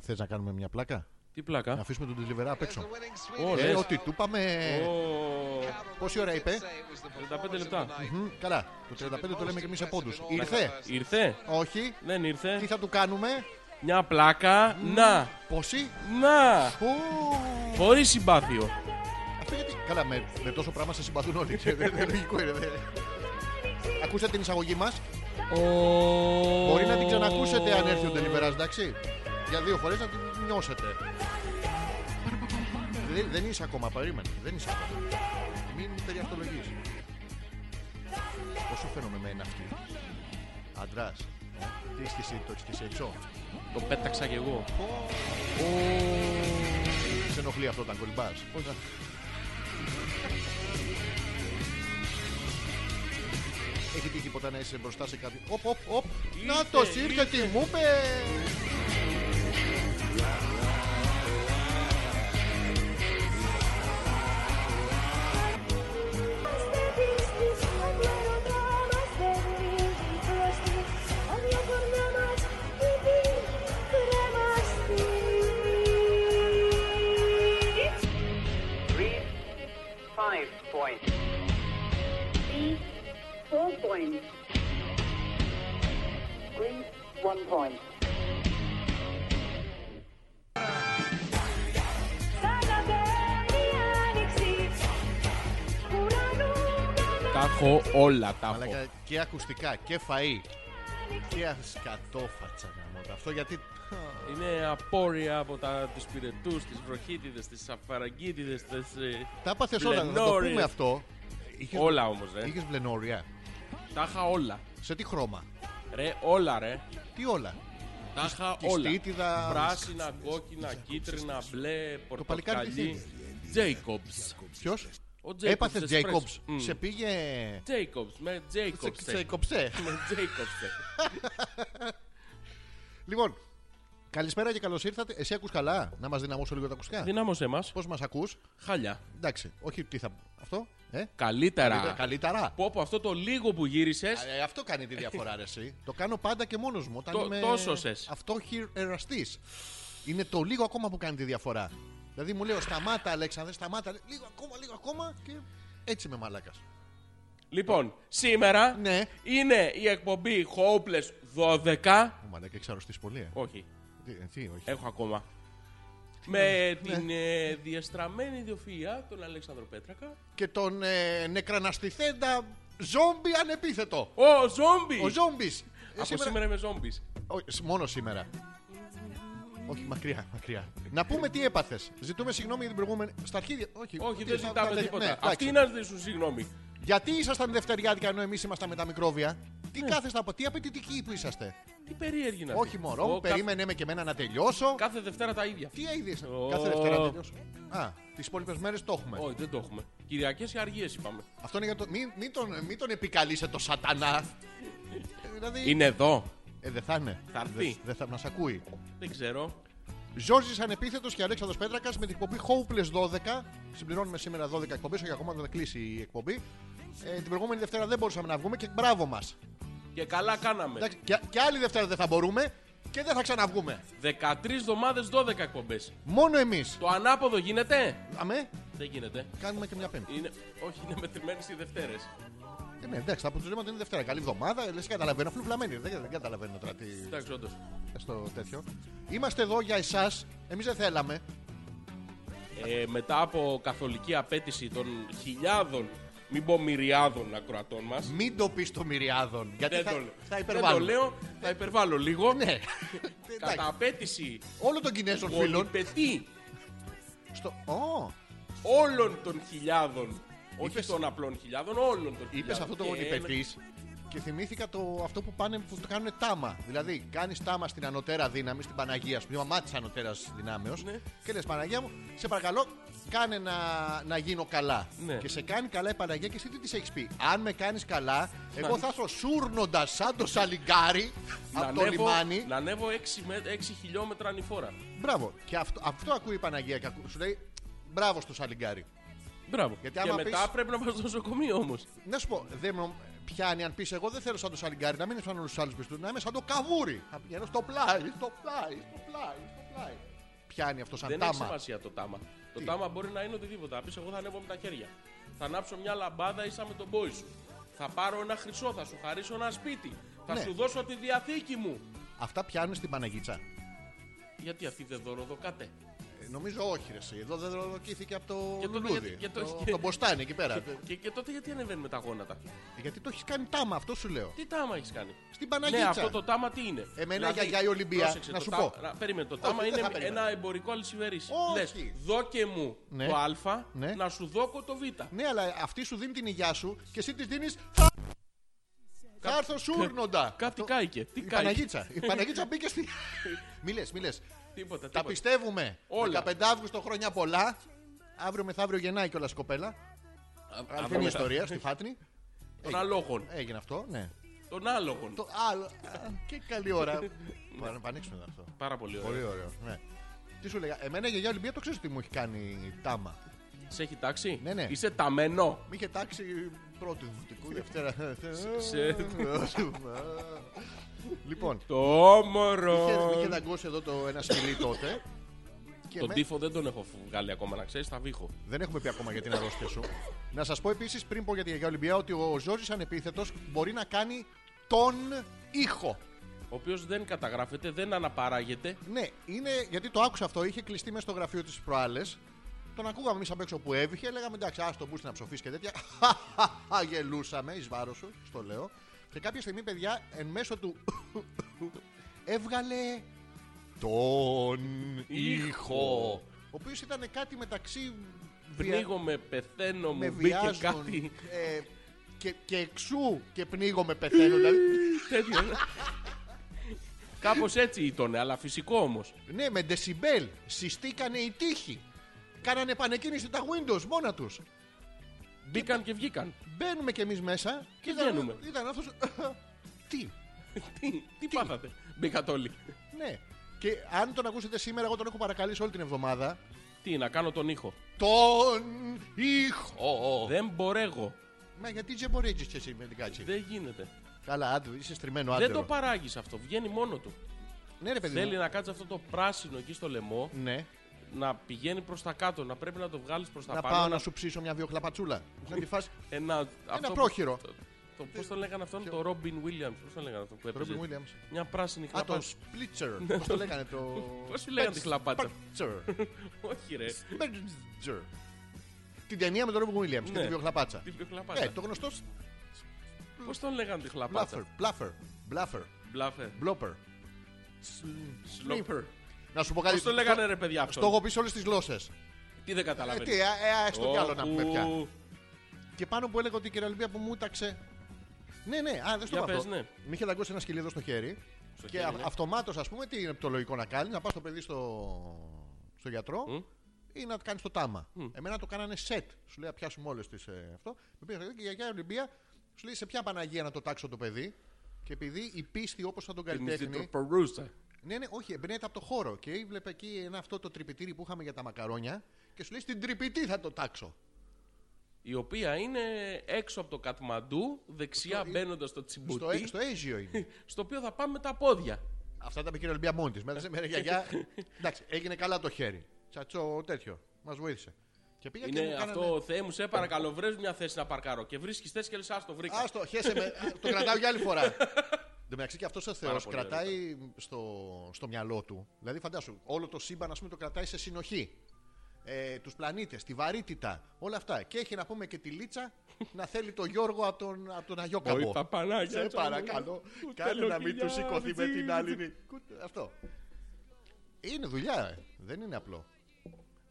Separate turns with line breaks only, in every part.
Θες να κάνουμε μια πλάκα.
Τι
Να
πλάκα.
αφήσουμε τον Τιλιβερά απ' έξω.
Ω,
Ε,
λες.
ότι του πάμε.
Ω,
Πόση ώρα είπε?
35 λεπτά.
Μμμ, Καλά. Το 35 το λέμε και εμείς σε πόντους. Ήρθε.
Ήρθε.
Όχι.
Δεν
Τι
ήρθε.
θα του κάνουμε.
Μια πλάκα. Να.
Πόση.
Να.
Ου.
Χωρίς συμπάθειο.
Αυτό γιατί. Καλά, με, με τόσο πράγμα σε συμπαθούν όλοι. Ε, δεν- δεν- Λογικό είναι. δεν- Ακούστε την εισαγωγή μας. Μπορεί να την ξανακούσετε αν έρθει ο Τελιβερά, εντάξει. Για δύο φορές να την νιώσετε. Δεν, δεν είσαι ακόμα, περίμενε. Δεν είσαι ακόμα. Μην περιαυτολογεί. Πώ σου φαίνομαι με ένα αυτή. Αντράς. Τι έχεις και εσύ, το έχεις και εσύ έξω.
Το πέταξα κι εγώ.
Σε ενοχλεί αυτό όταν κολυμπάς. Έχει τύχει ποτέ να είσαι μπροστά σε κάτι. Οπ, οπ, οπ. Να το ήρθε, τι μου είπε.
Three, five points. Three, four points. Three, one point.
Τα έχω όλα. Τα έχω.
Μαλάκα, και ακουστικά και φαΐ και ασκατόφατσα να μου τα. Αυτό γιατί.
Είναι απόρρια από τα, τους πυρετούς, τις βροχίτιδες, τις αφαραγκίτιδες, τις... ε,
Τα πάθες όλα, να το
Μπλενόρι.
πούμε αυτό. Είχες-
Όλα όμως, ρε.
Είχες μπλενόρια.
Τα είχα όλα.
Σε τι χρώμα.
Ρε, όλα, ρε.
Τι όλα.
Τα είχα
της
όλα.
τίτιδας.
Πράσινα, κόκκινα, κίτρινα, μπλε,
παλικάρι τι
πορτοκαλί. Τζέικομπς.
Ποιος.
Ο Jacobs
Έπαθε
της
Τζέικομπ.
Express. Μμ.
Σε πήγε.
Jacobs, με Jacobs. ε.
σε- Τζέικοψε.
Με Jacobs.
Λοιπόν, καλησπέρα και καλώς ήρθατε. Εσύ ακούς καλά, να μας δυναμώσω λίγο τα ακουστικά.
Δυνάμωσε μας.
Πώς μας ακούς,
Χαλιά.
εντάξει, όχι τι θα. Αυτό, ε.
Καλύτερα.
Καλύτερα.
Πω πω, αυτό το λίγο που γύρισες,
Ε, αυτό κάνει τη διαφορά, ρε, εσύ. Το κάνω πάντα και μόνος μου. Όταν
Το-
είμαι...
το σώσες.
Αυτό χειραστή. Είναι το λίγο ακόμα που κάνει τη διαφορά. Δηλαδή μου λέω σταμάτα, Αλέξανδρε, σταμάτα. λέ- Λίγο ακόμα, λίγο ακόμα και έτσι με μαλάκας.
Λοιπόν, σήμερα
Ναι.
είναι η εκπομπή Hopeless 12.
Ο μαλάκα έχεις αρρωστήσει πολύ. Ε.
Όχι,
Τι, ε, τι, όχι.
έχω ακόμα. Με την
Ναι.
ε, διαστραμμένη ιδιοφυΐα τον Αλέξανδρο Πέτρακα.
Και τον ε, νεκραναστηθέντα ζόμπι ανεπίθετο.
Ο ζόμπι!
Ο ζόμπις. Ε,
Από σήμερα... είμαι ζόμπις.
Όχι, σ- μόνο σήμερα. Όχι, μακριά, μακριά. Να πούμε τι έπαθες. Ζητούμε συγγνώμη για την προηγούμενη. Στα αρχίδια. Όχι, τι-
Όχι, δεν
τα-
ζητάμε
τα- ναι,
τίποτα.
εντάξει.
Αυτοί είναι σου συγγνώμη.
Γιατί ήσασταν δευτεριάτικα ενώ εμείς ήμασταν με τα μικρόβια. Τι
Ναι.
κάθεστε από τι απαιτητικοί που είσαστε.
Τι περίεργη είναι αυτή.
Όχι, μωρό, μου,
Ο, καθ-
περίμενε με και εμένα να τελειώσω.
Κάθε Δευτέρα τα ίδια.
Τι είδες
Ω.
κάθε Δευτέρα να τελειώσω. Α, τις υπόλοιπες μέρες το έχουμε.
Όχι, δεν το έχουμε. Κυριακές και αργίες είπαμε.
Αυτό είναι για το. Μην, μην τον, μην τον επικαλείσαι το σατανά. Ε, δηλαδή.
Είναι εδώ.
Ε, δεν θα είναι.
Θα έρθει.
Δεν δεν θα μας ακούει.
Δεν ξέρω.
Ζόρζης Ανεπίθετος και Αλέξανδρος Πέτρακας με την εκπομπή Hopeless 12. Συμπληρώνουμε σήμερα 12 εκπομπές, όχι ακόμα δεν θα κλείσει η εκπομπή. Ε, την προηγούμενη Δευτέρα δεν μπορούσαμε να βγούμε και μπράβο μας.
Και καλά κάναμε.
Και, και άλλη Δευτέρα δεν θα μπορούμε και δεν θα ξαναβγούμε.
13 εβδομάδες 12 εκπομπές.
Μόνο εμείς.
Το ανάποδο γίνεται.
Αμέ,
Δεν γίνεται.
κάνουμε και μια πέμπτη.
Είναι... Όχι, είναι μετρημένες οι Δευτέρες.
Ε, ναι, εντάξει, θα αποτελέσματα είναι Δευτέρα. Καλή εβδομάδα. Λες, καταλαβαίνω, φλουβλαμένη. Δεν, δεν καταλαβαίνω τώρα τι.
Εντάξει, όντως.
Στο τέτοιο. Είμαστε εδώ για εσάς. Εμείς δεν θέλαμε.
Ε, μετά από καθολική απέτηση των χιλιάδων, μην πω μυριάδων ακροατών μας,
Μην το πεις το μυριάδων. Γιατί
δεν,
θα,
το, λέ-
θα
δεν
υπερβάλλω.
το λέω, θα υπερβάλλω λίγο.
Ναι.
Κατά
Εντάξει.
απέτηση
Όλων των Κινέζων φίλων.
πολυπετή
Στο... Ω,
όλων των χιλιάδων,
Είπες-
όχι των απλών χιλιάδων, όλων των
Είπες
χιλιάδων.
αυτό το
Και
γονιπετή και θυμήθηκα το, αυτό που πάνε που το κάνουν τάμα. Δηλαδή, κάνεις τάμα στην ανωτέρα δύναμη, στην Παναγία, στην μαμά της ανωτέρας δυνάμεως.
Ναι.
Και λες, Παναγία μου, σε παρακαλώ, κάνε να, να γίνω καλά.
Ναι.
Και σε κάνει καλά η Παναγία και εσύ τι της έχεις πει. Αν με κάνεις καλά, εγώ θα έρθω σούρνοντα σαν το σαλιγκάρι
Ναι. να
από το
ανέβω-
λιμάνι.
Να ανέβω 6, χιλιόμετρα ανηφόρα.
Μπράβο. Και αυτό, αυτό ακούει η Παναγία και ακού- σου λέει, μπράβο στο σαλιγκάρι.
Μπράβο.
Γιατί
και
άμα
μετά
πεις-
πρέπει να πας στο νοσοκομείο όμως.
Να σου πω, δεν με πιάνει αν πεις εγώ δεν θέλω σαν το σαλιγκάρι να μην είναι σαν όλους τους άλλους πιστούς, να είμαι σαν το καβούρι. Θα πηγαίνω στο πλάι, στο πλάι, στο πλάι, στο πλάι. Πιάνει αυτό σαν
Δεν έχει
τάμα.
σημασία το τάμα. Το
Τι?
τάμα μπορεί να είναι οτιδήποτε. Θα πεις: Εγώ θα ανέβω με τα χέρια. Θα ανάψω μια λαμπάδα ίσα με τον πόη σου. Θα πάρω ένα χρυσό, θα σου χαρίσω ένα σπίτι. Θα
Ναι.
σου δώσω τη διαθήκη μου.
Αυτά πιάνουν στην Παναγίτσα.
Γιατί αυτή δεν δωροδοκάτε.
Ε, νομίζω όχι, ρε. εσύ. Εδώ δεν δωροδοκήθηκε από το
Και το-
λουλούδι.
γιατί- και το-
το,
και-
το μποστάνι εκεί πέρα.
Και, και, και τότε γιατί ανεβαίνουμε τα γόνατα.
Γιατί το έχεις κάνει τάμα, αυτό σου λέω.
Τι τάμα έχεις κάνει.
Στην Παναγίτσα.
Ναι, αυτό το τάμα τι είναι. Δηλαδή,
Εμένα η γιαγιά η Ολυμπία, να
το
σου
τά-
πω.
να- περίμενε, το τάμα
δεν θα
είναι
περίμενα.
ένα εμπορικό αλυσιβερίσι.
Όχι.
Λες, δώκε μου
Ναι.
το α,
Ναι.
να σου δώκω το β.
Ναι, αλλά αυτή σου δίνει την υγειά σου και εσύ της δίνεις. Θα... θα έρθω σούρνοντα.
Κάτι
Αυτό-
κάηκε.
Η
Τι κάηκε.
Παναγίτσα. Η Παναγίτσα μπήκε στη. Μιλέ, μιλέ.
Τίποτα,
Τα
τίποτα.
πιστεύουμε.
Όλα.
15 Αύγουστο χρόνια πολλά. Αύριο μεθαύριο γεννάει κιόλας κοπέλα.
Α- α-
Αυτή είναι η
α-
ιστορία στη Φάτνη.
Των αλόγων.
Έγινε αυτό, ναι.
Των άλογων.
Το άλλο. Α, Και καλή ώρα.
Ναι.
Πάνε πανέξουμε αυτό.
Πάρα πολύ ωραίο.
Πολύ ωραίο. Ναι. Τι σου λέγα, Εμένα η γιαγιά Ολυμπία το ξέρεις τι μου έχει κάνει τάμα.
Σε έχει τάξει.
Ναι, ναι.
Είσαι ταμένο.
Μη είχε τάξει πρώτη δημοτικού, Δευτέρα.
σε-
Λοιπόν,
Το όμορο.
είχε- μη είχε δαγκώσει εδώ το ένα σκυλί τότε. Και
Τον
με-
τύφο δεν τον έχω βγάλει ακόμα, να ξέρεις. Θα βήχω.
Δεν έχουμε πει ακόμα για την αρρώστια σου. Να σας πω επίσης πριν πω για τη γιαγιά Ολυμπία ότι ο Ζόρζη ανεπίθετος μπορεί να κάνει τον ήχο.
Ο οποίος δεν καταγράφεται, δεν αναπαράγεται.
Ναι, είναι γιατί το άκουσα αυτό. Είχε κλειστεί μέσα στο γραφείο της προάλλες. Τον ακούγαμε εμείς απ' έξω που έβηχε. Λέγαμε εντάξει, άστο τον μπούστι να ψοφείς και τέτοια. Χαχαχα, Γελούσαμε εις βάρος σου, στο λέω. Και κάποια στιγμή, παιδιά, εν μέσω του. έβγαλε. τον ήχο. Ο οποίος ήταν κάτι μεταξύ. βια-
Πνίγομαι, πεθαίνω,
με
μου μπήκε
βιάζουν.
κάτι.
ε, και, και εξού και πνίγομαι πεθαίνω. δηλαδή.
Τέτοιο. Κάπως έτσι ήταν, αλλά φυσικό όμως.
Ναι, με decibel. Συστήκανε οι τείχοι. Κάνανε επανεκκίνηση τα Windows μόνα τους.
Μπήκαν και βγήκαν.
Μπαίνουμε κι εμείς μέσα και ήταν,
βγαίνουμε.
ήταν αυτός. Τι.
Τι, τι πάθατε. Μπήκατε όλοι.
Ναι. Και αν τον ακούσετε σήμερα, εγώ τον έχω παρακαλέσει όλη την εβδομάδα.
Τι να κάνω τον ήχο.
Τον ήχο.
Δεν μπορέγω.
Μα γιατί τζεμπορέτζεις και εσύ με την κάτση.
Δεν γίνεται.
Καλά, άντε, είσαι στριμμένο άντερο.
Δεν το παράγεις αυτό. Βγαίνει μόνο του.
Ναι, ρε παιδί.
Θέλει
μου.
να κάτσει αυτό το πράσινο εκεί στο λαιμό,
Ναι.
να πηγαίνει προς τα κάτω, να πρέπει να το βγάλεις προς τα
Να
πάνω.
πάω να σου ψήσω μια βιοχλαπατσούλα. Να τη φας-
Ένα, αυτό που-
πρόχειρο.
Το, το, πώς τον λέγανε αυτόν, το Ρόμπιν Williams. Πώς τον λέγανε αυτόν που έπαιζε.
Ρόμπιν Williams.
Μια πράσινη
Α, το
χλαπάτσα.
Splitzer. Πώς το λέγανε το.
Πώς τη λέγανε τη χλαπάτσα?
Splitzer.
Όχι,
Ε,
ρε.
Splitzer. Την ταινία με τον Ρόμπιν Williams και
Ναι.
την βιοχλαπάτσα.
Την πιο
Ε,
χλαπάτσα.
το γνωστό
Πώς τον λέγανε τη
Bluffer.
χλαπάτσα.
Bluffer. Bluffer.
Μπλάφερ.
Blopper.
Σλόπερ.
Να σου πω κάτι.
Πώς το λέγανε, ρε παιδιά
Στο
αυτό.
έχω πει σε όλες τις γλώσσες.
Τι δεν
Τι,
καταλαβαίνει.
ε, ε, ας το κι άλλο να πούμε πια. Και πάνω που έλεγα ότι η κυρία Ολυμπία που μου ούταξε. Ναι, ναι, α, δεν στο
Για
είπα
πες,
αυτό.
ναι.
Μη είχε δαγκώσει ένα σκυλί εδώ στο χέρι.
Στο
και
χέρι,
α-
ναι.
αυτομάτως, ας πούμε, τι είναι το λογικό να κάνεις, να πας το παιδί στο, στο γιατρό
Μμ.
ή να κάνεις το τάμα. Εμένα το κάνανε σετ. Σου λέει, «Α, πιάσουμε όλες τις. Ε, αυτό. Με πήγα στο γιατρό και η γιαγιά Ολυμπία σου λέει σε ποια Παναγία να το τάξω το παιδί. Και επειδή η πίστη όπως θα τον
Την
καλλιτέχνη.
Ινστιτροπορούσα.
Ναι, ναι, όχι, εμπνέεται από το χώρο. Και έβλεπε εκεί ένα αυτό το τρυπητήρι που είχαμε για τα μακαρόνια και σου λέει στην τρυπητή θα το τάξω.
Η οποία είναι έξω από το Κατμαντού, δεξιά μπαίνοντας στο
Στο, ε-
τσιμπουτί,
στο Αίγιο είναι.
στο οποίο θα πάμε με τα πόδια.
Αυτά τα πήγε η Ολυμπία μόνη της. Μετά σε μέρα γιαγιά. Εντάξει, έγινε καλά το χέρι. Τσατσό τέτοιο. Μας βοήθησε. Και πήγα και
Είναι
μου κάνανε...
αυτό, Θεέ μου, σε παρακαλώ, βρες μια θέση να παρκάρω. Και βρίσκεις θέση και λες, ας το βρήκα.
Άστο, χέσε με. Α, το κρατάω για άλλη φορά. Εν τω μεταξύ και αυτό ο Θεό
πολύ
κρατάει στο, στο μυαλό του. Δηλαδή, φαντάσου, όλο το σύμπαν ας πούμε, το κρατάει σε συνοχή. Ε, τους πλανήτες, τη βαρύτητα, όλα αυτά. Και έχει να πούμε και τη λίτσα να θέλει το Γιώργο από τον, απ' τον Αγιό Καμπό.
Ω, η παπανάκια,
Σε
τσάμπα,
παρακαλώ,
μου,
κάνε
θέλω
να μην τους
χιλιάδες,
σηκωθεί με την
έτσι.
άλλη. κούτε, Αυτό. Είναι δουλειά, ε. δεν είναι απλό.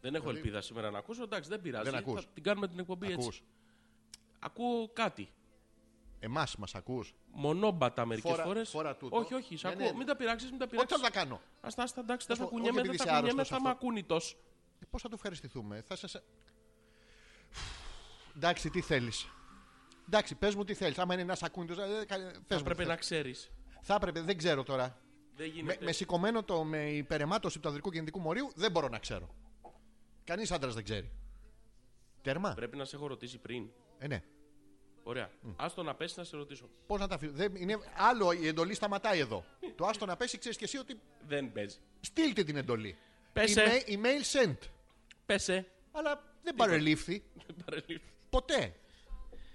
Δεν έχω ελπίδα σήμερα να ακούσω. Εντάξει, δεν πειράζει.
Δηλαδή- Δεν ακούς.
Θα την κάνουμε την εκπομπή έτσι.
Ακούς.
Ακούω κάτι.
Εμάς μας ακούς.
Μονόμπατα μερικές
Φορά-
φορές.
φορά τούτο.
Όχι, όχι, σε
Ναι,
ακούω.
ναι.
Μην τα πειράξεις, μην τα
Ό,τι
πειράξεις.
θα τα κάνω.
Ας τα άστα, εντάξει, δεν θα
Πώς το-
κουνιέμαι,
όχι
δεν
επειδή
θα
είσαι
κουνιέμαι,
άρρωστος
θα με
αυτό.
ακούνητος.
Πώς θα το ευχαριστηθούμε, θα σα. Εντάξει, τι θέλεις. Εντάξει, πες μου τι θέλεις. Άμα είναι ε, ένα ακούνητο.
Θα πρέπει να ξέρεις.
Θα έπρεπε, δεν ξέρω τώρα.
Δεν
Με,
γίνεται.
με σηκωμένο το με υπερεμάτωση του ανδρικού κινητικού μορίου δεν μπορώ να ξέρω. Κανείς άντρας δεν ξέρει. Τέρμα.
Πρέπει να σε έχω ρωτήσει πριν.
Ε, ναι.
Ωραία. Άστο να πέσει να σε ρωτήσω.
Πώς να τα αφήσω. Δεν- Είναι... Άλλο η εντολή σταματάει εδώ. το άστο να πέσει, ξέρεις και εσύ ότι
Δεν παίζει.
στείλτε την εντολή.
Πέσε.
Email, email sent.
Πέσε.
Αλλά δεν παρελήφθη.
Παραλήφθη.
Ποτέ.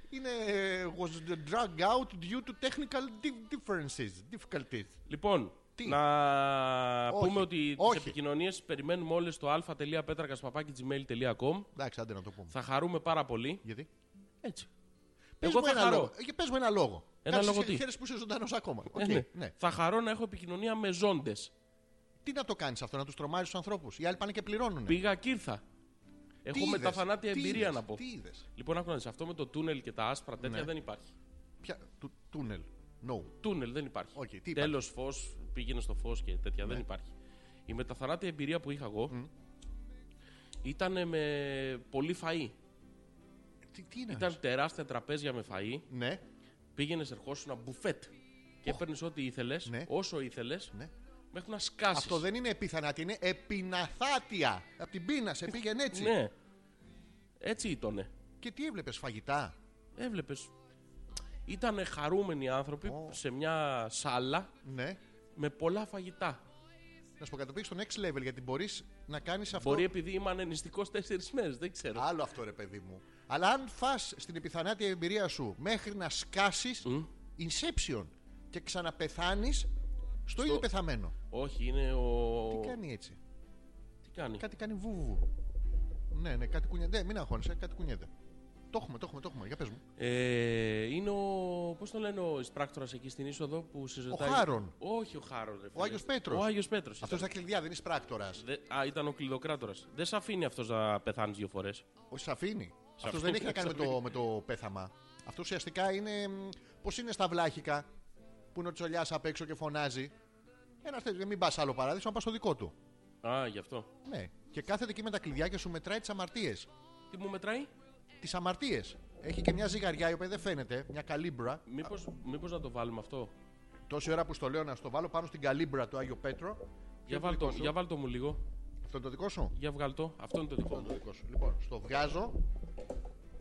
Είναι ε, was drug out due to technical di- differences. Difficulties.
Λοιπόν,
Τι?
να
Όχι.
πούμε ότι
Όχι.
τι επικοινωνίες περιμένουμε όλες στο α.πέτρακα.gmail.com.
Εντάξει, άντε να το πούμε.
Θα χαρούμε πάρα πολύ.
Γιατί.
Έτσι.
Πες
Εγώ
μου
θα
ένα
χαρώ.
λόγο. Ε, Πες μου ένα λόγο.
Ένα
Κάτσε,
λόγο
χα-
τι?
χαίρεσαι που είσαι ζωντανός ακόμα.
Ε,
Οκ,
ναι.
ναι.
Θα χαρώ να έχω επικοινωνία με ζώντες.
Τι να το κάνεις αυτό, να τους τρομάζεις τους ανθρώπους. Οι άλλοι πάνε και πληρώνουν.
Πήγα και ήρθα. Έχω
Τι Ναι.
μετά
είδες,
θανάτια
τι
εμπειρία
είδες,
να πω.
Τι είδες.
Λοιπόν, άκου να δεις, αυτό με το τούνελ και τα άσπρα τέτοια
Ναι.
δεν υπάρχει.
Ποια. του- Τούνελ. No.
Τούνελ δεν υπάρχει.
Οκ, τι υπάρχει. Ναι.
Τέλος φως, πήγαινε στο φως και τέτοια δεν υπάρχει. Η μεταθανάτια εμπειρία που είχα εγώ ήταν με πολύ φαΐ.
Τι, τι είναι.
Ήταν τεράστια τραπέζια με φαΐ.
Ναι,
Πήγαινες, ερχόσουν μπουφέτ. Και έπαιρνε ό,τι ήθελες,
Ναι.
όσο ήθελες,
ναι.
μέχρι να σκάσεις.
Αυτό δεν είναι επιθανάτη, είναι επιναθάτια. Απ' την πείνα σε πήγαινε έτσι.
Ναι. Έτσι ήτανε.
Και τι έβλεπες, φαγητά.
Έβλεπες. Ήταν χαρούμενοι άνθρωποι
Ω.
σε μια σάλα
Ναι.
με πολλά φαγητά.
Να σου πω κάτι, το πήγες στο next level γιατί μπορείς να κάνεις αυτό.
Μπορεί επειδή είμαι ανενιστικός τέσσερις μέρες, δεν ξέρω.
Άλλο αυτό ρε παιδί μου. Αλλά αν φας στην επιθανάτια εμπειρία σου μέχρι να σκάσεις Inception και ξαναπεθάνεις στο ίδιο πεθαμένο.
Όχι, είναι ο.
Τι κάνει έτσι.
Τι κάνει.
Κάτι κάνει βούβου. Ναι, ναι, κάτι κουνιέται. Ναι, μην αγχώνεσαι, κάτι κουνιέται. Το έχουμε, το έχουμε, το έχουμε. Για πες μου.
Ε, είναι ο. Πώς το λένε ο εισπράκτορα εκεί στην είσοδο που συζητάει.
Ο Χάρον.
Όχι ο Χάρον. Ρε,
Ο Άγιος Πέτρος.
Ο Άγιος Πέτρος.
Αυτός στα κλειδιά δεν είσαι πράκτορας.
Α, ήταν ο κλειδοκράτορας. Δεν σε αφήνει αυτός να πεθάνεις δύο φορές.
Όχι, σε αφήνει. Αυτό
αφήνει,
δεν έχει να κάνει με
σ'
το, με το πέθαμα. Αυτό ουσιαστικά είναι. Πώς είναι στα βλάχικα που είναι ο τσολιάς απ' έξω και φωνάζει. Ένας τέτοιος, μην πας άλλο παράδεισο, να πας στο δικό του.
Α, γι' αυτό.
Ναι. Και κάθεται εκεί με τα κλειδιά και σου μετράει τις αμαρτίες.
Τι μου μετράει,
Τις αμαρτίες. Έχει και μια ζυγαριά η οποία δεν φαίνεται, μια καλύμπρα.
Μήπως μήπως να το βάλουμε αυτό.
Τόση ώρα που στο λέω να στο βάλω πάνω στην καλύμπρα του Άγιο Πέτρο. Ποιο
Για
είναι το
βάλ, το,
δικό σου?
για βάλ το μου λίγο.
Αυτό είναι το δικό σου.
Για βγάλ το. Αυτό είναι το δικό
Αυτό είναι
μου.
το δικό σου. Λοιπόν, στο βγάζω.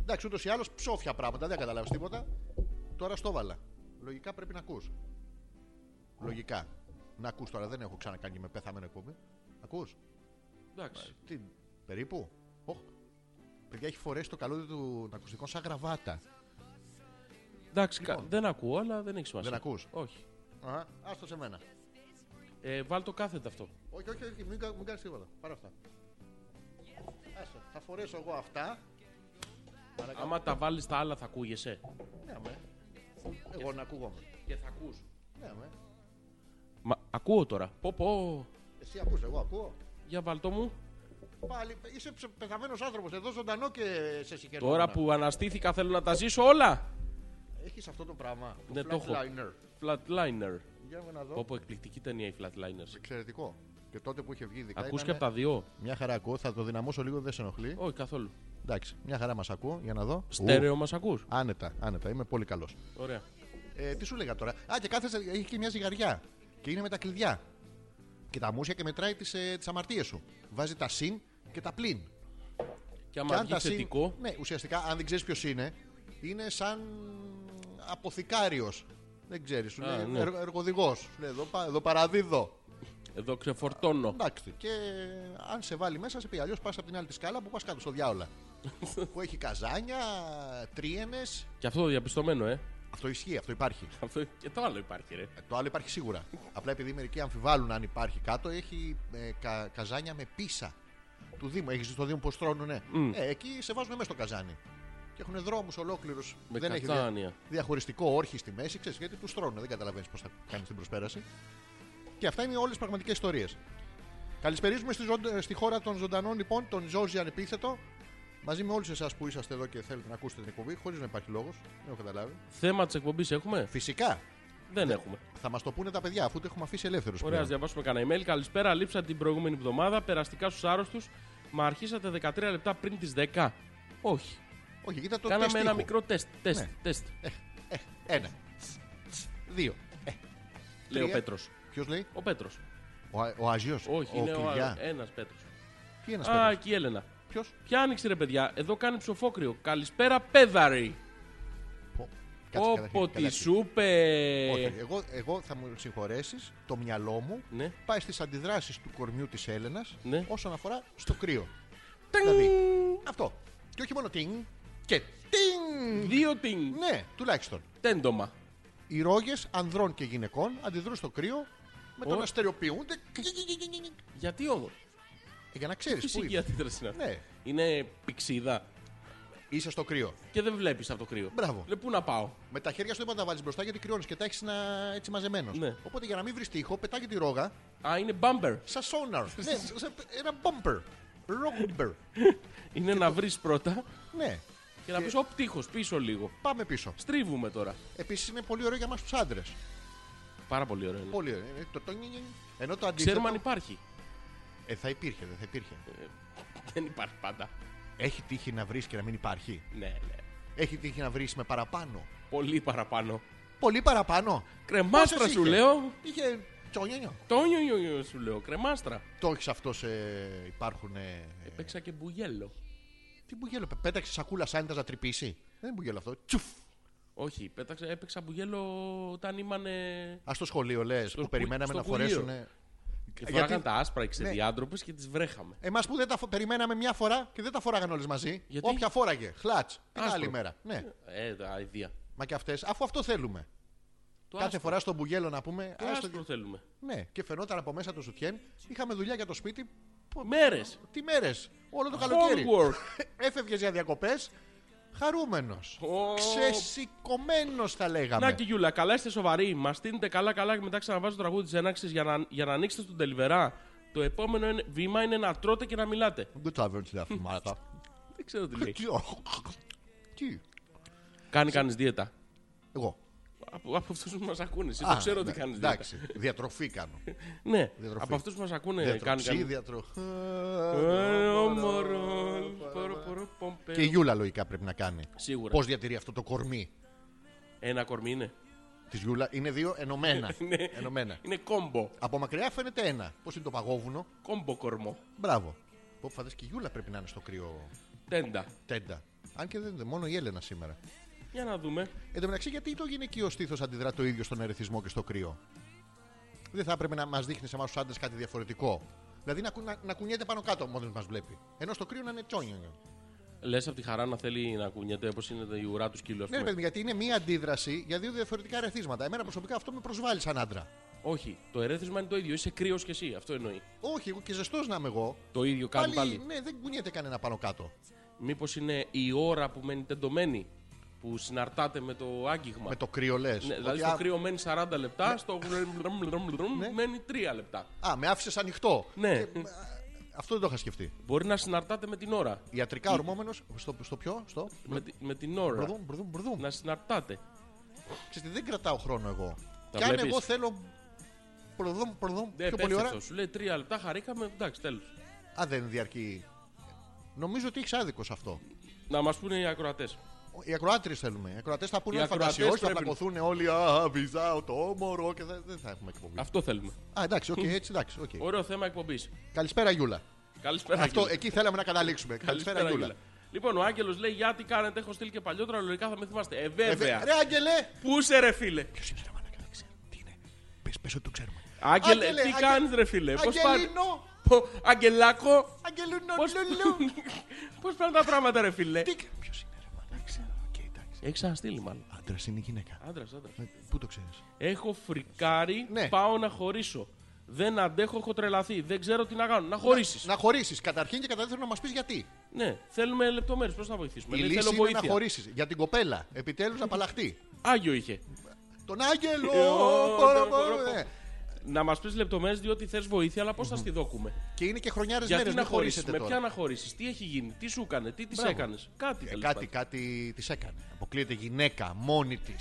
Εντάξει, ούτως ή άλλως ψόφια πράγματα, δεν καταλάβει τίποτα. Τώρα στο βάλα. Λογικά πρέπει να ακούς. Λογικά. Να ακούς τώρα, δεν έχω ξανακάνει και με πεθαμένο εκπομπή. Ακούς.
Εντάξει.
Τι, περίπου. Οχ. Παιδιά έχει φορέσει το καλώδιο του ακουστικών σαν γραβάτα.
Εντάξει, κα- δεν ακούω, αλλά δεν έχει σημασία.
Λοιπόν. Δεν ακούς?
Όχι.
Α, άστο σε μένα.
Ε, βάλ το κάθετα αυτό.
Όχι, όχι, όχι, μην, κα- μην κάνεις τίποτα. Πάρα αυτά. Άστο, θα φορέσω εγώ αυτά. Παρακαλώ.
Άμα τα βάλεις τα άλλα, θα ακούγεσαι.
Ναι, με. Εγώ να ακούγομαι.
Και θα ακού.
Ναι, με.
Μα ακούω τώρα. Πω πω.
Εσύ ακούς, εγώ ακούω.
Για βάλτο μου.
Πάλι είσαι πεθαμένος άνθρωπος εδώ ζωντανό και σε συγχαίρω.
Τώρα που αναστήθηκα θέλω να τα ζήσω όλα.
Έχεις αυτό το πράγμα. Το
Ναι, το έχω.
flatliner.
Flatliner.
Για να δω.
Πω πω, εκπληκτική ταινία η Flatliners.
Εξαιρετικό. Και τότε που είχε βγει ειδικά.
Ακούς
ήτανε-
και από τα δύο.
Μια χαρά ακούω, θα το δυναμώσω λίγο, δεν σε ενοχλεί.
ε. Όχι καθόλου.
Εντάξει, μια χαρά μας ακούω, για να δω. Ου,
Στέρεο μας ακούς.
Άνετα, άνετα, είμαι πολύ καλός.
Ωραία.
Ε, τι σου λέγα τώρα. Α, και κάθεσαι, έχει και μια ζυγαριά. Και είναι με τα κλειδιά. Και τα μουσια και μετράει τις ε, τις αμαρτίες σου. Βάζει τα συν και τα πλην.
Και
Και
άμα
αν
βγει
τα συν-
θετικό,
Ναι, ουσιαστικά αν δεν ξέρεις ποιος είναι, είναι σαν αποθηκάριος. Δεν ξέρεις, σου
Α,
λέει
ναι.
εργοδηγό. Σου λέει εδώ, πα- εδώ παραδίδω.
εδώ ξεφορτώνω.
Εντάξει. Και αν σε βάλει μέσα, σε πει αλλιώς πας από την άλλη τη σκάλα που πας κάτω στο διάολα. που έχει καζάνια, τρίενες.
Και αυτό το διαπιστωμένο, ε.
Αυτό ισχύει, αυτό υπάρχει.
Αυτό και το άλλο υπάρχει, ρε.
Ε, Το άλλο υπάρχει σίγουρα. Απλά επειδή μερικοί αμφιβάλλουν αν υπάρχει κάτω, έχει ε, κα- καζάνια με πίσα του Δήμου. Έχεις στο Δήμο πώς τρώνουνε. Ε, εκεί σε βάζουν μέσα στο καζάνι. Και έχουν δρόμους ολόκληρους.
Με
έχει δια-
κατάνια.
διαχωριστικό όρχη στη μέση, ξέρεις γιατί τους τρώνε. Δεν καταλαβαίνεις πώς θα κάνεις την προσπέραση. Και αυτά είναι όλες πραγματικές ιστορίες. Καλησπερίζουμε στη, ζων- στη χώρα των ζωντανών, λοιπόν, τον Ζόζι Ανεπίθετο. Μαζί με όλους εσάς που είσαστε εδώ και θέλετε να ακούσετε την εκπομπή, χωρίς να υπάρχει λόγος. Δεν έχω καταλάβει.
Θέμα της εκπομπής έχουμε.
Φυσικά Ναι.
Δεν έχουμε.
θα μας το πούνε τα παιδιά, αφού το έχουμε αφήσει ελεύθερου.
Ωραία, ας διαβάσουμε κανένα email. Καλησπέρα, λείψα την προηγούμενη εβδομάδα. Περαστικά στους άρρωστους. Μα αρχίσατε 13 λεπτά πριν τις 10. Όχι.
Όχι, κοίτα το τεστ
Κάναμε ένα
ήχου.
μικρό τεστ. Τεστ.
Ναι.
τεστ.
Ένα. Δύο.
Λέει ο
τρία.
Πέτρος.
Ποιος λέει,
Ο Πέτρος.
Ο, Α- ο Αγίο.
Όχι,
ο
είναι
Κυριά.
ένας Πέτρος.
Τι ένας
Α,
παιδί.
και η Έλενα.
Ποιος.
Ποια άνοιξε ρε παιδιά, εδώ κάνει ψοφόκριο. Καλησπέρα, πέδαρη. Όπω τη ε. σούπε.
Εγώ, εγώ θα μου συγχωρέσεις, το μυαλό μου
Ναι.
πάει στις αντιδράσεις του κορμιού της Έλενας
Ναι.
όσον αφορά στο κρύο.
Τινγκ.
Δηλαδή, αυτό. Και όχι μόνο τίνγκ, και τίνγκ.
Δύο τιν.
Ναι, τουλάχιστον.
Τέντομα.
Οι ρόγες ανδρών και γυναικών αντιδρούν στο κρύο με το
Ω.
να στερεοποιούνται.
Γιατί όμω.
Για να ξέρεις πού
Φυσική
είναι.
αντίδραση είναι αυτή.
Ε, Ναι,
Είναι πηξίδα
είσαι στο κρύο.
και δεν βλέπεις αυτό το κρύο.
Μπράβο.
Λέει πού να πάω.
Με τα χέρια σου δεν μπορεί να τα βάλεις μπροστά γιατί κρυώνεις και τα έχεις έτσι μαζεμένος.
Ναι.
Οπότε για να μην βρεις τείχο, πετάγει τη ρόγα
Α, είναι bumper.
σαν sonar. ναι, σαν ένα bumper. Ρόγκμπερ.
Είναι να βρεις πρώτα
ναι,
και να πει ο πτύχο πίσω λίγο.
πάμε πίσω.
Στρίβουμε τώρα.
Επίσης είναι πολύ ωραίο για εμάς τους άντρες.
Πάρα πολύ ωραίο. είναι.
Πολύ ωραίο. Ε, Το, το, ενώ το αντίθετο.
Ναι. Ξέρουμε αν υπάρχει.
Ε, θα υπήρχε, δεν θα υπήρχε.
Δεν υπάρχει πάντα.
Έχει τύχει να βρεις και να μην υπάρχει.
Ναι, ναι.
Έχει τύχει να βρεις με παραπάνω.
Πολύ παραπάνω.
Πολύ παραπάνω.
Κρεμάστρα
Πόσες
σου
είχε?
λέω.
Είχε τσόνιο.
Το νιονιονιο σου λέω. Κρεμάστρα.
Το έχεις αυτό σε. Υπάρχουν. Ε...
Παίξα και μπουγέλο.
Τι μπουγέλο, πε- πέταξες σακούλα σάνιτα να τρυπήσει. Δεν είναι μπουγέλο αυτό. Τσουφ.
Όχι, πέταξα, έπαιξα μπουγέλο όταν ήμανε.
Ας στο σχολείο λες που
κου-
περιμέναμε
στο
να
κουλείο.
φορέσουν.
Και
Ε, Γιατί-
φοράγαν τα άσπρα οι
Ναι.
ξεδιάντροπε και τις βρέχαμε.
Εμάς που δεν τα φο- περιμέναμε μια φορά και δεν τα φοράγαν όλες μαζί.
Γιατί?
Όποια φόραγε. Χλάτ. Την
Άσπρο.
άλλη μέρα. Ναι.
Ε, τα αηδία.
Μα και αυτές, αφού αυτό θέλουμε.
Το
Κάθε
άσπρο,
φορά στον μπουγέλο να πούμε.
το
«Ας το-
άσπρο θέλουμε.
Ναι, και φαινόταν από μέσα το σουτιέν. Είχαμε δουλειά για το σπίτι.
Μέρες.
Τι μέρες. Όλο το καλοκαίρι.
Homework.
Έφευγες για διακοπές. Χαρούμενος. Ξεσηκωμένος θα λέγαμε.
Να και Γιούλα, καλά είστε σοβαροί. Μας στείλετε καλά καλά και μετά ξαναβάζω το τραγούδι της έναξης για να, για να ανοίξετε στον τελιβερά. Το επόμενο είναι- βήμα είναι να τρώτε και να μιλάτε.
Δεν τα βέρνει τα αυτομάτα.
Δεν ξέρω τι λέει.
Τι. Τι.
Κάνει κανείς δίαιτα.
Εγώ.
Από, από αυτούς που μας ακούνε. Εσύ
Α,
το ξέρω ότι
ναι,
κάνεις δίαιτα.
Εντάξει. Διατροφή κάνω.
Ναι,
Διατροφή.
από αυτούς που μας ακούνε κάνει
Διατροφή,
κανεί.
διατροφή.
Ε, ο μωρός, πορο, πορο, πομπέρο.
Και η Γιούλα λογικά πρέπει να κάνει.
Ε, Σίγουρα.
Πώς διατηρεί αυτό το κορμί
Ένα κορμί είναι.
της Γιούλα. Είναι δύο ενωμένα.
Ναι.
ενωμένα.
Είναι κόμπο.
Από μακριά φαίνεται ένα. Πώς είναι το παγόβουνο.
Κόμπο κορμό.
Μπράβο. Πω φαντές και η Γιούλα πρέπει να είναι στο κρύο
Τέντα.
τέντα. Αν και δεν είναι μόνο η Έλενα σήμερα.
Για να δούμε.
Εν τω μεταξύ, γιατί το γυναικείο στήθος αντιδρά το ίδιο στον ερεθισμό και στο κρύο. Δεν θα έπρεπε να μας δείχνει σε εμάς τους άντρες κάτι διαφορετικό. Δηλαδή να, κου- να, να κουνιέται πάνω κάτω μόλι μας βλέπει. Ενώ στο κρύο να είναι τσόνιο.
Λες από τη χαρά να θέλει να κουνιέται όπως είναι η ουρά του σκύλου, ας
Ναι, ρε
πούμε.
παιδί, μου, γιατί είναι μία αντίδραση για δύο διαφορετικά ερεθίσματα. Εμένα προσωπικά αυτό με προσβάλλει σαν άντρα.
Όχι, το ερέθισμα είναι το ίδιο. Είσαι κρύος και εσύ. Αυτό εννοεί.
Όχι, εγώ και ζεστός να είμαι εγώ.
Το ίδιο κάνει πάλι.
Ναι, δεν κουνιέται κανένα πάνω κάτω.
Μήπως είναι η ώρα που μένει τεντωμένη, που συναρτάται με το άγγιγμα.
Με το κρύο λες.
Ναι, δηλαδή στο κρύο μένει 40 λεπτά,
Ναι.
στο μένει 3 λεπτά.
Α, με άφησες ανοιχτό.
Ναι,
Αυτό δεν το είχα σκεφτεί.
μπορεί να συναρτάται με την ώρα.
Ιατρικά ορμόμενος. Στο, στο ποιο, στο.
Με, τη- με την ώρα.
Μπρδούμ, μπρδούμ, μπρδούμ.
Να συναρτάται.
Ξέρετε, δεν κρατάω χρόνο εγώ.
Τα
και αν
βλέπεις.
εγώ θέλω. Προδόμ, προδόμ,
Ναι,
πιο πολύ ώρα.
Αυτό. Σου λέει 3 λεπτά, χαρήκαμε. Εντάξει, τέλος.
Α, δεν διαρκεί. Νομίζω ότι έχεις άδικο σε αυτό.
Να μας πούνε οι ακροατές.
Οι ακροάτριες θέλουμε. Οι ακροατές θα πούνε
Οι
όλοι φαντασία. Όχι, θα
ακροατές
πλακωθούν όλοι. Α, βυζάω το όμορο και δεν, δεν θα έχουμε εκπομπή.
Αυτό θέλουμε.
Α, εντάξει, οκ, έτσι, εντάξει. οκ.
Ωραίο θέμα εκπομπής.
Καλησπέρα, Γιούλα.
Καλησπέρα.
Αυτό,
Άγγελε.
εκεί θέλαμε να καταλήξουμε.
Καλησπέρα,
Καλησπέρα, Γιούλα.
Άγγελε. Λοιπόν, ο Άγγελος λέει: Για τι κάνετε, έχω στείλει και παλιότερα, λογικά θα με θυμάστε. Ε,
Ε,
βέβαια.
Ρε, Άγγελε!
Πού είσαι, ρε φίλε.
Ποιος είναι, ρε, μάνα, δεν ξέρω. Τι είναι. Πες ότι το ξέρουμε.
Άγγελε,
Άγγελε,
τι
Άγγελε.
κάνεις, ρε φίλε. Πώς πάνε.
Αγγελίνο!
Πω, Αγγελάκο,
Αγγελίνο!
πώς-
λουλού.
πώς πάνε τα πράγματα, ρε φίλε.
Τι. Ποιος είναι, ρε, μάνα, δεν ξέρω. Οκ, εντάξει.
Έχει ξαναστείλει, μάλλον.
Άντρας είναι γυναίκα.
Άντρας, άντρας.
Ε, Πού το ξέρεις.
Έχω φρικάρει,
Ναι.
πάω να χωρίσω. Δεν αντέχω, έχω τρελαθεί. Δεν ξέρω τι να κάνω. Να χωρίσεις.
Να χωρίσεις. Καταρχήν και κατά δεύτερον να μας πεις γιατί.
Ναι, θέλουμε λεπτομέρειες. Πώς θα βοηθήσουμε.
Η
Λέει,
λύση
θέλω
είναι
βοήθεια.
να χωρίσεις. Για την κοπέλα. Επιτέλους να απαλλαχτεί.
Άγιο είχε.
Τον Άγγελο!
Ε, ο,
Μπορώ, μπορώ,
μπορώ, μπορώ.
ναι.
Να μας πεις λεπτομέρειες διότι θες βοήθεια, αλλά πώς θα στη δόκουμε.
Και είναι και χρονιάρες μέρε
Γιατί να
να
χωρίσει,
χωρίσετε
με ποια
τώρα.
να χωρίσεις, τι έχει γίνει, τι σου έκανε, τι τη
Μπράβο.
έκανες. Κάτι
Ε,
τέλος
Κάτι,
πάντων.
κάτι τη έκανε. Αποκλείεται γυναίκα μόνη της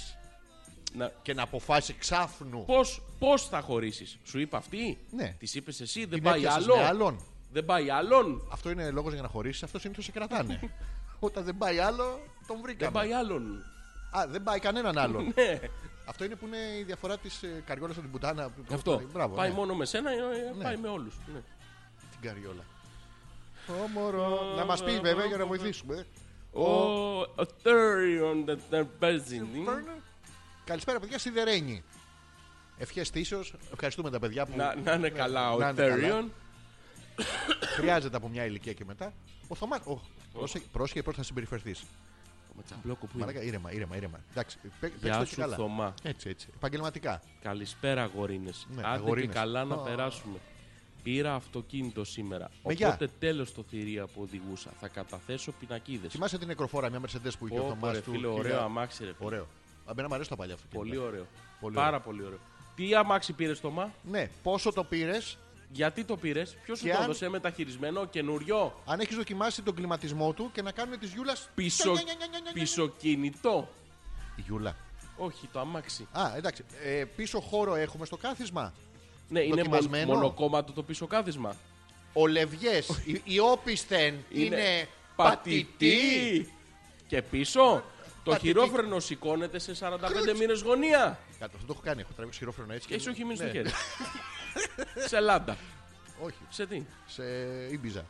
Να...
και να αποφάσει ξάφνου.
Πώς, πώς θα χωρίσεις, σου είπα αυτή.
Ναι.
Τη είπες εσύ, δεν
Την
πάει
έπιασες
άλλο.
με άλλον.
Δεν πάει άλλον.
Αυτό είναι λόγος για να χωρίσεις. Αυτό συνήθως σε κρατάνε. Όταν δεν πάει άλλο, τον βρήκαμε.
Δεν πάει άλλον.
Α, δεν πάει κανέναν άλλον.
Ναι.
Αυτό είναι που είναι η διαφορά της καριόλας από την πουτάνα. που-
Αυτό.
Μπράβο,
πάει
ναι.
μόνο με σένα, ε, ε, πάει με όλους. Ναι.
Την καριόλα. Όμορο. Να μας πεις βέβαια για να βοηθήσουμε.
Ο Ethereum the Terpezzini.
Καλησπέρα παιδιά, Σιδερένη. Ευχές θύσεως. Ευχαριστούμε τα παιδιά που
Να, να είναι καλά ο
Να είναι καλά.
Ethereum.
χρειάζεται από μια ηλικία και μετά. Ο Θωμά... Ο, πρόσεχε- Πρόσεχε πώς θα συμπεριφερθείς.
Ο Ματσαμπλόκο που είναι.
Μαλάκα, ήρεμα, ήρεμα, ήρεμα. Εντάξει, παί- παίξτε
Γεια
το και
σου
καλά.
Θωμά.
Έτσι, έτσι. Επαγγελματικά.
Καλησπέρα αγορίνες.
Ναι,
Άντε και
αγορίνες.
καλά να
Α.
περάσουμε. Πήρα αυτοκίνητο σήμερα.
Μεγιά.
Οπότε τέλος το θηρία που οδηγούσα. Θα καταθέσω πινακίδες.
Θυμάσαι την νεκροφόρα, μια Mercedes που είχε ο
Ω,
Θωμάς
ρε
του.
φίλε, ωραίο
χιλιά-
αμάξι ρε φίλε.
Ωραίο. Αμπένα μου αρέσει τα παλιά αυτοκίνητα.
Πολύ ωραίο.
Πολύ
Πάρα πολύ ωραίο. Τι αμάξι πήρες Θωμά,
Ναι, πόσο το πήρες,
γιατί το πήρες, ποιος σου
Και
το
αν-
έδωσε, μεταχειρισμένο, καινούριο,
αν έχεις δοκιμάσει τον κλιματισμό του και να κάνουν τη Γιούλας.
πίσω... πισωκινητό.
Η Γιούλα.
Όχι, το αμάξι.
Α, εντάξει. Ε, πίσω χώρο έχουμε στο κάθισμα.
Ναι, είναι μο-
Δοκιμασμένο.
μονοκόμματο το πίσω κάθισμα.
Ο Λευγές, η, η όπισθεν είναι, πατητή.
Και πίσω το
Πατητή.
χειρόφρενο σηκώνεται σε 45 μήνες γωνία.
Κάτω, αυτό το έχω κάνει. Έχω τραβήξει χειρόφρενο έτσι.
Και εσύ όχι μείνει στο
Ναι,
χέρι. σε λάντα.
Όχι,
Σε τι.
σε Ήμπιζα.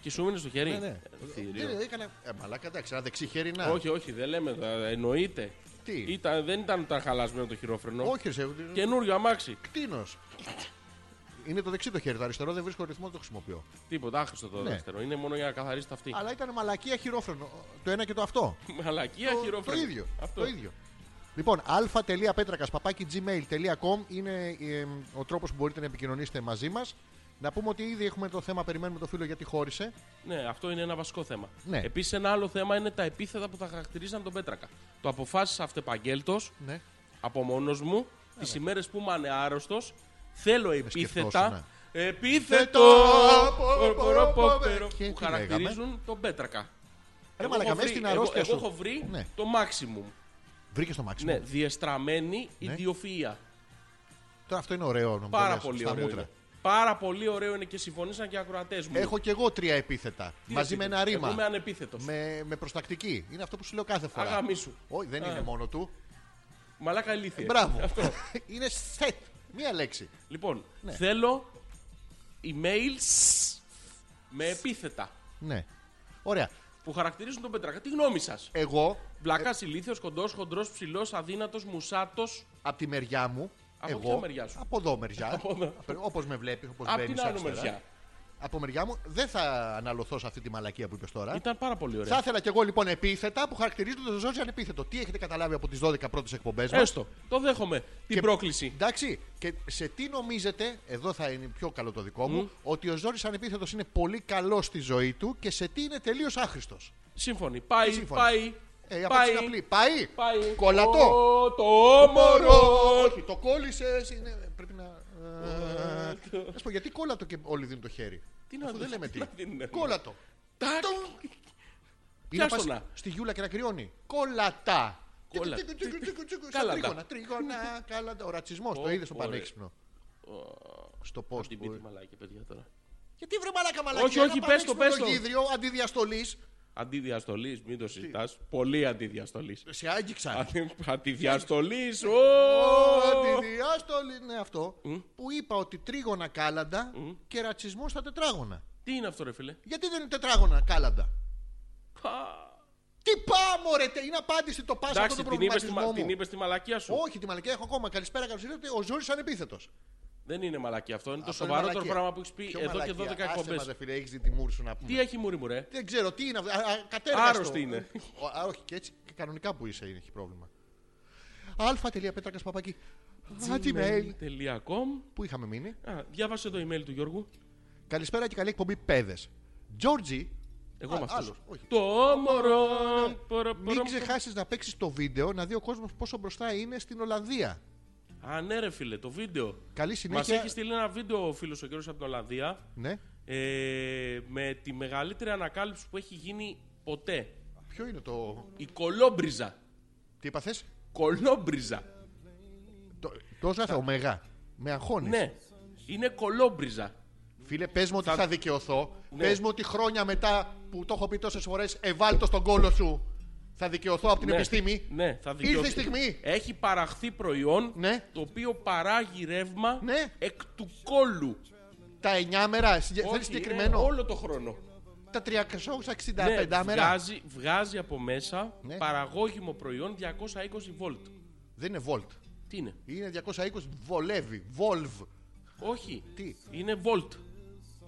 Και σου μείνει στο χέρι.
Ναι, ναι.
Ε, θηρίο.
Ναι, έκανα. Ε, μαλάκα, εντάξει, ένα δεξί χέρι να.
Όχι, όχι, δεν λέμε. ε, Εννοείται.
Τι?
Ήταν, δεν ήταν τα χαλασμένο το χειρόφρενο.
Όχι, ρε, σε.
Καινούριο αμάξι.
Κτίνος. Είναι το δεξί το χέρι. Το αριστερό δεν βρίσκω ρυθμό, δεν το χρησιμοποιώ.
Τίποτα, άχρηστο το
Ναι.
δεύτερο. Είναι μόνο για να καθαρίσει τα αυτή.
Αλλά ήταν μαλακία χειρόφρενο. Το ένα και το αυτό.
Μαλακία
Το-
χειρόφρενο.
Το ίδιο.
Αυτό.
Το ίδιο. Λοιπόν, α.πέτρακα παπάκι gmail.com είναι ε, ο τρόπος που μπορείτε να επικοινωνήσετε μαζί μας. Να πούμε ότι ήδη έχουμε το θέμα, περιμένουμε το φίλο γιατί χώρισε.
Ναι, αυτό είναι ένα βασικό θέμα.
Ναι.
Επίσης, ένα άλλο θέμα είναι τα επίθετα που θα χαρακτηρίζαν τον Πέτρακα. Το αποφάσισα αυτεπαγγέλτος
Ναι.
από μόνος μου τι ημέρες που είμαι άρρωστο. Θέλω επίθετα.
σκεφτόσουνα.
Επίθετο!
Πο- πο- πο- πο-
Πο-
Και
Που
τι λέγαμε?
χαρακτηρίζουν τον Πέτρακα.
Ρε
Εγώ
μαλακα,
έχω
μέσα
βρει-
στην
εγώ-
αρρώστια
Εγώ
σου.
έχω βρει
Ναι.
το maximum.
Βρήκε το μάξιμο.
Ναι, διεστραμμένη ιδιοφυα.
Τώρα αυτό είναι ωραίο να μου Ναι. το
Πάρα
λες,
πολύ
στα
ωραίο.
μούτρα.
Είναι. Πάρα πολύ ωραίο είναι και συμφωνήσαν και οι ακροατές μου.
Έχω κι εγώ τρία επίθετα.
Τι
μαζί
εσύ,
με ένα ρήμα.
Εγώ είμαι ανεπίθετος.
Με, με προστακτική. Είναι αυτό που σου λέω κάθε φορά.
Αγάμι σου.
Όχι, δεν
Α.
είναι μόνο του.
Μαλάκα ηλίθεια.
Ε, Μπράβο. είναι σετ. Μία λέξη.
Λοιπόν,
Ναι.
θέλω emails με επίθετα
Ναι. Ωραία.
που χαρακτηρίζουν τον Πέτρακα. Τι γνώμη σας.
Εγώ,
Βλακάς ηλίθιος, κοντός, χοντρός, ψηλός, αδύνατος, μουσάτος.
από τη μεριά μου.
Από
εγώ,
ποια μεριά σου?
Από εδώ μεριά.
Από εδώ.
Όπως με βλέπει, όπως
Απ'
μπαίνεις
την άλλη
ε.
μεριά.
Από μεριά μου δεν θα αναλωθώ σε αυτή τη μαλακία που είπες τώρα.
Ήταν πάρα πολύ
Θα
ωραία.
ήθελα κι εγώ λοιπόν επίθετα που χαρακτηρίζονται το ζώο ανεπίθετο. Τι έχετε καταλάβει από τις 12 πρώτες εκπομπές μας.
Έστω, το δέχομαι την
Και-
πρόκληση.
Εντάξει, και σε τι νομίζετε, εδώ θα είναι πιο καλό το δικό μου, ότι ο Ζόρι ανεπίθετος είναι πολύ καλός στη ζωή του και σε τι είναι τελείως άχρηστος.
Σύμφωνοι. Πάει,
σύμφωνοι.
πάει.
Ε, η απάντηση
πάει,
είναι απλή. Πάει!
πάει.
Κολλατό!
Ο, το όμορος.
Όχι, το κόλλησες. Πρέπει να. ε, Να σου πω γιατί κόλλατο και όλοι δίνουν το χέρι.
Τι να
Αυτό δεν
δίνουν,
λέμε
τι
τι.
να δίνουν.
Κόλλατο.
Τάκ.
Ή να πας
Πιάστο να.
στη γιούλα και να κρυώνει. Κόλλατα.
Κόλλα.
Τσικ, τσικ, τσικ, τσικ, τσικ, σαν
Κάλαντα.
Τρίγωνα, τρίγωνα, κάλαντα. Ο ρατσισμός το είδες στο
ωραία.
πανέξυπνο. Στο πώ.
Θα την πει τη μαλάκια, παιδιά τώρα.
Γιατί βρε μαλάκα μαλάκα.
Όχι, όχι, πες το, πες το.
γίδριο αντιδιαστολής.
Αντιδιαστολής, μην το συζητάς. Πολύ αντιδιαστολής.
Σε άγγιξα.
Αντιδιαστολής,
ε,
ο!
Αντιδιαστολή, ναι αυτό. Που είπα ότι τρίγωνα κάλαντα και ρατσισμός στα τετράγωνα.
Τι είναι αυτό, ρε φίλε.
Γιατί δεν είναι τετράγωνα κάλαντα. Τι πάμε, ρε, τε- είναι απάντηση το πάσα αυτό
Εντάξει,
το
την είπες, στη,
προβληματισμό
μα-
μου.
την είπες στη μαλακία σου.
Όχι, τη μαλακία έχω ακόμα. Καλησπέρα, καλώς ήρθατε. Ο Ζόρι ανεπίθετος.
Δεν είναι μαλακία αυτό. Είναι το
Αυτό είναι
σοβαρότερο
μαλακία.
πράγμα που έχεις πει
Ποιο
εδώ και
μαλακία.
12
Άσε μας, ρε
εκπομπέ.
φίλε, έχεις δει τη μούρη σου να πούμε.
Τι έχει μουρή μου, ρε.
Δεν ξέρω τι είναι αυτό. Α, α, Κατέργαστο.
Άρρωστη είναι.
Ο, α, όχι, και έτσι και κανονικά που είσαι είναι, έχει πρόβλημα. αλφα.πέτρακα παπάκι. Gmail.
Gmail.com.
Πού είχαμε μείνει.
Α, Διάβασε το email του Γιώργου.
Καλησπέρα και καλή εκπομπή, παιδες. Τζόρτζι,
Εγώ
Α,
είμαι αυτός.
άλλος, όχι. Ναι.
Το όμορο. πορο,
μην
πορο.
ξεχάσεις να παίξεις το βίντεο να δει ο κόσμος πόσο μπροστά είναι στην Ολλανδία.
Α, ναι, ρε φίλε, το βίντεο.
Καλή
Μα
συνέχεια.
έχει στείλει ένα βίντεο ο φίλος ο κύριος από την Ολλανδία.
Ναι.
ε, με τη μεγαλύτερη ανακάλυψη που έχει γίνει ποτέ.
Ποιο είναι το.
Η κολόμπριζα.
Τι είπα θες?
Κολόμπριζα.
Το, το ζάθα, ωμέγα. Με αγχώνεις.
Ναι, είναι κολόμπριζα.
Φίλε, πες μου ότι θα, δικαιωθώ.
Ναι.
Πες μου ότι χρόνια μετά που το έχω πει τόσες φορές, ευάλτο στον κόλο σου. Θα δικαιωθώ από την
ναι.
επιστήμη.
Ναι, θα
Ήρθε η
δικαιωθεί.
στιγμή.
Έχει παραχθεί προϊόν
Ναι.
το οποίο παράγει ρεύμα
Ναι.
εκ του κόλου.
Τα εννιά μέρα.
Όχι,
Θέλει
είναι
Ε, συγκεκριμένο.
όλο το χρόνο.
τα 365
Ναι,
μέρα.
βγάζει, βγάζει από μέσα
Ναι.
παραγώγημο προϊόν 220 volt.
Δεν είναι volt.
Τι είναι,
Είναι 220, βολεύει. Volv.
Όχι.
Τι?
Είναι volt.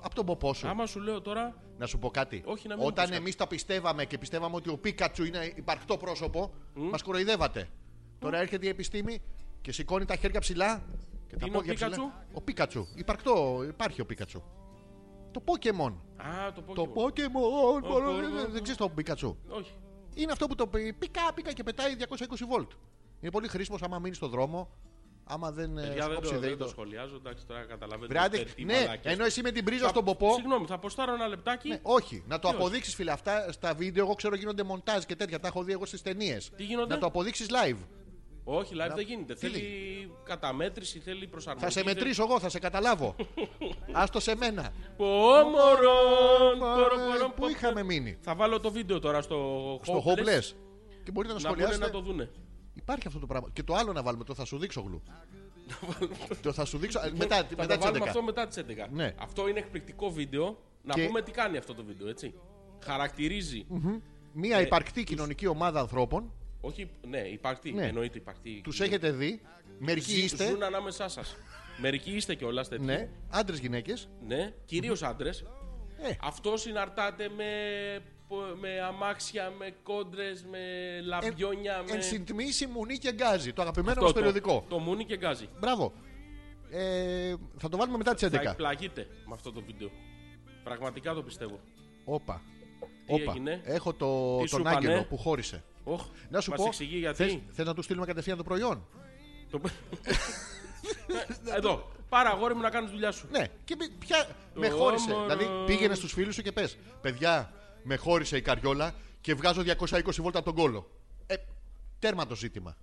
Από τον ποπό σου.
Άμα σου λέω τώρα.
Να σου πω κάτι.
Όχι, να μην μου
Όταν
πεις
εμείς τα πιστεύαμε και πιστεύαμε ότι ο Πίκατσου είναι υπαρκτό πρόσωπο, μας κοροϊδεύατε. Τώρα έρχεται η επιστήμη και σηκώνει τα χέρια ψηλά και τα
είναι ο
πόδια
Πίκατσου?
ψηλά. Ο Πίκατσου. Υπαρκτό, υπάρχει ο Πίκατσου. Το Pokémon.
Α, το πω.
Το Pokémon. μπορώ-
Pokémon.
δεν- Δεν ξέρεις το Πίκατσου.
Όχι.
Είναι αυτό που το πει- πίκα πίκα και πετάει 220 βολτ. Είναι πολύ χρήσιμος άμα μείνεις στον δρόμο. Άμα δεν. ε,
Παιδιά,
σου
δεν,
κόψει
το, δεν
δέντρο.
το σχολιάζω, εντάξει, τώρα καταλαβαίνετε.
Βρε, άντε,
τι- τι
ναι,
μαλάκες.
ενώ εσύ με την πρίζα
Θα-
στον ποπό.
Συγγνώμη, θα αποστάρω ένα λεπτάκι.
Ναι, όχι, να το
Τι όχι.
αποδείξεις φίλε. Αυτά στα βίντεο, εγώ ξέρω γίνονται μοντάζ και τέτοια. Τα έχω δει εγώ στις ταινίες.
Τι γίνονται?
Να το αποδείξεις live.
Όχι, live
Να-
δεν γίνεται.
τι
Θέλει καταμέτρηση, θέλει προσαρμογή.
Θα σε
θέλει-
μετρήσω εγώ, θα σε καταλάβω. Άστο σε μένα.
Πόμορον,
Ε,
πόρο, πόρο,
Πού
πόρο.
είχαμε μείνει.
Θα βάλω το βίντεο τώρα στο,
Στο
Hopeless,
Hopeless. Και μπορείτε να
Να πούνε
σχολιάσετε.
να το δούνε.
Υπάρχει αυτό το πράγμα. Και το άλλο να βάλουμε, το θα σου δείξω γλου. το θα σου δείξω. ε, Μετά,
θα
μετά
το
τις
βάλουμε
11.
αυτό μετά τις 11.
Ναι.
Αυτό είναι εκπληκτικό βίντεο. Να
Και-
πούμε τι κάνει αυτό το βίντεο, έτσι. Χαρακτηρίζει.
Μία
Ε,
υπαρκτή κοινωνική ομάδα ανθρώπων.
Όχι, ναι, υπαρκτή.
Ναι.
Εννοείται υπαρκτή.
Τους έχετε δει. Μερικοί
Ζη-
είστε.
Ζουν ανάμεσά σας. Μερικοί είστε κιόλας τέτοιοι.
Ναι, άντρες γυναίκες.
Ναι, κυρίως άντρες.
Ε.
Αυτός συναρτάται με, με αμάξια, με κόντρες, με λαμπιόνια. με...
Ε, Εν συντμήσει μουνί και γκάζι. Το αγαπημένο
Αυτό
μας
το-
περιοδικό.
Το μουνί και γκάζι.
Μπράβο. Ε, θα το βάλουμε μετά τις
Θα
11.
εκπλαγείτε με αυτό το βίντεο. Πραγματικά το πιστεύω.
Όπα.
Τι έγινε?
Έχω το,
Τι σου
τον
είπανε?
Άγγελο που χώρισε.
Οχ,
Να σου
μας
πω.
εξηγεί γιατί.
Θες, θες να του στείλουμε κατευθείαν το προϊόν.
Το... Εδώ. Πάρα αγόρι μου να κάνεις δουλειά σου.
Ναι. Και με- ποια. με
Ω,
χώρισε.
μωρό.
Δηλαδή πήγαινε στους φίλους σου και πες. Παιδιά, με χώρισε η καριόλα και βγάζω 220 βόλτα από τον κόλο. Ε, τέρμα το ζήτημα.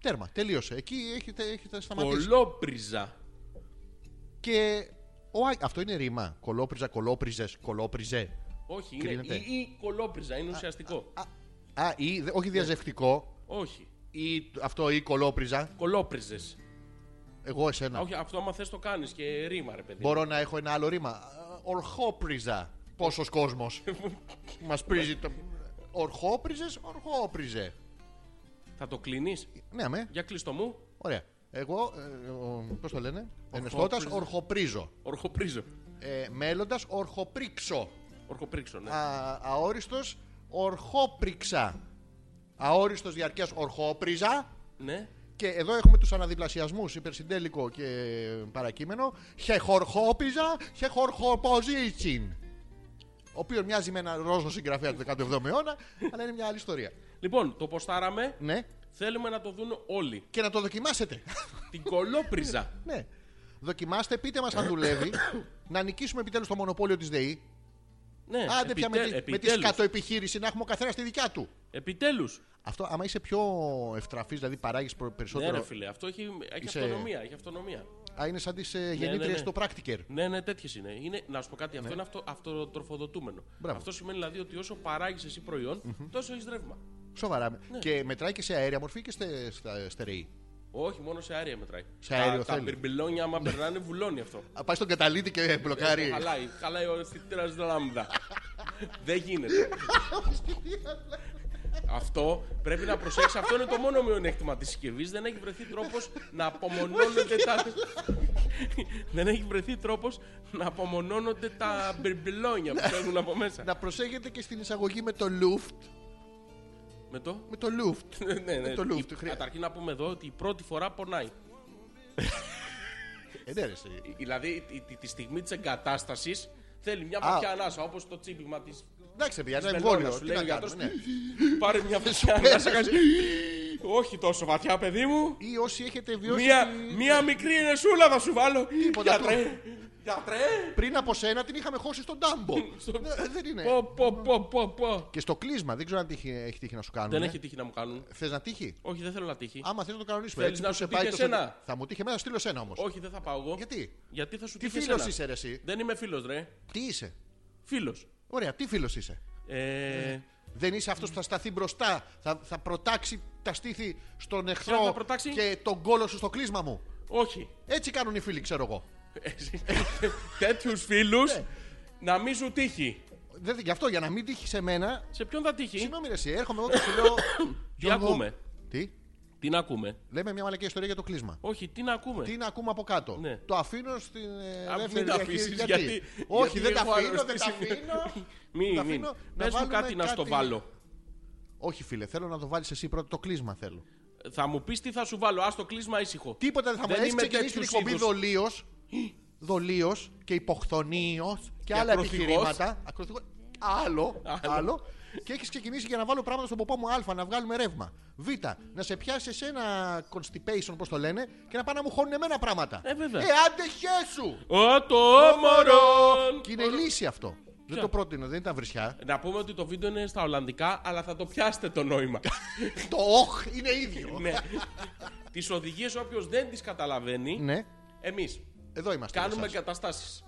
Τέρμα. Τελείωσε. Εκεί έχετε, έχετε σταματήσει.
Κολόπριζα.
Και. Ο, Άγ- αυτό είναι ρήμα. Κολόπριζα, κολόπριζες, κολόπριζε.
Όχι, είναι
Κρίνεται.
ή, ή κολόπριζα, είναι ουσιαστικό.
Α, α ή, δε-
Ναι.
όχι διαζευτικό.
Όχι.
Ή, αυτό ή κολόπριζα.
Κολόπριζες.
Εγώ εσένα.
Όχι, αυτό άμα θες το κάνεις και ρήμα, ρε παιδί.
Μπορώ να έχω ένα άλλο ρήμα. Α, Ορχόπριζα. Πόσος κόσμος. Μας πρίζει το. Ορχόπριζε, ορχόπριζε.
Θα το κλείνεις.
Ναι, με.
Για κλείστο μου.
Ωραία. Εγώ, ε, πώς το λένε, ενεστώτα ορχοπρίζω.
Ορχοπρίζω.
Ε, Μέλλοντας ορχοπρίξω.
Ορχοπρίξω, ναι.
Αόριστο ορχόπριξα. Αόριστο διαρκέ ορχόπριζα.
ναι.
Και εδώ έχουμε τους αναδιπλασιασμούς υπερσυντέλικο και παρακείμενο. Χεχορχόπιζα, χεχορχοποζίτσιν. Ο οποίος μοιάζει με έναν Ρώσο συγγραφέα του 17ου αιώνα, αλλά είναι μια άλλη ιστορία.
Λοιπόν, το ποστάραμε.
Ναι,
Θέλουμε να το δουν όλοι.
και να το δοκιμάσετε.
Την κολόπριζα.
ναι. Δοκιμάστε, πείτε μας αν δουλεύει. να νικήσουμε επιτέλους το μονοπόλιο της ΔΕΗ.
ναι,
Άντε πια με, τη-
επιτέ-
με τη
επιτέλους.
σκατοεπιχείρηση να έχουμε ο καθένας τη δικιά του.
Επιτέλους.
Αυτό, άμα είσαι πιο ευτραφής, δηλαδή παράγεις
Ναι,
περισσότερο.
ρε φίλε, αυτό έχει, έχει
Είσαι-
αυτονομία. Έχει αυτονομία.
Α, είναι σαν τις γεννήτριε
ναι, ναι.
στο πράκτικερ.
Ναι, ναι, τέτοιες είναι. είναι. Να σου πω κάτι, αυτό είναι αυτο, αυτοτροφοδοτούμενο.
Ναι. Μπράβο.
Αυτό σημαίνει δηλαδή ότι όσο παράγεις εσύ προϊόν, τόσο έχεις ρεύμα.
Σοβαρά.
Ναι.
Και μετράει και σε αέρια μορφή και στε, στα στερεή.
Όχι, μόνο σε αέρια μετράει.
Σε αέριο
τα, τα
θέλει. Ναι.
μπιρμπιλόνια, άμα περνάνε, βουλώνει αυτό.
Α, Πάει στον καταλήτη και μπλοκάρει.
Χαλάει, χαλάει ο αισθητήρας λάμδα. Δεν γίνεται. αυτό πρέπει να προσέξει. Αυτό είναι το μόνο μειονέκτημα της συσκευής. Δεν έχει βρεθεί τρόπος να απομονώνονται τα. Δεν έχει βρεθεί τρόπος να απομονώνονται τα μπιρμπιλόνια που φεύγουν από μέσα.
Ναι. Να προσέχετε και στην εισαγωγή με το luft.
Με το.
Με το luft.
ναι, ναι, ναι.
το
Η-
luft, χρειάζεται.
Καταρχήν να πούμε εδώ ότι η πρώτη φορά πονάει.
Ε, ναι, ρε, εσύ.
Δηλαδή τη, τη, τη στιγμή της εγκατάστασης θέλει μια
Α.
βαθιά ανάσα όπως το τσίπημα τη.
Εντάξει, παιδιά, ένα
Της
εμβόλιο.
μελώνας,
Τι
λέει
να
ο γιατρός.
κάνουμε, ναι.
Πάρε μια βαθιά ανάσα.
πέρασε.
κάνεις, Όχι τόσο βαθιά, παιδί μου.
Ή όσοι έχετε βιώσει.
Μια,
τη-
μια μικρή ενεσούλα θα σου βάλω.
Τίποτα
Γιατρέ. Γιατρέ.
Πριν από σένα την είχαμε χώσει στον τάμπο. Ναι, Δεν είναι.
Πω, πω, πω, πω, πω.
Και στο κλείσμα, δεν ξέρω αν τύχει- έχει τύχει να σου κάνουν.
Δεν έχει τύχει να μου κάνουν.
Θες να τύχει.
Όχι, δεν θέλω να τύχει.
Άμα θες να το κανονίσουμε.
Θέλεις
Έτσι
να
που
σου
σε
τύχει
πάει τόσο-
εσένα?
Θα μου τύχει εμένα, στείλω σένα όμως.
Όχι, δεν θα πάω εγώ.
Γιατί.
Γιατί θα σου
Τι
τύχει
φίλος
εσένα.
είσαι, ρε, εσύ.
Δεν είμαι φίλος, ρε.
Τι είσαι.
Φίλος.
Ωραία, τι φίλος είσαι. Ναι.
Ε,
Δεν είσαι αυτός που θα σταθεί μπροστά. Θα, θα προτάξει τα στήθη στον
θα
εχθρό
προτάξει?
και τον κόλο σου στο κλείσμα μου.
όχι.
Έτσι κάνουν οι φίλοι, ξέρω εγώ.
Ναι. τέτοιους φίλους να μην σου τύχει.
Δεν- Γι' αυτό για να μην τύχει σε μένα.
Σε ποιον θα τύχει,
Συγγνώμη, ρε, εσύ, έρχομαι εγώ και σου λέω.
τι
Γιώργο,
ακούμε.
Τι,
Τι να ακούμε.
λέμε μια μαλακή ιστορία για το κλείσμα.
Όχι, τι να ακούμε.
Τι να ακούμε από κάτω.
Ναι.
Το αφήνω στην ε,
Α,
ελεύθερη
μην τα
διαχείριση.
αφήσεις γιατί.
Όχι,
γιατί
δεν τα
έχω
αφήνω, δεν τα
αρρωστήσει.
αφήνω.
Μην,
Τα
μην.
αφήνω να
Πες μου
βάλουμε
κάτι να στο
κάτι.
βάλω.
Όχι, φίλε, θέλω να το βάλεις εσύ πρώτα. Το κλείσμα θέλω.
Θα μου πεις τι θα σου βάλω. Ας το κλείσμα ήσυχο.
Τίποτα δεν θα μου
Δεν
έχει
είμαι
ξεκινήσει την
τέτοιους
εκπομπή
είδους.
δολίως. Δολίως και υποχθονίως και άλλα
ακροθυγός.
επιχειρήματα. Ακροθυγός. Άλλο,
Άλλο.
άλλο. Και έχεις ξεκινήσει για να βάλω πράγματα στον ποπό μου Α, να βγάλουμε ρεύμα. Β, να σε πιάσει εσένα constipation, πώς το λένε, και να πάνε να μου χώνουν εμένα πράγματα.
Ε, βέβαια.
Ε, άντε χέσου!
Ο το μωρό.
Και είναι λύση αυτό. Δεν το πρότεινε, δεν ήταν βρισιά.
Να πούμε ότι το βίντεο είναι στα Ολλανδικά, αλλά θα το πιάσετε το νόημα. Ε.
Το όχ είναι ίδιο.
ναι. Τις οδηγίες, όποιος δεν τις καταλαβαίνει,
Ναι,
εμείς
εδώ είμαστε.
κάνουμε
εσάς.
καταστάσει.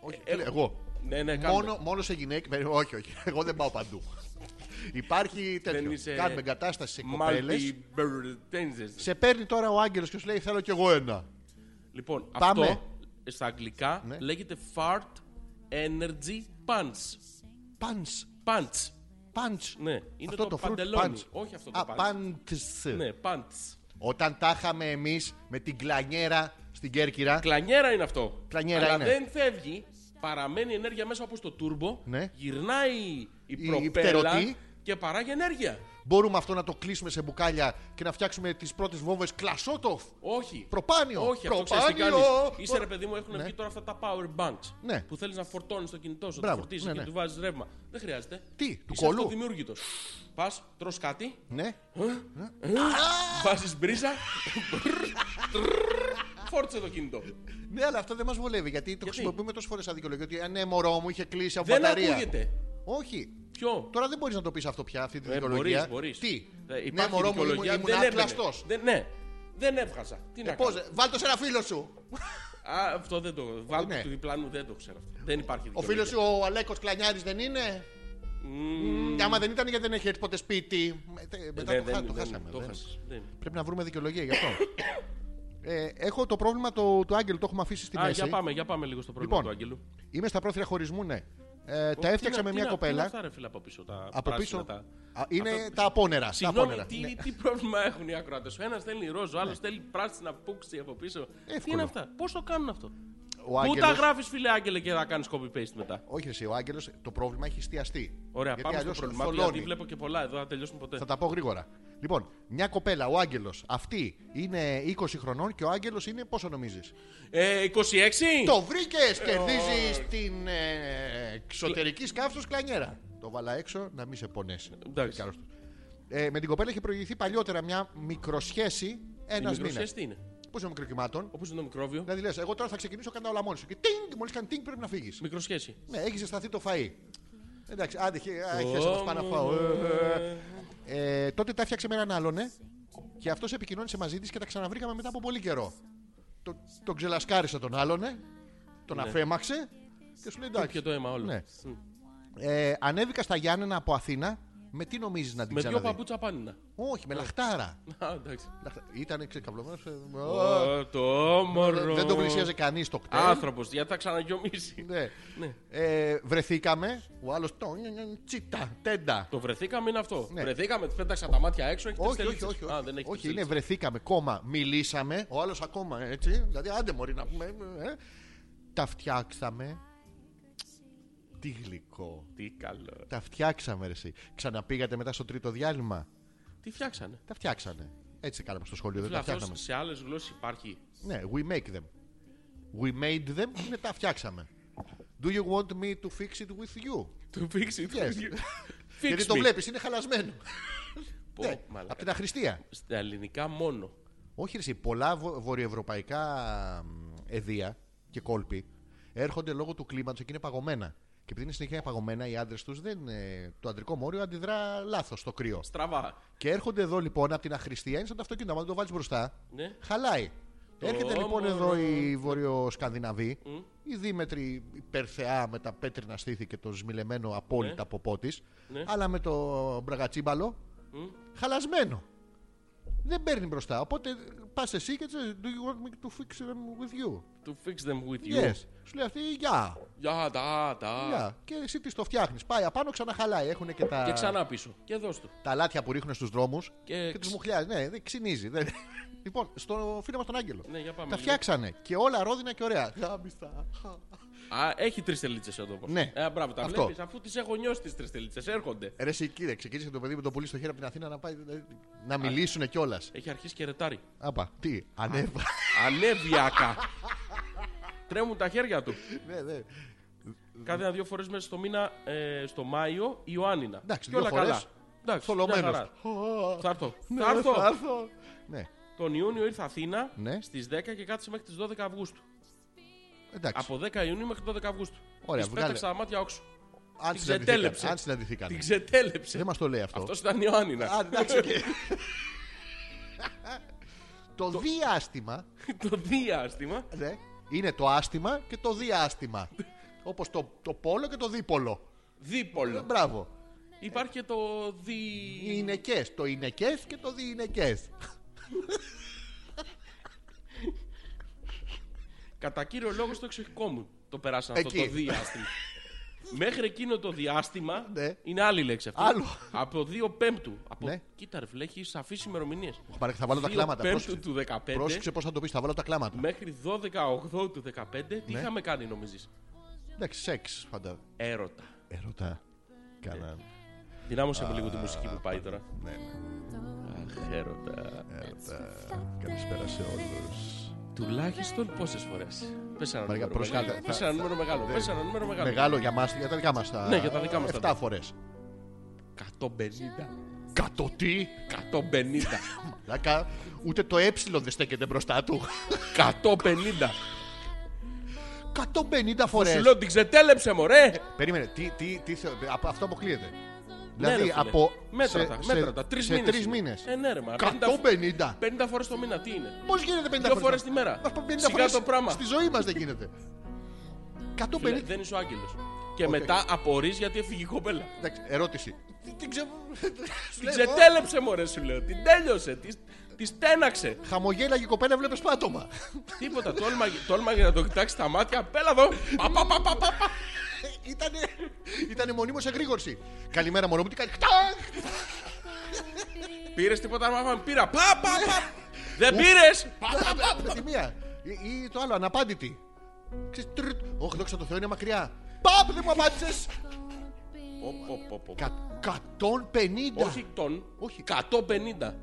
Όχι,
ε,
φίλε, εγώ.
Ναι, ναι, κάνουμε.
Μόνο, μόνος σε γυναίκε. Όχι, όχι. Εγώ δεν πάω παντού. Υπάρχει τέτοιο.
είσαι-
Κάνουμε εγκατάσταση σε κοπέλες.
Multi-birthdays.
Σε παίρνει τώρα ο Άγγελος και σου λέει: Θέλω κι εγώ ένα.
Λοιπόν,
Πάμε.
αυτό στα αγγλικά
Ναι.
λέγεται Fart Energy Pants.
Punch.
Pants.
Punch.
Ναι, είναι
αυτό
το
το, fruit
παντελόνι.
punch.
Όχι αυτό το
Α,
punch.
punch.
Ναι, pants.
Όταν τα είχαμε εμείς με την κλανιέρα στην Κέρκυρα.
Κλανιέρα είναι αυτό.
Κλανιέρα
Αλλά
είναι.
δεν φεύγει, παραμένει ενέργεια μέσα όπως το τούρμπο,
Ναι.
γυρνάει η προπέλα
πτερωτή.
και παράγει ενέργεια.
Μπορούμε αυτό να το κλείσουμε σε μπουκάλια και να φτιάξουμε τις πρώτες βόμβες κλασότοφ.
Όχι.
Προπάνιο.
Όχι, αυτό ξέρεις τι
Προπάνιο.
κάνεις. Είσαι ρε παιδί μου, έχουν
Ναι.
βγει τώρα αυτά τα power banks
Ναι.
που θέλεις να φορτώνεις το κινητό σου, να το
Μπράβο.
φορτίζεις
Ναι,
και
ναι.
του βάζεις ρεύμα. Δεν χρειάζεται.
Τι, του
Είσαι
κολού.
αυτοδημιούργητος. Πας, τρως κάτι,
Ναι.
βάζεις μπρίζα, φόρτισε το κινητό.
Ναι, αλλά αυτό δεν μας βολεύει γιατί το χρησιμοποιούμε τόσες φορές αδικαιολογία. Ότι «Α, ναι, μωρό μου είχε κλείσει από
Δεν
μπαταρία.
ακούγεται.
Όχι.
Ποιο.
Τώρα δεν μπορείς να το πεις αυτό πια, αυτή τη
Ε,
δικαιολογία.
μπορείς, μπορείς.
Τι.
Ε, υπάρχει
ναι, μωρό μου ήμουν,
δικαιολογία,
ήμουν
δεν Ναι, έβγαινε.
άκλαστο.
Δεν, ναι, δεν έβγαζα. Τι να
Πώς,
κάνω.
βάλ το σε ένα φίλο σου.
Α, αυτό δεν το. Βάλτε
Ναι.
του διπλάνου, δεν το ξέρω αυτό. Δεν υπάρχει
Ο
δικαιολογία.
φίλο σου, ο Αλέκος Κλανιάρης, δεν είναι. Μμμ, άμα δεν ήταν, γιατί δεν έχει έρθει ποτέ σπίτι. Με- τε- Μετά
Ε, ναι,
το,
Δεν-
χά-
δεν-
το
δεν-
χάσαμε.
Το
δεν-
χάσες. Δεν.
Πρέπει να βρούμε δικαιολογία γι' αυτό. ε, έχω το πρόβλημα του, του Άγγελου, το έχουμε αφήσει στη
Α,
μέση.
για πάμε, για πάμε λίγο στο πρόβλημα
Λοιπόν,
του Άγγελου.
Είμαι στα πρόθυρα χωρισμού, ναι. Ε, τα
Τι
έφτιαξα
να-
με μια
τι να- Τι είναι
κοπέλα.
αυτά, ρε φίλε, από πίσω. Τα
Από
πράσινα,
πίσω.
τα-
Α, Είναι
Αυτό-
τα απόνερα. τα
Συγγνώμη,
απόνερα. Ναι.
τι, τι πρόβλημα έχουν οι ακροατές. Ο ένας θέλει ροζ, ο άλλος θέλει πράσινα πούξη από πίσω. Τι
Εύκολο.
είναι αυτά, πώς το κάνουν αυτό.
Ο
Πού τα
Άγγελος-
γράφεις, φίλε Άγγελε, και θα κάνεις copy paste μετά.
Όχι, ρε, εσύ, ο Άγγελος το πρόβλημα έχει εστιαστεί.
Ωραία,
Γιατί
πάμε στο
αλλιώς
πρόβλημα.
θολώνει.
Γιατί βλέπω και πολλά εδώ, θα τελειώσουμε ποτέ.
Θα τα πω γρήγορα. Λοιπόν, μια κοπέλα, ο Άγγελος, αυτή είναι 20 χρονών και ο Άγγελος είναι πόσο νομίζεις.
Ε, 26!
Το βρήκες!
Ε,
Κερδίζει στην ε, εξωτερική σκάφος κλανιέρα. Το βάλα έξω να μην σε πονέσει.
Εντάξει.
Καλώς το. Ε, με την κοπέλα είχε προηγηθεί παλιότερα μια μικροσχέση
Οι
ένας μήνας.
μικροσιές τι είναι.
Πόσο μικροκυμάτων.
Όπω είναι το μικρόβιο.
Δηλαδή λες, εγώ τώρα θα ξεκινήσω κατά όλα μόνη σου. Και τίνγκ, μόλις κάνει τίνγκ πρέπει να φύγεις.
Μικροσχέση.
Ναι, έχεις ζεσταθεί το φαΐ. Εντάξει, άντε, χε- α,
Ω,
χέσε να πάω να
μου. ναι.
φάω. Ε, ε, τότε τα έφτιαξε με έναν άλλον, ε, και αυτός επικοινώνησε μαζί της και τα ξαναβρήκαμε μετά από πολύ καιρό. Το, τον ξελασκάρισε τον άλλον, ε, τον αφέμαξε και σου λέει εντάξει.
Και Ναι. το αίμα όλο.
Ναι.
Μμ.
Ε, ανέβηκα στα Γιάννενα από Αθήνα. Με τι νομίζεις να την
Με δύο
ξαναδεί.
παπούτσα πάνινα.
Όχι, με λαχτάρα.
Α, εντάξει.
Ήταν ξεκαβλωμένο.
Ω, Το μωρό.
ε, Δεν το Ε. πλησίαζε κανείς το κτέλ.
Άνθρωπος, γιατί θα ξαναγιομίσει.
Ναι.
Ναι.
Ε, βρεθήκαμε. Ο άλλος. Τσίτα, τέντα.
Το βρεθήκαμε είναι αυτό.
Ναι.
Βρεθήκαμε, τους πέταξα τα μάτια έξω. Έχει
Όχι,
τρεις
όχι, όχι.
τελίτσες.
όχι.
Α, δεν έχει
όχι
τρεις
είναι βρεθήκαμε, κόμμα, μιλήσαμε. Ο άλλος ακόμα έτσι. Δηλαδή, άντε μπορεί να πούμε. ε. Τα φτιάξαμε. Τι γλυκό.
τελίτσες. Τι καλό.
Τα φτιάξαμε, ρε, εσύ. Ξαναπήγατε μετά στο τρίτο διάλειμμα.
Τι φτιάξανε.
Τα φτιάξανε. Έτσι κάναμε στο σχολείο, δεν τα
Αυτό
φτιάχναμε.
σε άλλες γλώσσες υπάρχει.
Ναι, we make them. We made them είναι τα φτιάξαμε. Do you want me to fix it with you?
Του φίξει.
Yes. Γιατί το βλέπεις, είναι χαλασμένο. Ναι, από την αχρηστία.
Στα ελληνικά μόνο.
Όχι, ρε, εσύ, πολλά βο- βορειοευρωπαϊκά μ, εδεία και κόλπη έρχονται λόγω του κλίματος και είναι παγωμένα. Και επειδή είναι συνέχεια παγωμένα, οι άντρες τους δεν. ε, το αντρικό μόριο αντιδρά λάθος στο κρύο.
Στραβά.
Και έρχονται εδώ λοιπόν από την αχρηστία, είναι σαν το αυτοκίνητο. Αν το βάλεις μπροστά,
Ναι.
χαλάει. Έρχεται λοιπόν
όμορφο.
εδώ η Βορειοσκανδιναβή, η δίμετρη υπερθεά με τα πέτρινα στήθη και το σμιλεμένο απόλυτα ποπό της,
Ναι.
αλλά με το μπραγατσίμπαλο χαλασμένο. Δεν παίρνει μπροστά. Οπότε πας εσύ και έτσι. Do you want me to fix them with you?
To fix them with you.
Yes. Σου λέει αυτή, γεια.
Γεια, τα, τα.
γεια. Και εσύ τη το φτιάχνεις. Πάει απάνω, ξαναχαλάει. Έχουν και τα,
Και ξανά πίσω. Και δώσ' του.
τα λάτια που ρίχνουν στους δρόμους
Και
και,
ξ-
του μουχλιάζεις. Ναι, δεν ξυνίζει. Δεν... λοιπόν, στο φίλο μας τον Άγγελο.
Ναι, για πάμε
τα
λίγο.
φτιάξανε και όλα ρόδινα και ωραία. Γάμιστα.
Α, έχει τρεις τελίτσε εδώ. όπως.
Ναι.
Ε, μπράβο, τα
Αυτό.
βλέπεις. Αφού τις έχω νιώσει τις τρεις τελίτσε, έρχονται.
Ρε, εσύ, κύριε, ξεκίνησε το παιδί με το πουλί στο χέρι από την Αθήνα να πάει. δηλαδή, Να μιλήσουν κιόλας.
Έχει αρχίσει και ρετάρει.
Απα, τι, ανέβα.
Ανέβιακα. Τρέμουν τα χέρια του.
ναι, ναι.
Κάθε ένα-δύο φορές μέσα στο μήνα, ε, στο Μάιο, Ιωάννινα.
Εντάξει,
και
δύο
όλα
φορές.
καλά. Εντάξει,
Θολωμένος.
μια χαρά. Θα έρθω.
Ναι,
θα έρθω.
θα έρθω. Ναι,
Τον Ιούνιο ήρθα Αθήνα
Ναι.
στις 10 και κάτσε μέχρι τις 12 Αυγούστου.
εντάξει.
Από 10 Ιουνίου μέχρι 12 Αυγούστου.
Ωραία,
Της
βγάλε.
πέταξα τα μάτια όξου.
Αν
την
συναντηθήκαν.
ξετέλεψε.
Αν συναντηθήκαν.
Την ξετέλεψε.
Δεν μας το λέει αυτό.
Αυτός ήταν Ιωάννινα.
Α, εντάξει, οκ. Το διάστημα
το διάστημα.
ναι, είναι το άστημα και το διάστημα. Όπως το, το πόλο και το δίπολο.
Δίπολο.
Μπράβο.
Υπάρχει και το δι.
Οι Ινεκές. Το Ινεκές και το Διηνεκές.
Κατά κύριο λόγο στο εξοχικό μου το περάσαν αυτό
Εκεί.
το διάστημα. Μέχρι εκείνο το διάστημα
Ναι.
είναι άλλη λέξη αυτή.
Άλλο.
Από 2 Πέμπτου. Από...
Ναι,
Κοίτα, ρε φίλε, έχεις σαφεί ημερομηνίε.
Πάρε, θα βάλω τα κλάματα.
Πέμπτου
Πρόσεξε,
του 15
πρόσεξε πώς θα το πεις. Θα βάλω τα κλάματα.
μέχρι 12 Οκτώου του 15 τι
Ναι.
είχαμε κάνει, νομίζεις.
Εντάξει, σεξ φαντάζομαι.
Έρωτα.
Ερώτα. Κάνα.
Δυνάμωσε με λίγο τη μουσική που πάει τώρα.
Ναι, ναι.
Αχ, έρωτα.
Ερώτα. Καλησπέρα σε όλους.
Τουλάχιστον πόσες φορές. Πες ένα
Μαρία,
νούμερο
προσχάτα-
μεγάλο.
θα-
Πες ένα
θα-
νούμερο μεγάλο.
δεν-
Πες ένα νούμερο μεγάλο.
Ναι. Μεγάλο για μας, για τα δικά μας τα.
Ναι, για τα δικά μας τα
7
δικά.
φορέ.
150.
Κατο τι!
150.
Λάκα, ούτε το ε δεν στέκεται μπροστά του.
150.
150 φορές.
Σου λέω την ξετέλεψε, μωρέ!
Περίμενε, τι, τι, τι θεω- από- αυτό αποκλείεται.
Ναι,
δηλαδή
ρε, φίλε.
από.
Μέτρα τα, μέτρα τα. Τρεις μήνες.
τρεις μήνες.
Ε, ναι, ρε, μα.
150.
50 φορές το μήνα, τι είναι.
Πώς γίνεται 50
Δύο φορές τη μέρα.
Μας πω 50
Σιγά
φορές
το πράγμα.
Στη ζωή μας δεν γίνεται. 150.
Φίλε, δεν είσαι ο Άγγελος. Και
Οκ.
μετά απορείς γιατί έφυγε η κοπέλα.
Εντάξει, ερώτηση. Τι- Την ξε...
Την ξετέλεψε, μωρέ, σου λέω. Την τέλειωσε. Τη τη στέναξε.
Χαμογέλαγε η κοπέλα, βλέπεις πάτωμα.
Τίποτα. Τόλμαγε τόλμαγε να το κοιτάξει τα μάτια. Πέλα εδώ. Πα, πα, πα, πα, πα, πα.
Ε, Ήτανε, ήτανε μονίμως εγρήγορση. Καλημέρα μωρό μου, τι κάνεις. Κτακ!
Πήρες τίποτα, μάμα πήρα. Πα, πα, πα. Δεν πήρε.
Με τη μία. Ή, ή το άλλο, αναπάντητη. Ξέρεις, τρρρτ. Όχι, δόξα τω Θεώ, είναι μακριά. Παπ, δεν μου απάντησες. Κα- 150.
Όχι τον.
Όχι.
150.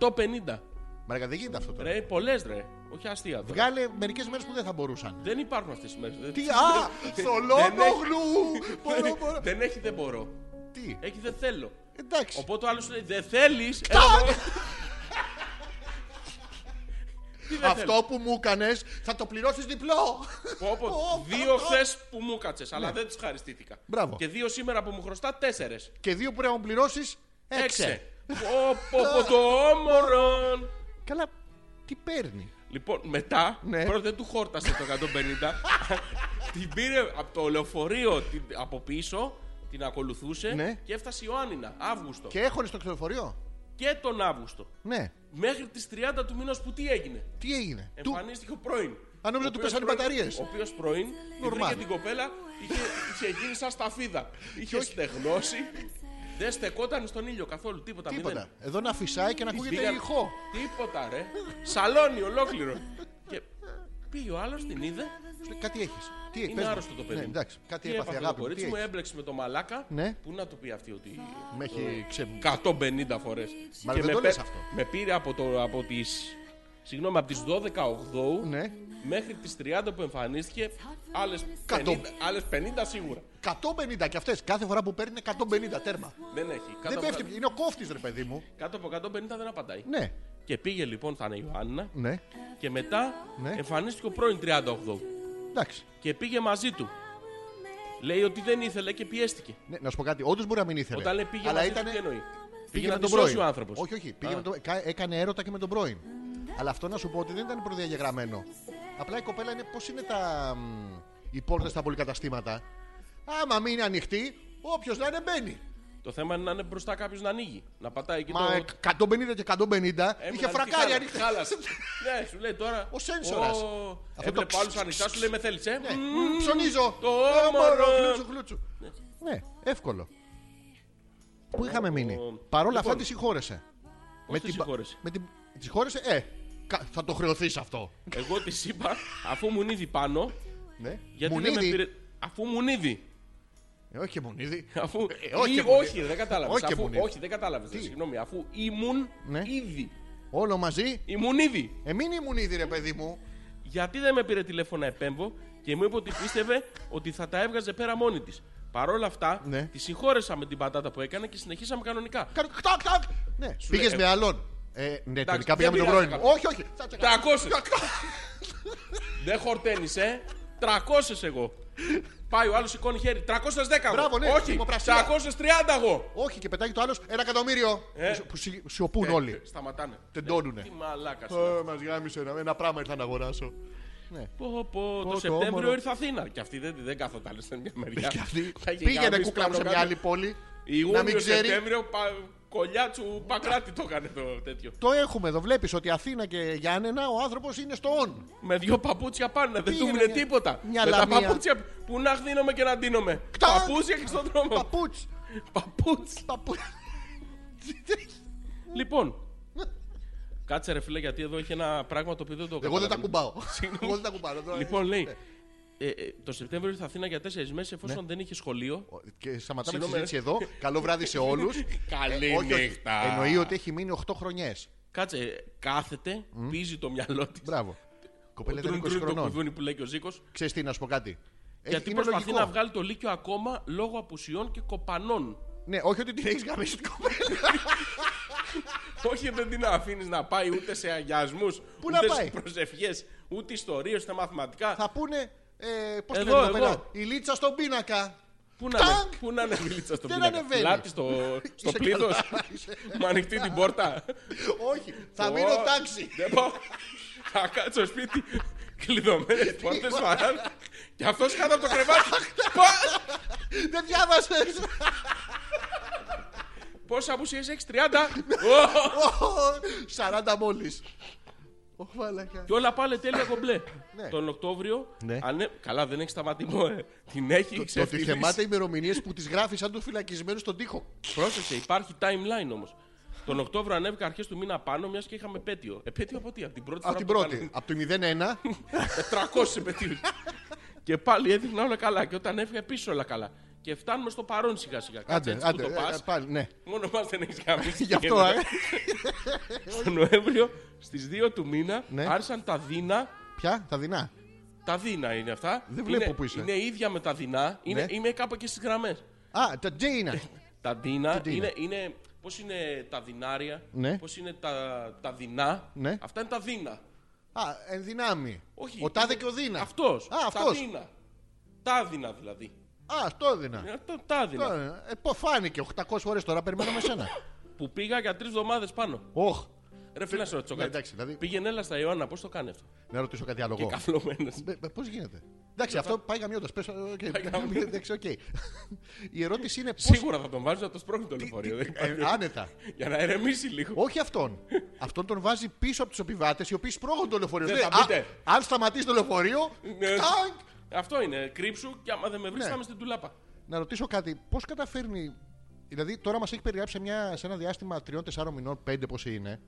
100.
150.
Μαρακα, δεν γίνεται αυτό τώρα.
Ρε, πολλές ρε. Όχι αστεία τώρα.
Βγάλε μερικές μέρες που δεν θα μπορούσαν.
Δεν υπάρχουν αυτές τι μέρε.
Τι, α, θολόνογλου. Μπορώ, μπορώ.
Δεν έχει, δεν μπορώ.
Τι,
Έχει, δεν θέλω.
εντάξει.
Οπότε ο άλλος λέει: Δεν θέλεις.
Αυτό που μου έκανες θα το πληρώσεις διπλό. Ω,
Δύο
αυτό.
χθες που μου κάτσε, αλλά δεν τις ευχαριστήθηκα.
Μπράβο.
Και δύο σήμερα που μου χρωστά, τέσσερες.
Και δύο που πρέπει να μου πληρώσεις, έξε.
Όπω το όμορφο.
Καλά, τι παίρνει.
Λοιπόν, μετά,
Ναι.
πρώτα δεν του χόρτασε το 150. την πήρε από το λεωφορείο την, από πίσω, την ακολουθούσε
Ναι.
και έφτασε η Ιωάννινα, Αύγουστο. Και...
Και έχονες στο ξενοφορείο.
τον Αύγουστο.
Ναι.
Μέχρι τις 30 του μήνος που τι έγινε.
Τι έγινε. Του...
Εμφανίστηκε ο πρώην.
Α, νόμιζα
Ο
του
οποίος
πέσανε οι
πρώην-
μπαταρίες.
Ο οποίος πρώην την
Normal.
βρήκε την κοπέλα, είχε, είχε γίνει σαν σταφίδα. είχε στεγνώσει. Δεν στεκόταν στον ήλιο καθόλου, τίποτα. μηδέν.
Τίποτα. Εδώ να φυσάει και να ακούγεται
Πήγαν-
ηχό.
Τίποτα, ρε. Σαλόνι ολόκληρο. και πήγε ο άλλος, την είδε.
Σου λέει, Κάτι έχεις. Τι
Είναι
πες μου.
άρρωστο το παιδί.
Ναι, εντάξει. Κάτι
Τι
έπαθε
το
αγάπη. μου,
κορίτσι
τι
μου
έχεις.
έμπλεξε με το μαλάκα.
Ναι.
Που να του πει αυτή ότι.
Με
Ε,
έχει ξε...
150 φορές.
Μα δεν το λες αυτό.
με πήρε από, το, από τις... Συγγνώμη, από τις 12 Οκτώου
Ναι.
μέχρι τις 30 που εμφανίστηκε άλλες 50,
Κατώ.
άλλες 50 σίγουρα.
150 και αυτές. Κάθε φορά που παίρνει είναι 150 τέρμα.
Δεν έχει. Κάτω,
Δεν
από,
πέφτει. Είναι ο κόφτης ρε παιδί μου.
κάτω από 150 δεν απαντάει.
Ναι.
Και πήγε λοιπόν, θα είναι η Ιωάννα
Ναι.
και μετά
Ναι.
εμφανίστηκε ο πρώην 30 Οκτώου.
Εντάξει.
Και πήγε μαζί του. Λέει ότι δεν ήθελε και πιέστηκε.
Ναι, να σου πω κάτι. Όντως μπορεί να μην ήθελε.
Όταν λέει πήγε
αλλά
μαζί
ήταν.
του, τι εννοεί.
Πήγε
Πήγε
με
να
τον
τον
πρώην.
σώσει ο άνθρωπος.
Όχι, όχι. Πήγε με τον- κα- Έκανε έρωτα και με τον πρώην. Αλλά αυτό να σου πω ότι δεν ήταν προδιαγεγραμμένο. Απλά η κοπέλα είναι πώς είναι τα. μ, οι πόρτες στα πολυκαταστήματα. Άμα μείνει ανοιχτή, όποιος να είναι μπαίνει.
Το θέμα είναι να είναι μπροστά κάποιος να ανοίγει. Να πατάει εκεί
Μα
το.
150 και 150
Έμενα
είχε
ανοιχτή
φρακάρει
χάλα-
ανοιχτά.
χάλασε. ναι, σου λέει τώρα.
Ο σένσορας.
ο-
το
Έβλεπε
ξ-
άλλου ανοιχτά, σου λέει με θέλεις. Ε.
Ναι.
Μμμ.
Μμμ, Ψωνίζω.
Το
Ε,
όμορφο.
Χλούτσου, χλούτσου. Ναι, εύκολο. Πού είχαμε μείνει. Παρ' όλα αυτά
Λοιπόν.
τη συγχώρεσε.
Πώς
τη
τη συγχώρεσε?
Με την... Τη συγχώρεσε, ε. κα- Θα το χρεωθείς αυτό.
Εγώ τη είπα, αφού μου νίδι πάνω.
Ναι.
Γιατί δεν με
Μουνίδη.
πήρε. Αφού μου νίδι.
Ε, όχι και Μουνίδη.
Αφού...
Ε, όχι,
ή,
μου λέει.
όχι, δεν κατάλαβες.
Όχι,
Αφού...
μου λέει.
όχι, δεν κατάλαβες.
Τι?
Συγγνώμη, αφού ήμουν
Ναι.
ήδη.
Όλο μαζί.
Ήμουν ήδη.
Ε, μην η Μουνίδη, ρε παιδί μου.
Γιατί δεν με πήρε τηλέφωνο να επέμβω και μου είπε ότι πίστευε ότι θα τα έβγαζε πέρα μόνη της. Παρ' όλα αυτά,
Ναι.
τη συγχώρεσα με την πατάτα που έκανε και συνεχίσαμε κανονικά.
Κα- Κτακ, τακ. Ναι, πήγε
λέει,
με άλλον. Ε, ναι, τελικά
δεν
πήγαμε τον
πειράζει,
πρώην. μου.
αγαπητέ.
Όχι, όχι. θα
Τα ακούσε. Δεν χορταίνεις, ε. 300 εγώ. Πάει ο άλλος, σηκώνει χέρι. 310 εγώ.
Μπράβο, ναι,
Όχι,
δημοπρασία.
330 εγώ.
Όχι, και πετάει το άλλος ένα εκατομμύριο.
Ε.
Που σι- Που σι- σιωπούν όλοι.
Σταματάνε.
Τεντώνουνε.
Τι μαλάκα.
Ε, Μας γάμισε ένα, ένα πράγμα ήρθα να αγοράσω.
Πω, πω,
το
το Σεπτέμβριο
όμορο.
ήρθα Αθήνα. Και αυτή δεν, δεν κάθονταν άλλη σε μια μεριά.
Και αυτή
Τα είχε
πήγαινε
γαμίσει
κούκλα μου σε μια
πάνω-κάτω.
άλλη πόλη. Να μην
Ιούνιο,
ξέρει.
Σεπτέμβριο, πα, κολλιάτσου, πακράτη το έκανε το τέτοιο.
Το έχουμε εδώ. Βλέπεις ότι Αθήνα και Γιάννενα ο άνθρωπος είναι στο on.
Με δύο παπούτσια πάνω, δεν του
Πήγαινε
μείνε
μια-
τίποτα.
μια
Με τα
λαμία.
παπούτσια που να χδίνομαι και να ντύνομαι.
Κτακ.
Παπούτσια και στον δρόμο.
Παπούτ.
Παπούτσια.
Παπούτ.
Λοιπόν. Κάτσε ρε φίλε, γιατί εδώ έχει ένα πράγμα το οποίο δεν το
Εγώ δεν τα
καταλαβαίνω.
κουμπάω. Εγώ δεν τα κουμπάω. Τώρα-
Λοιπόν, λέει. Ε, ε, το Σεπτέμβριο ήρθα Αθήνα για τέσσερις μέρες
Ναι.
εφόσον δεν είχε σχολείο.
Και σταματάμε τη
Συγγνώμη, ε.
συζήτηση εδώ. Καλό βράδυ σε όλους.
Καλή νύχτα.
Ε, Εννοεί ότι έχει μείνει 8 χρονιές.
Κάτσε, ε, κάθεται, πίζει το μυαλό της.
Μπράβο. Κοπέλα
Τρουν,
ήταν 20
τρουν, το
χρονών.
κουβούνι που λέει και ο Ζήκος.
Ξέρεις τι, να σου πω κάτι. Ε,
Γιατί
είναι
προσπαθεί
λογικό.
να βγάλει το λύκειο ακόμα λόγω απουσιών και κοπανών.
Ναι, όχι ότι την έχεις γαμίσει την κοπέλα.
Όχι, δεν την αφήνεις να πάει ούτε σε αγιασμούς,
να
ούτε
πάει?
σε προσευχές, ούτε ιστορίες, ούτε μαθηματικά.
Θα πούνε. Ε, Πώς
Εδώ,
την λένε
εγώ.
κοπέλα. Η λίτσα στον πίνακα.
Πού να είναι,
Τάγκ!
πού να είναι η βιλίτσα στον
Δεν
πίνακα.
ανεβαίνει.
Πλάτη στο, στο
Είσαι
πλήθος.
καλά, είσαι.
Με ανοιχτή την πόρτα.
Όχι, θα
Ω,
μείνω τάξη.
Δεν πάω. Θα κάτσω σπίτι. Κλειδωμένες πόρτες παράλληλα. Και αυτός κάτω από το κρεβάτι.
Δεν διάβασες.
Πόσα απουσίες έχεις, 30. Ω,
40 μόλι.
Και όλα πάλι τέλεια κομπλέ.
Ναι.
Τον Οκτώβριο.
Ναι.
ανε- Καλά, δεν έχεις σταματημό, ε. Την έχεις
Το ότι
ξεφύγει.
θεμάται ημερομηνίες που τις γράφεις σαν τους φυλακισμένους στον τοίχο.
Πρόσεξε, υπάρχει timeline όμως. Τον Οκτώβριο ανέβηκα αρχές του μήνα πάνω, μιας και είχαμε επέτειο. Επέτειο από τι, από την πρώτη
Από την πρώτη. Από το 01.
400 επαιτίους. και πάλι έδειχνα όλα καλά. Και όταν έφυγα επίση όλα καλά. και φτάνουμε στο παρόν σιγά σιγά. Κάτσε
Άντε,
έτσι
άντε.
που το
ε,
πας.
Πάλι, ναι.
Μόνο μας δεν έχεις γαμίσει.
Γι' αυτό, ε.
Στο Νοέμβριο στις 2 του μήνα
Ναι.
άρχισαν τα δεινά.
Πια, θα δεινά.
Τα δεινά είναι αυτά.
Δεν βλέπω
είναι,
που είσαι.
Είναι ίδια με τα δεινά. Είναι,
Ναι.
Είμαι κάπου και στις γραμμές.
Α, τα Τζέινα.
Τα δεινά
Τι
είναι, είναι, πώς είναι τα δεινάρια,
Ναι.
πώς είναι τα, τα δεινά.
Ναι.
Αυτά είναι τα δεινά.
Α, εν δυνάμει.
Όχι.
Ο Τάδε και ο Δίνα.
Αυτός.
Α,
Τα
αυτός.
δεινά. Τα δεινά δηλαδή.
Α, αυτό έδινα.
Ε, αυτό, Τα δεινά.
Ε, πο- φάνηκε 800 φορές τώρα, περιμένω με σένα.
Που πήγα για τρεις εβδομάδες πάνω.
Οχ.
Ρε φίλε, να σε ρωτήσω
Ναι,
κάτι.
εντάξει, δηλαδή-
Πήγαινε έλα στα Ιωάννα, πώς το κάνει αυτό.
Να ρωτήσω κάτι άλλο
Και
εγώ.
καυλωμένο.
Πώς γίνεται. Εντάξει, αυτό πάει γαμιώτα. Πες, οκ.
γαμιώντας.
Εντάξει, οκ. Η ερώτηση είναι πώς.
Σίγουρα θα τον βάζει να το σπρώχνει το λεωφορείο. δεν
Ε,
κάνω.
άνετα.
Για να ερεμήσει λίγο.
Όχι αυτόν. αυτόν τον βάζει πίσω από τους επιβάτες οι οποίοι σπρώγουν το λεωφορείο.
Δεν
Λέει,
Ναι, θα μπείτε.
«Α, αν σταματήσει το λεωφορείο.
Ναι.
κτακ».
Αυτό είναι. Κρύψου και άμα δεν με βρεις,
Ναι.
θα είμαι στην τουλάπα.
Να ρωτήσω κάτι. Πώς καταφέρνει. Δηλαδή, τώρα μας έχει περιγράψει σε, μια, σε ένα διάστημα 3-4 μηνών, 5 πώ είναι.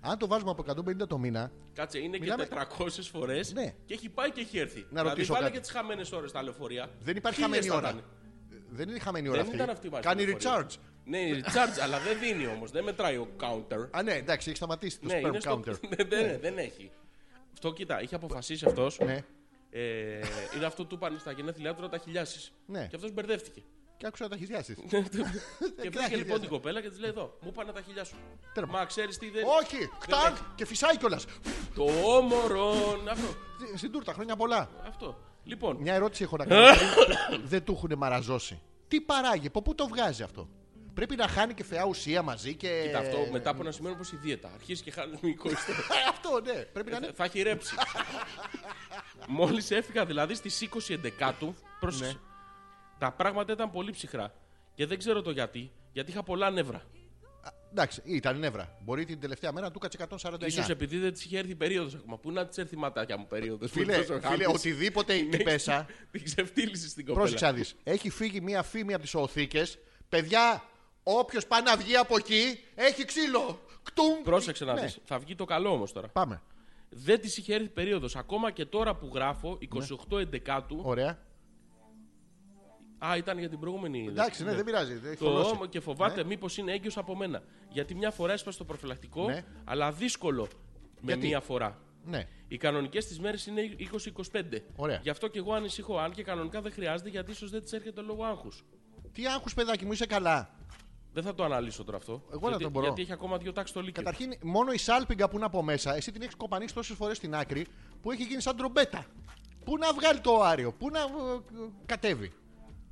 Αν το βάζουμε από 150 το μήνα,
Κάτσε, είναι
Μιλάμε-
και 400 φορές
Ναι.
και έχει πάει και έχει έρθει. Δηλαδή,
ρωτήσω
βάλε
κάτι.
και τις χαμένες ώρες στα λεωφορεία.
δεν υπάρχει
Χίλιες
χαμένη ώρα.
θα ήταν.
Ε, Δεν είναι χαμένη ώρα
Δεν ήταν αυτή η βάση
Κάνει
λεωφορεία.
recharge.
Ναι, recharge, αλλά δεν δίνει όμως. Δεν μετράει ο counter.
Α, ναι, εντάξει, έχει σταματήσει το
Ναι,
sperm
είναι στο...
counter.
Ναι, δεν, δεν έχει. Αυτό κοίτα, είχε αποφασίσει αυτός.
Ναι.
Ε, είναι αυτό του πάνε στα γενέθλιά του να τα χιλιάσεις.
Ναι.
Και αυτός μπερδεύτηκε.
Και άκουσα να τα έχει διάσει.
Ναι. και
χιλιάζει.
βρήκε λοιπόν την κοπέλα και της λέει: Εδώ, μου πάνε τα χιλιά σου.
Τέρμα.
Μα ξέρεις τι Ναι. δεν.
Όχι, κτακ
έχει.
και φυσάει κιόλας.
Το όμορον. Αυτό.
Στην τούρτα, χρόνια πολλά.
αυτό. Λοιπόν,
Μια ερώτηση έχω να κάνω. δεν του έχουν μαραζώσει. Τι παράγει, από πού το βγάζει αυτό. Πρέπει να χάνει και φαιά ουσία μαζί και.
κοίτα αυτό μετά
ναι.
από ένα σημείο όπως η δίαιτα. Αρχίζει και χάνει μικρό ιστό.
Ε, αυτό, ναι. Πρέπει να είναι.
Θα χειρέψει. Μόλις έφυγα δηλαδή στις
Ναι.
20 Εντεκάτου, πρόσεξε. Τα πράγματα ήταν πολύ ψυχρά. Και δεν ξέρω το γιατί. Γιατί είχα πολλά νεύρα.
Α, Εντάξει, ήταν νεύρα. Μπορεί την τελευταία μέρα να του κάτσε 149.
Ίσως επειδή δεν της είχε έρθει περίοδος ακόμα. Πού να της έρθει η ματάκια μου περίοδος.
Φίλε, φίλε,
Ναι.
οτιδήποτε την πέσα.
Την ξεφτύλισε στην κοπέλα.
Πρόσεξα δεις. Έχει φύγει μία φήμη από τις οθήκες. Παιδιά, όποιος πάει να βγει από εκεί έχει ξύλο. Κτουμ.
Πρόσεξε να
Ναι.
δεις. Θα βγει το καλό όμως τώρα.
Πάμε.
Δεν της είχε έρθει περίοδος. Ακόμα και τώρα που γράφω, 28 11
Ωραία.
Α, ήταν για την προηγούμενη.
Εντάξει, ναι, δεν πειράζει. δεν έχει
Το
θολώσει.
όμο και φοβάται μήπως είναι έγκυος από μένα. Γιατί μια φορά έσπασε το προφυλακτικό,
Ναι.
αλλά δύσκολο με
Γιατί?
μία φορά.
Ναι.
Οι κανονικές της μέρες είναι 20-25.
Ωραία.
Γι' αυτό και εγώ ανησυχώ. Αν και κανονικά δεν χρειάζεται, γιατί ίσως δεν της έρχεται λόγω άγχους.
Τι άγχος παιδάκι μου, είσαι καλά.
Δεν θα το αναλύσω τώρα αυτό.
Εγώ δεν
γιατί,
το μπορώ.
Γιατί έχει ακόμα δύο τάξεις το λύκειο.
Καταρχήν, μόνο η σάλπιγγα που είναι από μέσα, εσύ την έχεις κοπανίσει τόσες φορές στην άκρη που έχει γίνει σαν τρομπέτα. Πού να βγάλει το άριο, πού να ε, ε, κατέβει.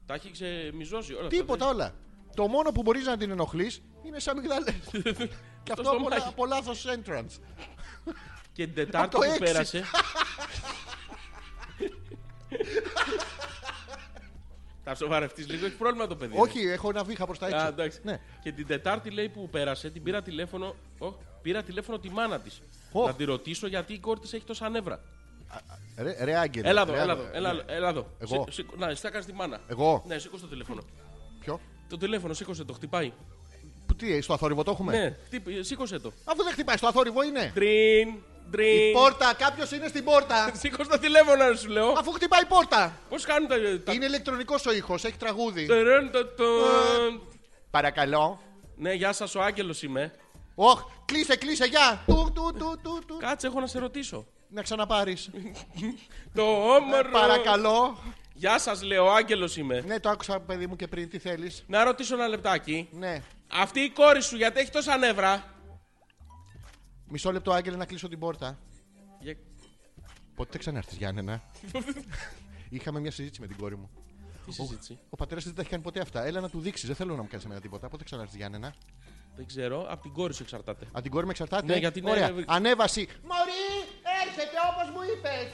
Τα έχει ξεμιζώσει όλα. αυτά,
Τίποτα
δεν-
όλα. Το μόνο που μπορείς να την ενοχλείς είναι σαν αμυγδαλέ. Και αυτό
στο
από,
μάχη.
λα- από λάθος entrance.
Και την Τετάρτη
Από το
που
έξι.
πέρασε. Θα σοβαρευτείς λίγο, έχει πρόβλημα το παιδί.
Όχι, έχω ένα βήχα προς τα
Α,
έξω.
εντάξει.
Ναι.
Και την Τετάρτη λέει που πέρασε, την πήρα τηλέφωνο. Ω, πήρα τηλέφωνο τη μάνα της.
Ω.
Να τη ρωτήσω γιατί η κόρη της έχει τόσα νεύρα.
Ρε, ρε άγγελε.
Έλα εδώ,
ρε
έλα εδώ.
άγγελε.
Έλα, έλα εδώ.
Ναι. Εγώ.
Σή- σήκω- να, εσύ θα κάνεις τη μάνα.
Εγώ.
Ναι, σήκωσε το τηλέφωνο.
Ποιο.
Το τηλέφωνο, σήκωσε το, χτυπάει.
Που Τι, στο αθόρυβο το έχουμε.
Ναι, χτύπη- σήκωσε το.
Αφού δεν χτυπάει, στο αθόρυβο είναι.
Τρίν,
Η
τρίν.
πόρτα, κάποιος είναι στην πόρτα.
Σήκωσε το τηλέφωνο, σου λέω.
Αφού χτυπάει η πόρτα.
Πώς κάνουν τα. τα- Ε.
Είναι ηλεκτρονικός ο ήχος, έχει τραγούδι.
Τερεν, τα- τα-
Παρακαλώ.
Ναι, γεια σας, ο Άγγελος είμαι.
Οχ, κλείσε, κλείσε, γεια! Του, του, του, του, του.
Κάτσε, έχω να σε ρωτήσω.
Να ξαναπάρεις.
Το όμορφο.
Ε, Παρακαλώ.
Γεια σας, λέω, Άγγελος είμαι.
Ναι, το άκουσα, παιδί μου, και πριν, τι θέλεις.
Να ρωτήσω ένα λεπτάκι.
Ναι.
Αυτή η κόρη σου γιατί έχει τόσα νεύρα.
Μισό λεπτό, Άγγελε, να κλείσω την πόρτα.
Για-
Πότε θα ξανάρθεις, Γιάννενα. Είχαμε μια συζήτηση με την κόρη μου.
Τι συζήτηση.
Ο πατέρας δεν τα έχει κάνει ποτέ αυτά. Έλα να του δείξεις. Δεν θέλω να μου κάνεις εμένα τίποτα. Πότε ξανάρθεις, Γιάννενα.
Δεν ξέρω, από την κόρη σου εξαρτάται.
Αν την κόρη με εξαρτάται.
Ναι, γιατί είναι-
Ωραία. Ανέβαση. Μωρή, έρχεται όπως μου είπες.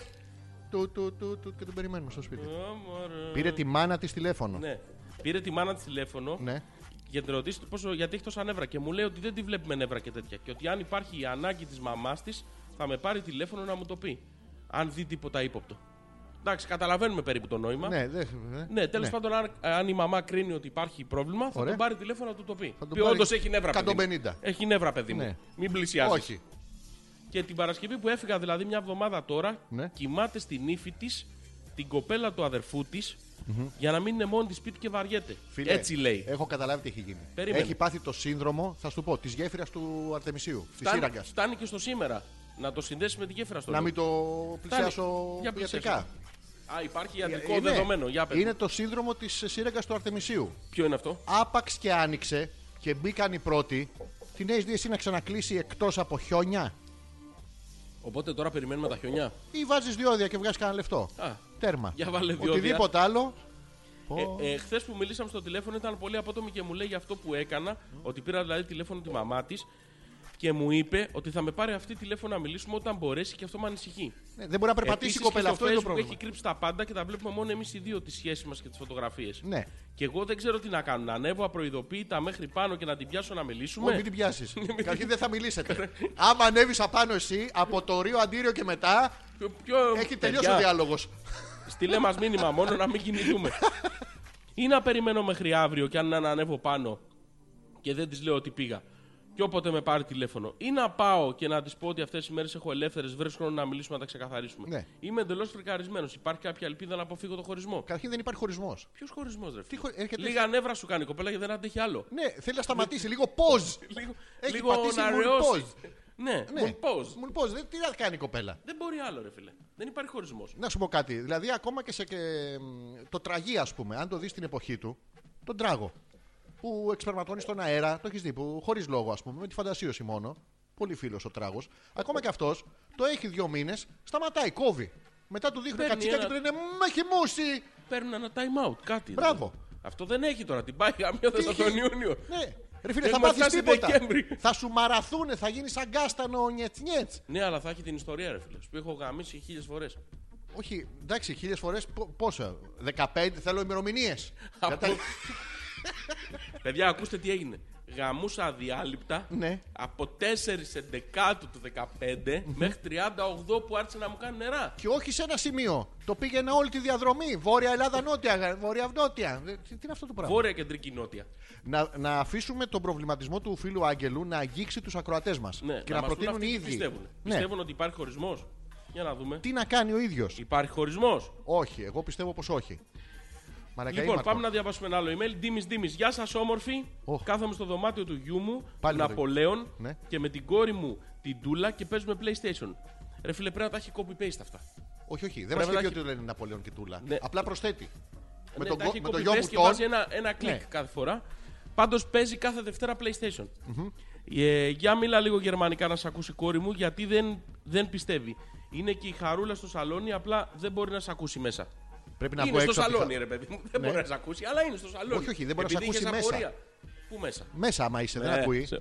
Του, του, του, του, και τον περιμένουμε στο σπίτι.
Όμορφο.
Πήρε τη μάνα της τηλέφωνο.
Ναι. Πήρε τη μάνα της τηλέφωνο
Ναι.
για να την ρωτήσει το πόσο, γιατί έχει τόσα νεύρα. Και μου λέει ότι δεν τη βλέπουμε νεύρα και τέτοια. Και ότι αν υπάρχει η ανάγκη της μαμάς της, θα με πάρει τηλέφωνο να μου το πει. Αν δει τίποτα ύποπτο. Εντάξει, καταλαβαίνουμε περίπου το νόημα.
Ναι, δεν-
Ναι, τέλο πάντων, αν, αν η μαμά κρίνει ότι υπάρχει πρόβλημα, θα
Ωραία.
τον πάρει τηλέφωνο να του το πει.
Θα τον
Πει,
πάρει
όντως έχει νεύρα, παιδί.
150.
μου. Έχει νεύρα, παιδί μου.
Ναι.
Μην πλησιάζεις.
Όχι.
Και την Παρασκευή που έφυγα, δηλαδή μια εβδομάδα τώρα,
Ναι.
κοιμάται στην ύφη της την κοπέλα του αδερφού της για να μην είναι μόνη της σπίτι και βαριέται.
Φίλε,
Έτσι λέει.
Έχω καταλάβει τι έχει γίνει.
Περίμενε.
Έχει πάθει το σύνδρομο, θα σου το πω, της γέφυρας του Αρτεμισίου. Της
φτάνει,
σύραγγας.
φτάνει και στο σήμερα να το συνδέσεις με τη γέφυρα στο
Να
λέω.
μην το
Φτάνει.
πλησιάσω
Για πλησιάσου.
ιατρικά.
Α, υπάρχει ιατρικό
Είναι-
δεδομένο. Για πες.
Είναι το σύνδρομο της σύραγγας του Αρτεμισίου.
Ποιο είναι αυτό.
Άπαξ και άνοιξε και μπήκαν οι πρώτοι. Την έχεις δει εσύ να ξανακλείσει εκτός από χιόνια.
Οπότε τώρα περιμένουμε τα χιονιά.
Ή βάζεις διόδια και βγάζεις κανένα λεφτό.
Α,
Τέρμα.
Για βάλε διόδια.
Οτιδήποτε άλλο. Πω.
Ε, ε, Χθες που μιλήσαμε στο τηλέφωνο ήταν πολύ απότομη και μου λέει για αυτό που έκανα. Ότι πήρα δηλαδή τηλέφωνο τη μαμά της και μου είπε ότι θα με πάρει αυτή τηλέφωνο να μιλήσουμε όταν μπορέσει και αυτό με ανησυχεί.
Ναι, δεν μπορεί να περπατήσει
Επίσης
η κοπέλα.
και στο
Αυτό είναι το
Facebook
πρόβλημα.
Έχει κρύψει τα πάντα και τα βλέπουμε μόνο εμείς οι δύο τη σχέση μας και τις φωτογραφίες.
Ναι.
Και εγώ δεν ξέρω τι να κάνω. Να ανέβω απροειδοποίητα μέχρι πάνω και να την πιάσω να μιλήσουμε.
Όχι, μην την πιάσεις. Καταρχήν δεν θα μιλήσετε. Άμα ανέβεις απάνω εσύ, από το Ρίο Αντίριο και μετά,
Πιο- πιο-
έχει
Παιδιά,
τελειώσει ο διάλογος.
Στείλε μας μήνυμα μόνο να μην κινηθούμε. Ή να περιμένω μέχρι αύριο και αν να ανέβω πάνω και δεν της λέω ότι πήγα. Και όποτε με πάρει τηλέφωνο. Ή να πάω και να της πω ότι αυτές τι μέρες έχω ελεύθερες, βρες χρόνο να μιλήσουμε, να τα ξεκαθαρίσουμε.
Ναι.
Είμαι εντελώς φρικαρισμένος. Υπάρχει κάποια ελπίδα να αποφύγω το χωρισμό.
Καταρχήν δεν υπάρχει χωρισμός.
Ποιος χωρισμός, ρε.
Τι
φίλε?
χω... έρχεται...
Λίγα νεύρα σου κάνει η κοπέλα και δεν αντέχει άλλο.
Ναι, θέλει να σταματήσει λίγο pause.
Λίγο,
Έχει
λίγο
πατήσει
να
moon
ρεώσει.
pause.
Ναι,
Ναι.
moon pause.
Moon pause. Δεν, τι να κάνει η κοπέλα.
Δεν μπορεί άλλο, ρε φίλε. Δεν υπάρχει χωρισμός.
Να σου πω κάτι. Δηλαδή, ακόμα και σε. και, μ, το τραγί, ας πούμε, αν το δεις στην εποχή του, τον τράγο. Που εξπερματώνεις στον αέρα, το έχεις δει, που χωρίς λόγο, ας πούμε, με τη φαντασίωση μόνο. Πολύ φίλος ο τράγος. Ακόμα και αυτός το έχει δύο μήνες, σταματάει, κόβει. Μετά του δείχνει
Παίρνει
κατσίκια
ένα-
και του λένε Μ, έχει μουσει!
Παίρνουν ένα time out, κάτι.
Μπράβο.
δηλαδή. Αυτό δεν έχει τώρα. Την πάει γαμιώδες
Τι
από τον
είχε?
Ιούνιο.
Ναι, ρε φίλε, θα
Έχουμε
πάθει
φτάσει
τίποτα.
Δεκέμβρη.
Θα σου μαραθούνε, θα γίνεις σαν κάστανο νιετ νιετ.
Ναι, αλλά θα έχει την ιστορία, ρε φίλε. Που έχω γαμίσει χίλιες φορές.
Όχι, εντάξει, χίλιες φορές πόσα. 15 θέλω ημερομηνίες.
Από... Παιδιά, ακούστε τι έγινε. Γαμούσα αδιάλειπτα
Ναι.
από 4 Εντεκάτου του 15 μέχρι 38 που άρχισε να μου κάνει νερά.
Και όχι σε ένα σημείο. Το πήγαινα όλη τη διαδρομή. Βόρεια Ελλάδα, νότια, βόρεια νότια. Ε, Τι, τι είναι αυτό το πράγμα.
Βόρεια, κεντρική, νότια.
Να, να αφήσουμε τον προβληματισμό του φίλου Άγγελου να αγγίξει τους ακροατές μας.
Ναι,
και να,
μας πούν
προτείνουν
αυτοί
οι
τι
ίδιοι.
Πιστεύουν.
Ναι.
πιστεύουν ότι υπάρχει χωρισμός. Για να δούμε.
Τι να κάνει ο ίδιος.
Υπάρχει χωρισμός.
Όχι, εγώ πιστεύω πως όχι. Μαλακά
Λοιπόν, πάμε να διαβάσουμε ένα άλλο email. Ντίμης, Ντίμης, γεια σας, όμορφη.
Οχ.
Κάθομαι στο δωμάτιο του γιού μου,
Πάλι
του
με το-
Ναπολέον
Ναι.
και με την κόρη μου την Τούλα και παίζουμε PlayStation. Ρε φίλε, πρέπει να τα έχει copy-paste αυτά.
Όχι, όχι. Δεν
Πρέπει
μας
να
λέει
έχει-
ότι λένε Ναπολέον και Τούλα.
Ναι.
Απλά προσθέτει. με
Ναι,
τον
τα
κο-
έχει
με το γιο
copy-paste
μου
και
τον-
βάζει ένα, ένα κλικ
Ναι.
κάθε φορά. Πάντως παίζει κάθε Δευτέρα PlayStation. Ε, για μίλα λίγο γερμανικά να σε ακούσει κόρη μου, γιατί δεν, δεν πιστεύει. Είναι και η χαρούλα στο σαλόνι, απλά δεν μπορεί να σε ακούσει μέσα.
Πρέπει να
είναι
βγω
στο
έξω. από τη
σαλόνι,
χα-
ρε παιδί μου. Δεν
Ναι.
μπορεί να σε ακούσει, αλλά είναι στο σαλόνι.
Όχι, όχι, δεν μπορεί να σε
Επειδή
ακούσει
είχες
μέσα.
απορία. Πού μέσα.
Μέσα, άμα είσαι, δεν
Ναι.
ακούει.
Σε-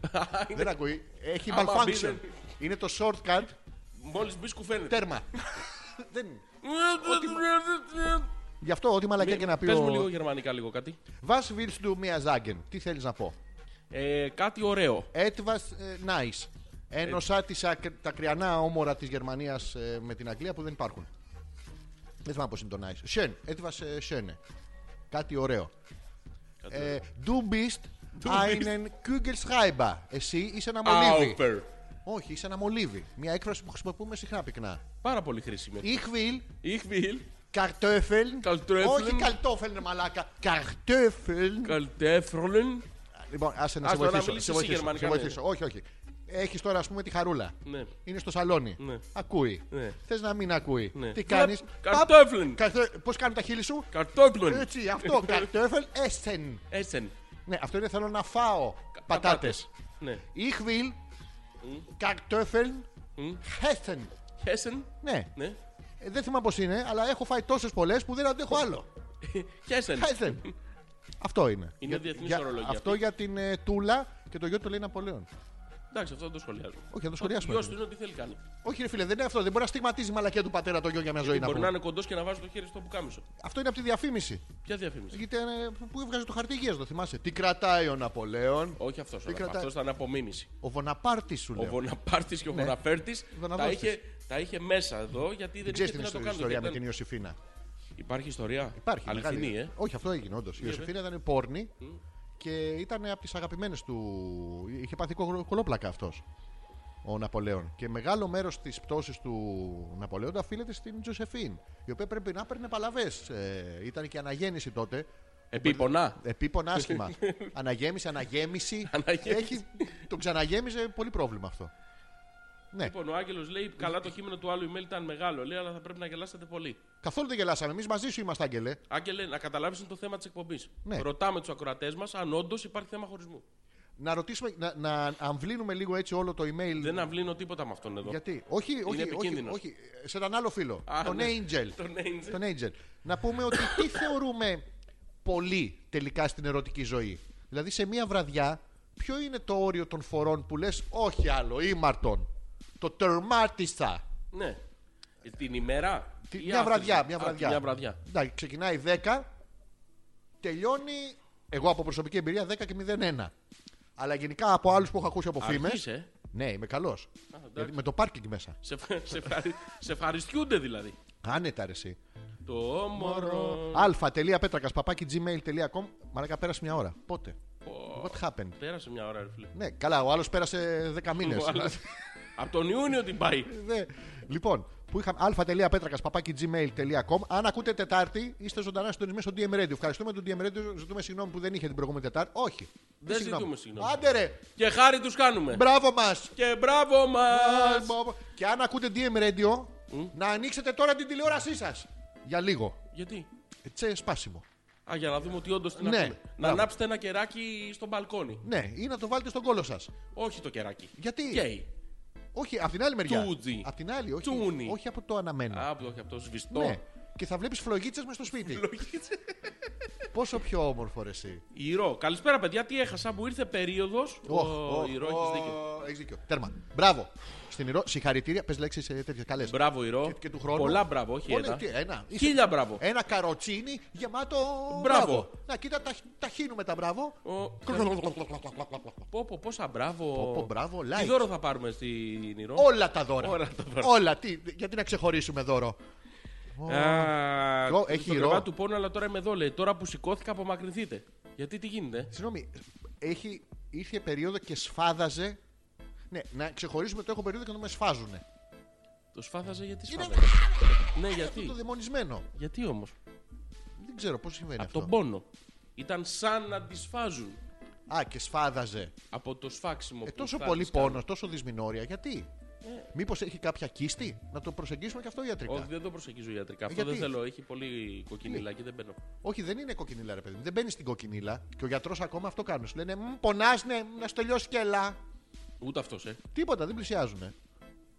Δεν ακούει. Έχει
Άμα μπει,
malfunction.
δεν-
Είναι το shortcut.
Μόλις μπεις σκουφαίνεται.
Τέρμα. Δεν είναι. Γι' αυτό ό,τι μαλακιά και να πει
Πες μου λίγο
ο.
γερμανικά λίγο κάτι.
Was willst du mir sagen? Τι θέλεις να πω.
Ε, κάτι ωραίο.
Etwas ε, nice. Ένωσα τις ακ- τα κρυανά όμορα της Γερμανίας με την Αγγλία που δεν υπάρχουν. Δεν θυμάμαι πώς είναι το nice. Schön. Etwas ε, schöne. Κάτι ωραίο. Ε, Du bist einen Kugelschreiber. Εσύ είσαι ένα μολύβι.
Auper.
Όχι, είσαι ένα μολύβι. Μια έκφραση που χρησιμοποιούμε συχνά πυκνά.
Πάρα πολύ χρήσιμη.
Ich will
Ich will
Kartoffeln.
Kartoffeln.
Όχι Kartoffeln, ρε μαλάκα. Kartoffeln.
Kaltefrollen.
Λοιπόν, άσε να
Ας
σε
το να
βοηθήσω.
μιλήσεις
σε
εσύ
βοηθήσω,
γερμανικά,
σε βοηθήσω. Όχι, όχι. Έχεις τώρα, ας πούμε, τη χαρούλα.
Ναι.
Είναι στο σαλόνι.
Ναι.
Ακούει.
Ναι.
Θες να μην ακούει.
Ναι.
Τι κάνεις.
Καπ- Kartoffeln.
Πώς κάνουν τα χείλη σου.
Kartoffeln.
Έτσι, αυτό. Kartoffeln essen.
Essen.
Ναι, αυτό είναι θέλω να φάω πατάτες.
Πατάτες. Ναι.
Ich will Kartoffeln essen.
Hessen.
Ναι.
Ναι.
Ε, Δεν θυμάμαι πώς είναι, αλλά έχω φάει τόσες πολλές που δεν αντέχω άλλο.
Hessen.
Hessen. Αυτό είναι.
Είναι διεθνής ορολογία
Αυτό
αυτή.
για την ε, Τούλα και το γιο του λέει Ναπολέον.
Εντάξει, αυτό δεν το σχολιάζω.
Όχι, να το
Ο
σχολιάσουμε.
γιος του είναι ό,τι θέλει κάνει.
Όχι, ρε φίλε, δεν είναι αυτό. Δεν μπορεί να στιγματίζει η μαλακία του πατέρα το γιο για μια ζωή να
Μπορεί
πούμε.
να είναι κοντός και να βάζει το χέρι στο πουκάμισο.
Αυτό είναι από τη διαφήμιση.
Ποια διαφήμιση.
Γιατί ε, πού έβγαζε το χαρτί υγείας, το θυμάσαι. Τι κρατάει ο Ναπολέον.
Όχι αυτός.
κρατά-
Αυτός ήταν απομίμηση.
Ο Βοναπάρτης σου
Ο
λέει.
Βοναπάρτης και ο
Ναι.
Βοναφέρτη τα,
Βοναβάρτης.
είχε, τα είχε μέσα εδώ γιατί δεν
Ξέρει
είχε τι
την
να το
ιστορία,
κάνουν.
ιστορία με
γιατί
την
ήταν-
Ιωσήφίνα.
Υπάρχει ιστορία.
Υπάρχει.
Αληθινή,
μεγάλη-
ε.
Όχι, αυτό έγινε όντως. Η Ιωσήφίνα ήταν πόρνη και ήταν από τις αγαπημένες του. Είχε πάθει κο- κολόπλακα αυτός ο Ναπολέον. Και μεγάλο μέρος της πτώσης του Ναπολέοντα οφείλεται στην Τζοσεφίν, η οποία πρέπει να έπαιρνε παλαβές. ήταν και αναγέννηση τότε.
Επίπονα.
Επίπονα άσχημα. Αναγέμιση, αναγέμιση.
Αναγέμιση.
Έχει... Τον ξαναγέμιζε πολύ πρόβλημα αυτό. Ναι.
Λοιπόν, ο Άγγελος λέει: Καλά, το κείμενο του άλλου email ήταν μεγάλο. Λέει, αλλά θα πρέπει να γελάσετε πολύ.
Καθόλου δεν γελάσαμε. Εμείς μαζί σου είμαστε, Άγγελε.
Άγγελε, να καταλάβεις το θέμα της εκπομπής.
Ναι.
Ρωτάμε τους ακροατές μας αν όντως υπάρχει θέμα χωρισμού.
Να ρωτήσουμε, να, να αμβλύνουμε λίγο έτσι όλο το email.
Δεν αυλύνω τίποτα με αυτόν εδώ.
Γιατί, όχι, όχι, όχι,
επικίνδυνος.
όχι, σε έναν άλλο φίλο.
Α,
τον
ναι.
Angel.
Τον Angel.
Τον Angel. Να πούμε ότι τι θεωρούμε πολύ τελικά στην ερωτική ζωή. Δηλαδή σε μία βραδιά, ποιο είναι το όριο των φορών που λες όχι άλλο, ήμαρτον. Το τερμάτισα.
Ναι. Ε, Την ημέρα.
Τι-
ή
Μια
after-
βραδιά,
ναι.
μια
Α, τη
βραδιά.
Μια βραδιά.
Εντάξει, ξεκινάει 10, τελειώνει, εγώ από προσωπική εμπειρία, 10 και 01. Αλλά γενικά από άλλους που έχω ακούσει από φήμες.
Αρχίζεις, ε.
Ναι, είμαι καλός.
εντάξει.
Με το πάρκινγκ μέσα.
Σε, φα- σε, ευχαρι- σε ευχαριστούνται δηλαδή.
Άνετα, ρε, εσύ.
Το όμορφο.
αλφα.πέτρακα παπάκι gmail.com Μαλάκα πέρασε μια ώρα. Πότε. What happened.
Πέρασε μια ώρα, ρε φίλε.
Ναι, καλά, ο άλλος πέρασε 10 μήνε.
Από τον Ιούνιο την πάει.
λοιπόν, που είχαμε αλφα.πέτρακα παπάκι gmail.com Αν ακούτε Τετάρτη, είστε ζωντανά συντονισμένοι στο DM Radio. Ευχαριστούμε τον DM Radio. Ζητούμε συγγνώμη που δεν είχε την προηγούμενη Τετάρτη. Όχι.
Δεν ζητούμε συγγνώμη.
Άντε ρε,
Και χάρη τους κάνουμε.
μπράβο μας.
Και μπράβο μας.
Και αν ακούτε DM Radio, να ανοίξετε τώρα την τηλεόρασή σας. Για λίγο.
Γιατί.
Τσε σπάσιμο.
Α, για να δούμε ότι όντως την
Ναι,
ακούμε. Να
μπράβο.
ανάψετε ένα κεράκι στο μπαλκόνι.
Ναι, ή να το βάλετε στον κόλο σας.
Όχι το κεράκι.
Γιατί?
Γκέι.
Όχι, από την άλλη μεριά.
Τούτζι.
Απ' την άλλη, όχι,
Τσούνι.
όχι από το αναμένο.
Α, από το, όχι, από το σβηστό.
ναι. Και θα βλέπεις φλογίτσες μες στο σπίτι. Πόσο πιο όμορφο ρε, εσύ.
Ηρώ. Καλησπέρα, παιδιά. Τι έχασα που ήρθε περίοδος.
Οχ,
Ο
οχ,
Ηρώ,
οχ.
έχει δίκιο.
μπράβο, έχεις δίκιο. Τέρμα. Μπράβο. Στην Ηρώ, συγχαρητήρια. Πες λέξεις τέτοιες καλές.
Μπράβο, Ηρώ.
Και, και του χρόνου.
Πολλά μπράβο, όχι
Πολύ,
ένα.
τι, ένα. Είσαι- Ε-
Χίλια μπράβο.
Ένα καροτσίνι γεμάτο.
Μπράβο.
Να κοίτα, τα, τα χύνουμε τα μπράβο.
Ο- Πω, πω, πόσα
Πω,
μπράβο.
πω, μπράβο,
Τι
like.
δώρο θα πάρουμε στην Ηρώ.
Όλα τα δώρα.
Όλα τα δώρα.
Όλα. Τι, γιατί να ξεχωρίσουμε δώρο.
Α,
Ποιο,
το-
έχει
το
Ηρώ.
κρεβάτι του πόνο, αλλά τώρα είμαι εδώ, λέει. Τώρα που σηκώθηκα, απομακρυνθείτε. Γιατί τι γίνεται. ε?
Συγγνώμη, έχει, ήρθε περίοδο και σφάδαζε. Ναι, να ξεχωρίσουμε το έχω περίοδο και να με σφάζουνε.
Το σφάθαζε γιατί
Είναι-
σφάθαζε. Ναι,
Αυτό το
γιατί.
δαιμονισμένο.
Γιατί όμως.
Δεν ξέρω πώς συμβαίνει
Από
αυτό.
τον πόνο. Ήταν σαν να τη σφάζουν
Α, και σφάδαζε.
από το σφάξιμο.
Ε,
που
τόσο
θα Ε.
πολύ
της κάνουν.
πόνος, τόσο δυσμηνόρια. Γιατί. Μήπως έχει κάποια κίστη, να το προσεγγίσουμε και αυτό ιατρικά.
Όχι, δεν το προσεγγίζω ιατρικά.
Ε,
Αυτό δεν
γιατί? Ναι.
θέλω. Έχει πολύ κοκκινιλάκι, δεν μπαίνω.
Όχι, δεν είναι κοκκινίλα, ρε παιδί μου. Δεν μπαίνει στην κοκκινίλα και ο γιατρός ακόμα αυτό κάνει. Σου λένε πονάς, ναι, να σου τελειώσει και ελά.
Ούτε αυτός, ε.
Τίποτα, δεν πλησιάζουν.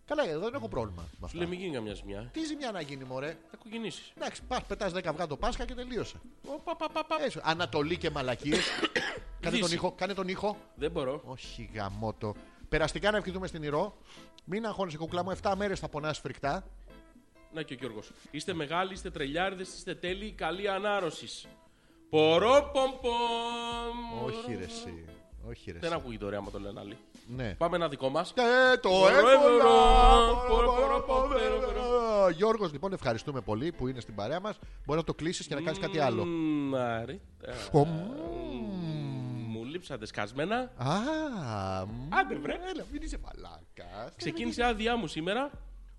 Καλά, εδώ δεν έχω πρόβλημα. με
Σου
αυτά.
λέει μην γίνει καμιά ζημιά. ε.
Τι ζημιά να γίνει, μωρέ.
Θα κοκκινήσεις.
Εντάξει, πας, πετάς 10 αυγά το Πάσχα και τελείωσε.
Πα, πα, πα, πα.
Έτσι, Ανατολή και μαλακίες. κάνε τον
Δύση.
ήχο, κάνε τον ήχο.
Δεν μπορώ.
Όχι γαμότο. Περαστικά να ευχηθούμε στην Ηρώ. Μην αγχώνεσαι, κουκλά μου. 7 μέρες θα πονάς φρικτά.
Να και ο Γιώργος. Είστε μεγάλοι, είστε τρελιάρδε, είστε τέλειοι. Καλή ανάρρωσης. Πορό πομ πομ.
Όχι ρε εσύ. Όχι ρε
Δεν
εσύ.
ακούγεται ωραία άμα το λένε άλλοι.
Ναι.
Πάμε ένα δικό μας.
Και το
Μπορώ, μπορώ, μπορώ, μπορώ, μπορώ,
έβολα. Γιώργος λοιπόν ευχαριστούμε πολύ που είναι στην παρέα μας. Μπορεί να το κλείσεις και να κάνεις κάτι άλλο.
ε, Μου λείψατε σκασμένα.
Α, μ,
Άντε βρε.
Ε, έλα, μην είσαι μαλάκας.
Ξεκίνησε άδειά μου σήμερα.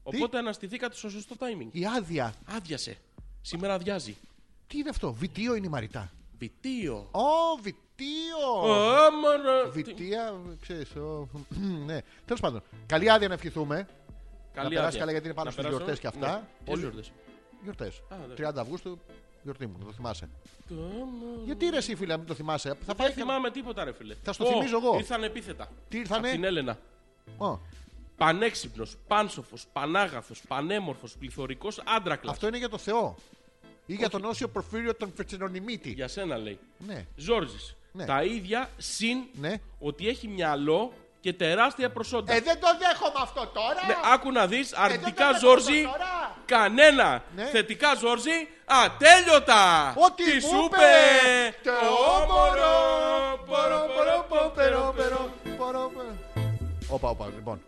Οπότε αναστηθήκατε στο σωστό timing.
Η άδεια.
Άδειασε. Σήμερα αδειάζει.
Τι είναι αυτό, βιτίο είναι η Μαριτά.
Βιτίο.
Ω, βιτίο.
Όμορφο.
Βιτία, ξέρεις, ω, ναι. Τέλος πάντων, καλή άδεια να ευχηθούμε.
Καλή
περάσει
άδεια.
καλά, γιατί είναι πάνω
Να
στις
περάσω.
γιορτές και αυτά.
Ναι. Ποιες
Πολύ-
γιορτές.
Γιορτές.
Α, ναι.
30 Αυγούστου, γιορτή μου, να το θυμάσαι.
Όμορφο.
Γιατί ρε εσύ φίλε, μην το θυμάσαι. Θα πάει
Δεν
και...
θυμάμαι τίποτα, ρε φίλε.
Θα στο
Ω,
θυμίζω εγώ.
Ήρθαν επίθετα.
Τι ήρθανε?
Απ' την Έλενα.
Ω,
Πανέξυπνος, πάνσοφος, πανάγαθος, πανέμορφος, πληθωρικός άντρακλας.
Αυτό είναι για το Θεό. Ή για τον Όσιο Προφύριο τον Φετσινονιμίτη.
Για σένα λέει.
Ναι.
Ζόρζης.
Ναι.
Τα ίδια συν
Ναι.
ότι έχει μυαλό και τεράστια προσόντα.
Ε, δεν το δέχομαι αυτό τώρα!
Ναι, άκου να δεις αρνητικά
δεν τα
Ζόρζη.
βλέπω τώρα.
Κανένα.
Ναι.
Θετικά Ζόρζη. Ατέλειωτα.
Ό,τι
Τι
μου
σου
είπε.
είπε.
Το
όμορο.
Πορο,
Πορο,
πορο,
πορο,
πορο, πορο,
πορο,
πορο, πορο,
πορο.
πορο. Όπα, όπα, λοιπόν.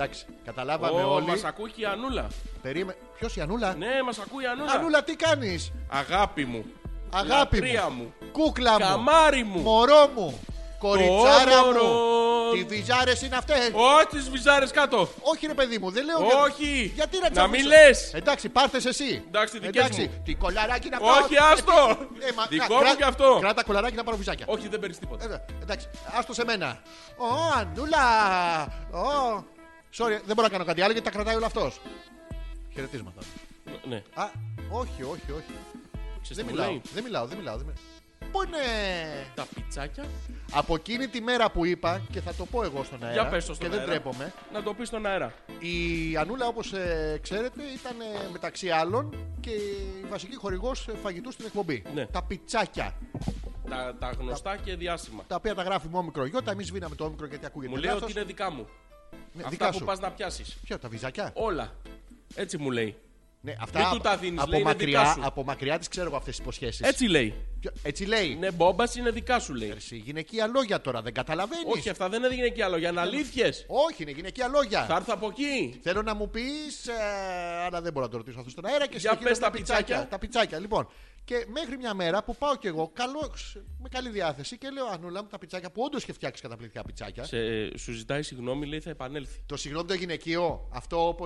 Εντάξει, καταλάβαμε
Ω,
όλοι.
Μας ακούει και η Ανούλα.
Περίμε... Ποιος η Ανούλα?
Ναι, μας ακούει η Ανούλα.
Ανούλα, τι κάνεις
Αγάπη μου.
Αγάπη
Λατρεία
μου.
μου.
Κούκλα μου.
Καμάρι μου.
Μωρό μου. Κοριτσάρα
όμορο.
μου. Τι βυζάρες είναι αυτές.
Όχι τις βυζάρες κάτω.
Όχι ρε παιδί μου, δεν λέω
Όχι.
Γιατί ρε
Να
τσαβούσο.
μην λες.
Εντάξει, πάρτες εσύ.
Εντάξει, δικές μου.
Τι κολαράκι να πάρω.
Όχι, άστο.
Ε, μα-
Δικό
κρα-
μου κι αυτό.
Κράτα κολαράκι να πάρω βυζάκια.
Όχι, δεν παίρνεις τίποτα.
Ε, Εντάξει, άστο σε μένα. Ω, Ανούλα. Ω. Sorry, δεν μπορώ να κάνω κάτι άλλο γιατί τα κρατάει όλο αυτός. Χαιρετίσματα.
Ναι.
Α, όχι, όχι, όχι.
Ξέρεις
Δεν
τι μου
μιλάω,
λέει?
δεν μιλάω, δεν μιλάω. δεν μιλάω. Πού είναι.
Τα πιτσάκια.
Από εκείνη τη μέρα που είπα και θα το πω εγώ στον αέρα
πες το στον
και δεν
αέρα.
τρέπομαι.
Να το πεις στον αέρα.
Η Ανούλα, όπως ε, ξέρετε, ήταν ε, μεταξύ άλλων και η βασική χορηγός ε, φαγητού στην εκπομπή.
Ναι.
Τα πιτσάκια.
Τα, τα γνωστά και διάσημα.
Τα οποία τα γράφουμε όμικρο γιώτα, εμείς βίναμε το όμικρο γιατί ακούγεται.
Μου λέει
λάθος.
ότι είναι δικά μου.
Ναι,
Αυτά
δικά
που
σου.
πας να πιάσεις.
Ποια, τα βυζάκια.
Όλα. Έτσι μου λέει.
Ναι, αυτά
Μην του τα δίνεις,
από,
λέει, είναι
μακριά,
δικά σου.
από μακριά τις ξέρω εγώ αυτές τις υποσχέσεις.
Έτσι Ναι. λέει.
Ποιο- έτσι λέει.
Είναι μπόμπας, είναι δικά σου λέει.
Εσύ, γυναικεία λόγια τώρα, δεν καταλαβαίνεις.
Όχι, αυτά δεν έγινε και άλλο. Για να αλήθειες.
Όχι, είναι γυναικεία λόγια.
Θα έρθω από εκεί.
Θέλω να μου πεις, αλλά δεν μπορώ να το ρωτήσω αυτό στον αέρα και
Για
συνεχίζω
πες
με
τα πιτσάκια.
Τα πιτσάκια, λοιπόν. Και μέχρι μια μέρα που πάω κι εγώ καλό, με καλή διάθεση και λέω Ανούλα μου τα πιτσάκια που όντως είχε φτιάξει καταπληκτικά πιτσάκια.
Σε, ε, σου ζητάει συγγνώμη, λέει θα επανέλθει.
Το συγγνώμη το γυναικείο, αυτό όπως.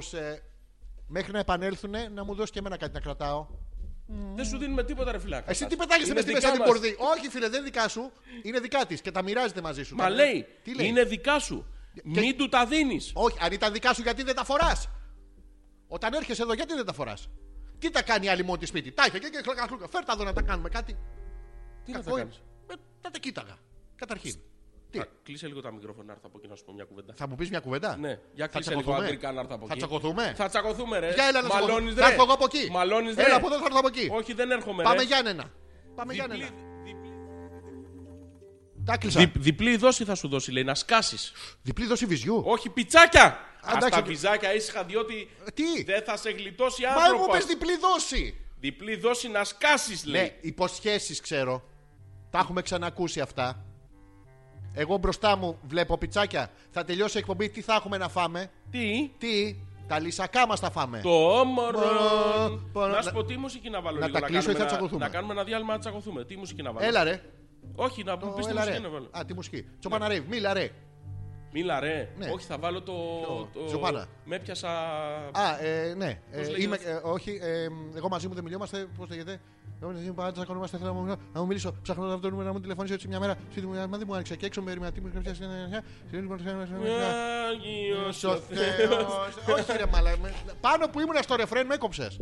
μέχρι να επανέλθουν να μου δώσει και εμένα κάτι να κρατάω.
Δεν σου δίνουμε τίποτα, ρε φυλάκα.
Εσύ τι πετάγεσαι
Είναι
μες στη
δικά
μέσα την
μας.
κορδί. Όχι, φίλε, δεν είναι δικά σου. Είναι δικά της και τα μοιράζεται μαζί σου.
Μα
Τα-
λέει,
Τι λέει.
είναι δικά σου. Μην του τα δίνεις.
Όχι, αν ήταν δικά σου, γιατί δεν τα φοράς. Όταν έρχεσαι εδώ, γιατί δεν τα φοράς. Τι τα κάνει η άλλη μόνη της σπίτι. Τα είχε και και χλωκα χλωκα. Φέρτα εδώ να τα κάνουμε κάτι.
Τι να τα
Κακό
κάνει.
είναι. Ε, Θα τα κοίταγα. Καταρχήν. Τι.
Κλείσε λίγο τα μικρόφωνα, να έρθω από εκεί να σου πω μια κουβέντα.
Θα μου πεις μια κουβέντα.
Ναι, για
Θα
κλείσε λίγο
τσακωθούμε?
αντρικά να έρθω από
Θα
εκεί.
τσακωθούμε?
Θα τσακωθούμε, ρε.
Για έλα να σου
Μαλώνεις,
πω.
ρε.
Θα έρθω εγώ από εκεί.
Μαλώνεις, ρε.
Έλα από εδώ θα έρθω από εκεί.
Όχι, δεν έρχομαι,
Πάμε
ρε.
Γιάννενα. Πάμε
Διπλή-
Γιάννενα.
διπλή-
Τα κλείσα.
Δι- διπλή δόση θα σου δώσει, λέει, να σκάσεις.
Διπλή δόση βυζιού.
Όχι, πιτσάκια!
Α,
Α
εντάξει.
τα βυζάκια ήσυχα, διότι
Ε, Τι.
δεν θα σε γλιτώσει
Μα μου
άνθρωπος.
πες διπλή δόση.
Διπλή δόση να σκάσεις, λέει.
Ναι, υποσχέσεις ξέρω. Τα έχουμε ξανακούσει αυτά. Εγώ μπροστά μου βλέπω πιτσάκια. Θα τελειώσει η εκπομπή. Τι θα έχουμε να φάμε.
Τι.
Τι. Τα λυσακά μας θα φάμε.
Το όμορφο.
Μπορώ- μπορώ
Να
να-
σου πω τι μουσική να βάλω
να
λίγο.
τα κλείσω ή
κάνουμε
θα
ένα-
τσακωθούμε.
Να κάνουμε ένα διάλειμμα να τσακωθούμε. Τι μουσική να βάλω.
Έλα ρε.
Όχι, να μου
Το
πεις τι
έλα
μουσική
ρε.
να βάλω. Ναι.
Α, τη μουσική. Τσοπάνα ρε. Μίλα ρε.
Μίλα ρε.
Ναι.
Όχι, θα βάλω το.
Ποιο?
το-
Ζωβάνα.
Με πιάσα.
Α, ε, ναι. Ε,
λέγεται
είμαι,
αυτό?
ε, όχι, ε, εγώ μαζί μου δεν μιλιόμαστε. Πώς λέγεται. Εγώ μαζί μου πάντα τσακωνόμαστε. Θέλω να μου, να μου μιλήσω. Ψάχνω να βρω το νούμερο να μου τηλεφωνήσω έτσι μια μέρα. Στη- Μα δεν μου άνοιξε και έξω με ρηματή μου. γραφτιά, στην- στην- στην- στην- στην-
Άγιος ο
Στο Θεός. Όχι ρε μαλα. με- Πάνω που ήμουν στο ρεφρέν με έκοψες.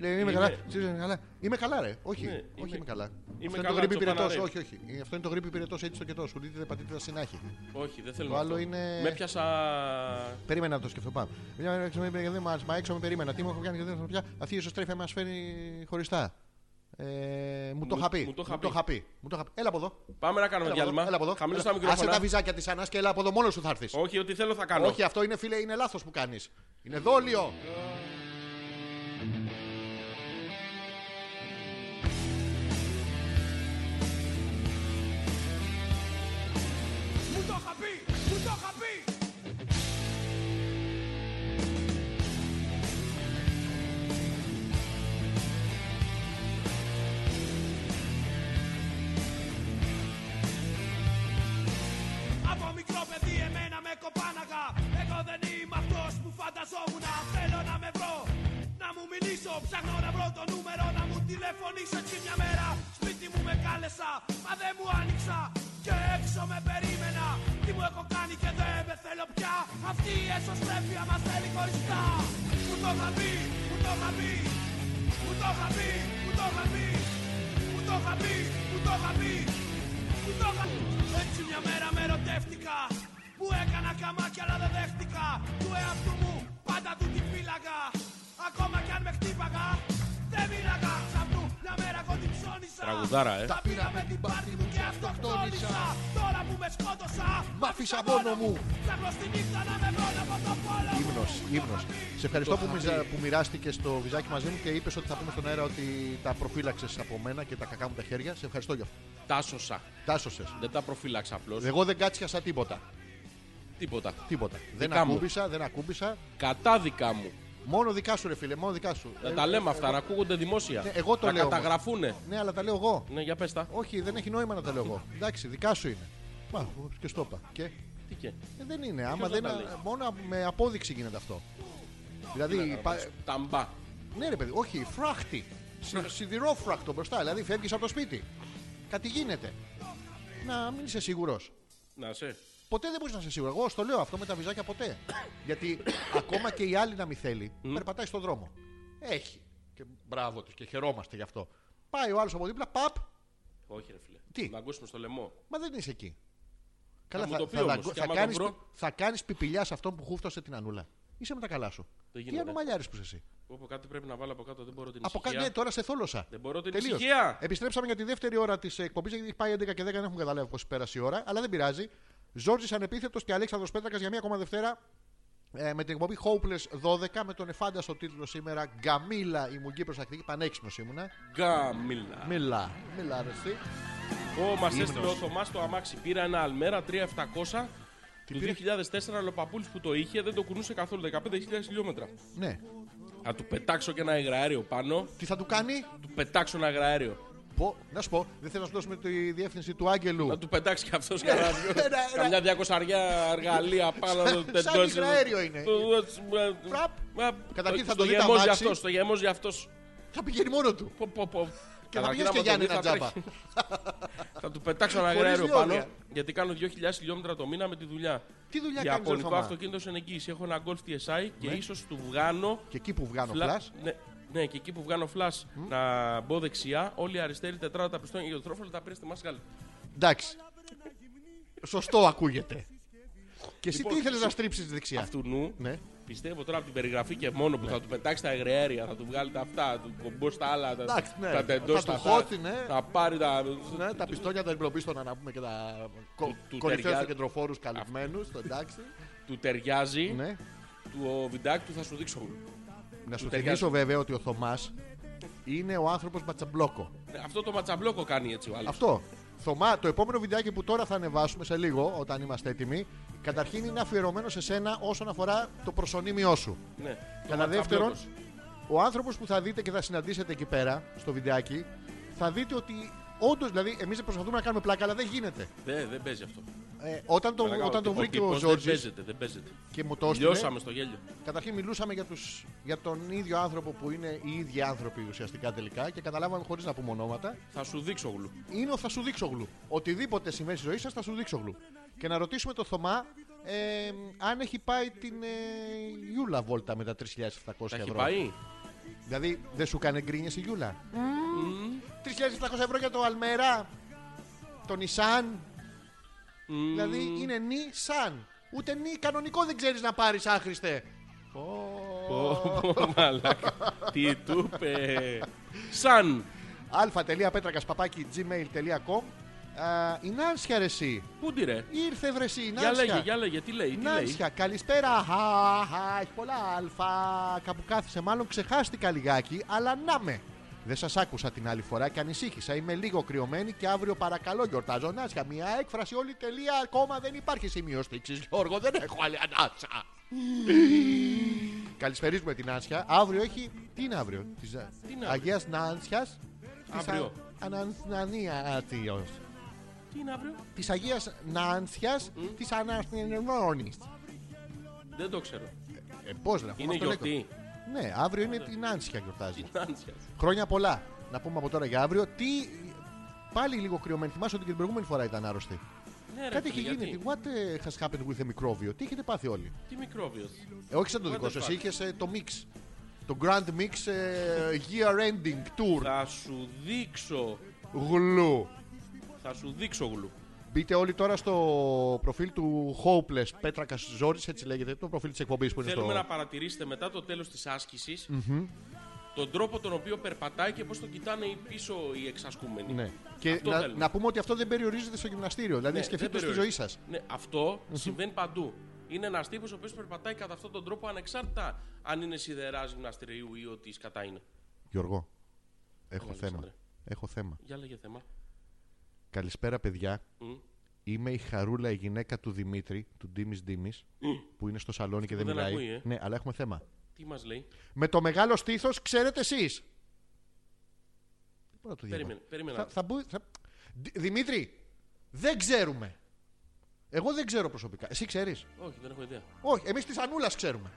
Λέει, είμαι καλά. ξέρεις, είμαι καλά. Είμαι καλά, ρε. Όχι,
Ναι,
όχι
είμαι-
είμαι καλά.
είμαι
Αυτό είναι το
καλά,
γρήπι πυρετό.
τσοπαναρέ.
Όχι, όχι. Αυτό είναι το γρήπι πυρετός έτσι το κετός. Σου δείτε πατήτητα συνάχη.
Όχι, δεν θέλω
Το άλλο είναι-
Με πιάσα.
Περίμενα να το σκεφτώ. Πάμε. Μια μέρα έξω με περίμενα, δεν μας- Μα έξω με περίμενα. Τι μου έχω κάνει και δεν θα πια. Αυτή η ισοστρέφεια μας φέρνει χωριστά. Ε, μου το
Μου-
είχα πει.
μου το είχα πει.
πει. Μου το είχα πει. Έλα από εδώ.
Πάμε να κάνουμε
Έλα Ε, από εδώ.
διάλειμμα.
Έλα από εδώ.
Χαμήλωσα
Έλα.
τα μικρόφωνα.
Άσε τα βυζάκια της Ανάς και έλα από εδώ μόνος σου θα έρθεις.
Όχι, ό,τι θέλω θα κάνω.
Όχι, αυτό είναι φίλε, είναι λάθος που κάνεις. Είναι δόλιο.
Μου το είχα πει, μου το είχα πει. Από μικρό παιδί εμένα με κοπάναγα Εγώ δεν είμαι αυτός που φανταζόμουν Θέλω να με βρω, να μου μιλήσω Ψάχνω να βρω το νούμερο, να μου τηλεφωνήσω Έτσι μια μέρα σπίτι μου με κάλεσα Μα δεν μου άνοιξα και έξω με περίμενα Τι μου έχω κάνει και δεν με θέλω πια Αυτή η εσωστρέφεια μας θέλει χωριστά Μου το είχα πει, μου το είχα πει Μου το είχα πει, μου το είχα πει Μου το είχα πει, μου το είχα πει που το είχα- Έτσι μια μέρα με ρωτεύτηκα Που έκανα καμάκια αλλά δεν δέχτηκα Του εαυτού μου πάντα του την φύλαγα Ακόμα κι αν με χτύπαγα Δεν μίλαγα ξαπνού μια μέρα εγώ την ψώνισα
Τραγουδάρα, ε.
Τα πήρα με την πάρτη μου και αυτοκτόνησα Τώρα που με σκότωσα
Μ' άφησα μόνο μου.
Ψάχνω στη νύχτα να με βρω από το πόλο μου
Ήμνος,
Μου το
ύμνος.
είχα πει.
Σε ευχαριστώ που, μιζα- που μοιράστηκες το βυζάκι μαζί μου και είπες ότι θα πούμε στον αέρα ότι τα προφύλαξες από μένα και τα κακά μου τα χέρια. Σε ευχαριστώ για αυτό.
Τα σωσα.
Τάσωσες.
Δεν τα προφύλαξα απλώς.
Εγώ δεν κάτσιασα τίποτα. Ναι.
Τίποτα.
Τίποτα. Δεν
μου.
ακούμπησα, δεν ακούμπησα.
Κατά δικά μου.
Μόνο δικά σου, ρε φίλε, μόνο δικά σου.
Να
Ε,
τα λέμε αυτά, να ακούγονται δημόσια.
Ναι, εγώ το
να
λέω όμως.
καταγραφούνε.
Ναι, αλλά τα λέω εγώ.
Ναι, για πες τα.
Όχι, δεν έχει νόημα να τα λέω εγώ. Εντάξει, δικά σου είναι. Μα, και στο είπα. Και.
Τι και.
Ε, δεν είναι. Άμα δεν,
δεν τα λέει?
μόνο με απόδειξη γίνεται αυτό. Δηλαδή, πα-
Τα μπα.
Ναι, ρε παιδί, όχι, φράχτη. Σι- Σιδηρόφρακτο μπροστά, δηλαδή φεύγεις από το σπίτι. Κάτι γίνεται. Να μην είσαι σίγουρος.
Να σε.
Ποτέ δεν μπορείς να είσαι σίγουρος. Εγώ στο λέω αυτό με τα βυζάκια ποτέ. Γιατί ακόμα και η άλλη να μην θέλει, περπατάει στον δρόμο. Έχει. Και μπράβο τη και χαιρόμαστε γι' αυτό. Πάει ο άλλος από δίπλα, παπ,
Όχι, ρε φίλε.
Τι?
Να ακούσουμε στο λαιμό.
μα δεν είσαι εκεί. Καλά,
μου το πει
θα,
όμως,
δαγκώ-
και
θα,
άμα το
κάνεις,
βρω.
θα κάνεις πιπηλιά σε αυτόν που χούφτωσε την ανούλα. Είσαι με τα καλά σου.
Δεν
Τι
γίνεται.
ανομαλιάρης που είσαι εσύ.
Όπου κάτι πρέπει να βάλω από κάτω, δεν μπορώ την
Από κα...
ησυχία.
Ναι, τώρα σε θόλωσα.
Δεν μπορώ την
Τελείως.
ησυχία.
Επιστρέψαμε για τη δεύτερη ώρα της εκπομπής, γιατί έχει πάει 11 και 10, δεν έχουμε καταλάβει πώς πέρασε η ώρα, αλλά δεν πειράζει. Ζόρζη ανεπίθετος και Αλέξανδρος Πέτρακας για μία ακόμα Δευτέρα ε, με την εκπομπή Hopeless 12 με τον εφάνταστο τίτλο σήμερα Γκαμίλα η μουγγή προσακτική. Πανέξυπνος ήμουνα.
Γκάμιλα.
Μίλα, μίλα, ρε, εσύ.
Ω, μα
Ύμνος.
έστειλε ο Θωμά το αμάξι. Πήρα ένα αλμέρα 3700 του
πήρε?
2004, αλλά ο παππούλης που το είχε δεν το κουνούσε καθόλου. 15.000 χιλιόμετρα.
Ναι.
Θα του πετάξω και ένα υγραέριο πάνω.
Τι θα του κάνει,
Του πετάξω ένα υγραέριο.
Πω, να σου πω, δεν θέλω να σου δώσουμε τη διεύθυνση του Άγγελου.
Να του πετάξει κι αυτός κανένα δυο.
Ένα- ένα-
Καμιά διακοσαριά εργαλεία πάνω. να το
Σαν
τεντώσει.
υγραέριο είναι.
Του δώσει, ε,
Φραπ.
ε,
Καταρχήν θα
στο
το δει τα
γεμός για
αμάξι.
αυτός, Στο γεμός για αυτός.
Θα πηγαίνει μόνο του.
Πω, πω, πω.
Και θα
Καταρχήν,
πηγαίνει και
άμα
Γιάννη
το δει, θα
ένα τζάμπα.
τρέχει. Θα του πετάξω ένα
Χωρίς
αγράριο
διόδια.
πάνω. Γιατί κάνω 2.000 χιλιόμετρα το μήνα με τη δουλειά.
Τι δουλειά
Για
κάνεις, ρε Ναι.
πολικό
Θωμά?
αυτοκίνητο σε εγγύηση. Έχω ένα Golf TSI και ίσως του βγάνω.
Και εκεί που βγάνω
φλα-
φλας,
Ναι, ναι, και εκεί που βγάνω φλάσ να μπω δεξιά, όλοι οι αριστεροί τετράδα τα πιστώνια για το τρόφιλο τα πήρε στη μάσκαλη.
εντάξει. Σωστό ακούγεται. Και εσύ τι
Λοιπόν,
ήθελες να στρίψεις δεξιά.
Αυτού νου
Ναι.
Πιστεύω τώρα από την περιγραφή και μόνο που θα του πετάξει τα εγρεέρια, θα του βγάλει τα αυτά, του κομπό τα άλλα, τα,
Εντάξει, ναι.
τα τεντώσει
Θα
τα
του
αυτά,
χώσει, ναι.
θα πάρει τα...
Ναι, τα πιστόλια των εμπροπίστων να πούμε και τα
Του- του
κορυφαίους
ταιριά-
του κεντροφόρου καλυμμένους. Εντάξει.
Του ταιριάζει,
Ναι.
του ο βιντάκι του θα σου δείξω.
Να σου
ταιριάζει.
θυμίσω βέβαια ότι ο Θωμάς είναι ο άνθρωπος Μπατσαμπλόκο.
Ναι, Αυτό το ματσαμπλόκο κάνει έτσι ο άλλος.
Αυτό. Θωμά, το επόμενο βιντεάκι που τώρα θα ανεβάσουμε σε λίγο, όταν είμαστε έτοιμοι, καταρχήν είναι αφιερωμένο σε σένα όσον αφορά το προσωνύμιό σου.
Ναι. Το
Κατά δεύτερον,
ματσαμπλόκος.
ο άνθρωπος που θα δείτε και θα συναντήσετε εκεί πέρα, στο βιντεάκι, θα δείτε ότι όντως, δηλαδή, εμείς προσπαθούμε να κάνουμε πλάκα, αλλά δεν γίνεται.
Δεν, Ναι, δεν παίζει αυτό.
Ε, όταν το,
Παρακαλώ,
όταν το βρήκε ο
τύπος Δεν
Ζόρτζη
παίζεται, δεν παίζεται.
και μου το έστειλε,
Λιώσαμε στο γέλιο.
καταρχήν μιλούσαμε για, τους, για τον ίδιο άνθρωπο που είναι οι ίδιοι άνθρωποι ουσιαστικά τελικά και καταλάβαμε χωρίς να πούμε ονόματα,
Θα σου δείξω γλου.
είναι ο θα σου δείξω γλου. Οτιδήποτε συμβαίνει στη ζωή σας, θα σου δείξω γλου. Και να ρωτήσουμε το Θωμά ε, αν έχει πάει την ε, Γιούλα Βόλτα με τα 3.700
Τα έχει
ευρώ.
πάει.
Δηλαδή δεν σου κάνει γκρίνιες η Γιούλα.
Mm.
3.700 ευρώ για το Αλμέρα, το
Mm.
Nissan. Δηλαδή είναι Nissan. Ούτε νη κανονικό δεν ξέρεις να πάρεις άχρηστε.
Πω, πω, μαλάκα. Τι του είπε. Σαν.
αλφα.πέτρακας παπάκι gmail.com Α, Η Νάνσια ρε εσύ.
Πού τη ρε.
Ήρθε βρε εσύ η
Για
Νάνσια.
λέγε, για λέγε, τι λέει, τι λέει.
Νάνσια, καλησπέρα. Χα, χα, έχει πολλά αλφα. Κάπου κάθισε. Μάλλον ξεχάστηκα λιγάκι, αλλά να με. Δεν σας άκουσα την άλλη φορά και ανησύχησα. Είμαι λίγο κρυωμένη και αύριο παρακαλώ γιορτάζω. Νάνσια, μια έκφραση όλη τελεία. Ακόμα δεν υπάρχει σημείο στήξης. Γιώργο, δεν έχω άλλη ανάσα. Καλησπερίζουμε την Νάνσια. Αύριο έχει. Τι είναι αύριο, της
είναι αύριο?
Αγίας Νάνσιας.
Αύριο.
Ανανθανία
Τι είναι αύριο.
Της Αγίας Νάνσιας τη Ανανθανιώνη.
Δεν το ξέρω.
Ε, πώς να πούμε
Είναι
αυτό λέγω.
γιορτή.
Ναι, αύριο είναι την Άνσια γιορτάζει.
Την άνσια.
Χρόνια πολλά. Να πούμε από τώρα για αύριο. Τι. Πάλι λίγο κρυωμένη. Θυμάσαι ότι και την προηγούμενη φορά ήταν άρρωστη.
Ναι, ρε,
Κάτι
φίλε,
έχει γίνει.
γιατί.
Τι- What eh, has happened with the μικρόβιο. Τι έχετε πάθει όλοι.
Τι μικρόβιο.
Ε, όχι σαν το
What
δικό
the
σου.
fuck.
Εσύ είχες το mix. Το Grand Mix ε, Year Ending Tour.
Θα σου δείξω.
Γλου.
Θα σου δείξω γλου.
Μπείτε όλοι τώρα στο προφίλ του Hopeless Πέτρακα Ζόρι, έτσι λέγεται. Το προφίλ της εκπομπής που είναι
Θέλουμε να
στο.
παρατηρήσετε μετά το τέλος της άσκησης τον τρόπο τον οποίο περπατάει και πώς τον κοιτάνε οι πίσω οι εξασκούμενοι.
Ναι. Και
Αυτό
να,
θέλουμε.
να πούμε ότι αυτό δεν περιορίζεται στο γυμναστήριο. Δηλαδή
Ναι,
σκεφτείτε
δεν
το στη ζωή
περιορίζεται.
σας.
Ναι, αυτό συμβαίνει παντού. Είναι ένας τύπος ο οποίος περπατάει κατά αυτόν τον τρόπο ανεξάρτητα αν είναι σιδεράς γυμναστηρίου ή ότι σκατά είναι.
Γιώργο, έχω
Έλα,
θέμα.
Αλέξανδρε.
Έχω θέμα.
Για λέγε θέμα.
Καλησπέρα, παιδιά.
Μμ.
Είμαι η Χαρούλα, η γυναίκα του Δημήτρη, του Ντίμης Ντίμης, που είναι στο σαλόνι και δεν,
δεν
μιλάει.
ακούει, ε.
Ναι, αλλά έχουμε θέμα.
Τι μας λέει.
Με το μεγάλο στήθος, ξέρετε εσείς. Δεν μπορώ να το διαβάσω.
Περίμενε. περίμενε.
Θα, θα μπου- θα- Δη- Δημήτρη, δεν ξέρουμε. Εγώ δεν ξέρω προσωπικά. Εσύ ξέρεις.
Όχι, δεν έχω ιδέα.
Όχι, εμείς της Ανούλας ξέρουμε.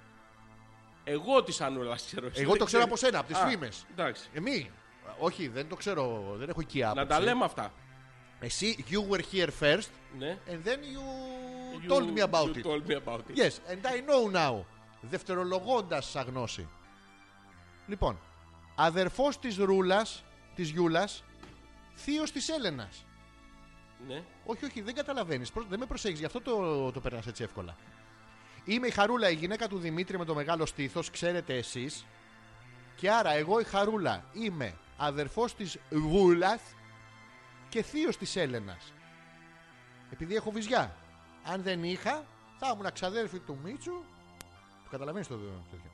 Εγώ της Ανούλας ξέρω. εσύ
Εγώ
δεν
το ξέρω
ξέρεις.
από σένα, από τις
Α,
φήμες.
Εντάξει.
Εμείς. Όχι, δεν το ξέρω. Δεν έχω εκεί άποψη.
Να τα λέμε αυτά.
Εσύ, you were here first
Ναι.
and then you, told me about
you
it.
Told me about it.
Yes, and I know now. Δευτερολογώντας σαν γνώση. Λοιπόν, αδερφός της Ρούλας, της Γιούλας, θείος της Έλενας.
Ναι.
Όχι, όχι, δεν καταλαβαίνεις. Δεν με προσέχεις, γι' αυτό το, το περνάς έτσι εύκολα. Είμαι η Χαρούλα, η γυναίκα του Δημήτρη με το μεγάλο στήθος, ξέρετε εσείς. Και άρα εγώ η Χαρούλα είμαι αδερφός της Γούλας και θείος της Έλενας. Επειδή έχω βυζιά. Αν δεν είχα, θα ήμουν ξαδέρφη του Μίτσου. Το καταλαβαίνεις το τέτοιο.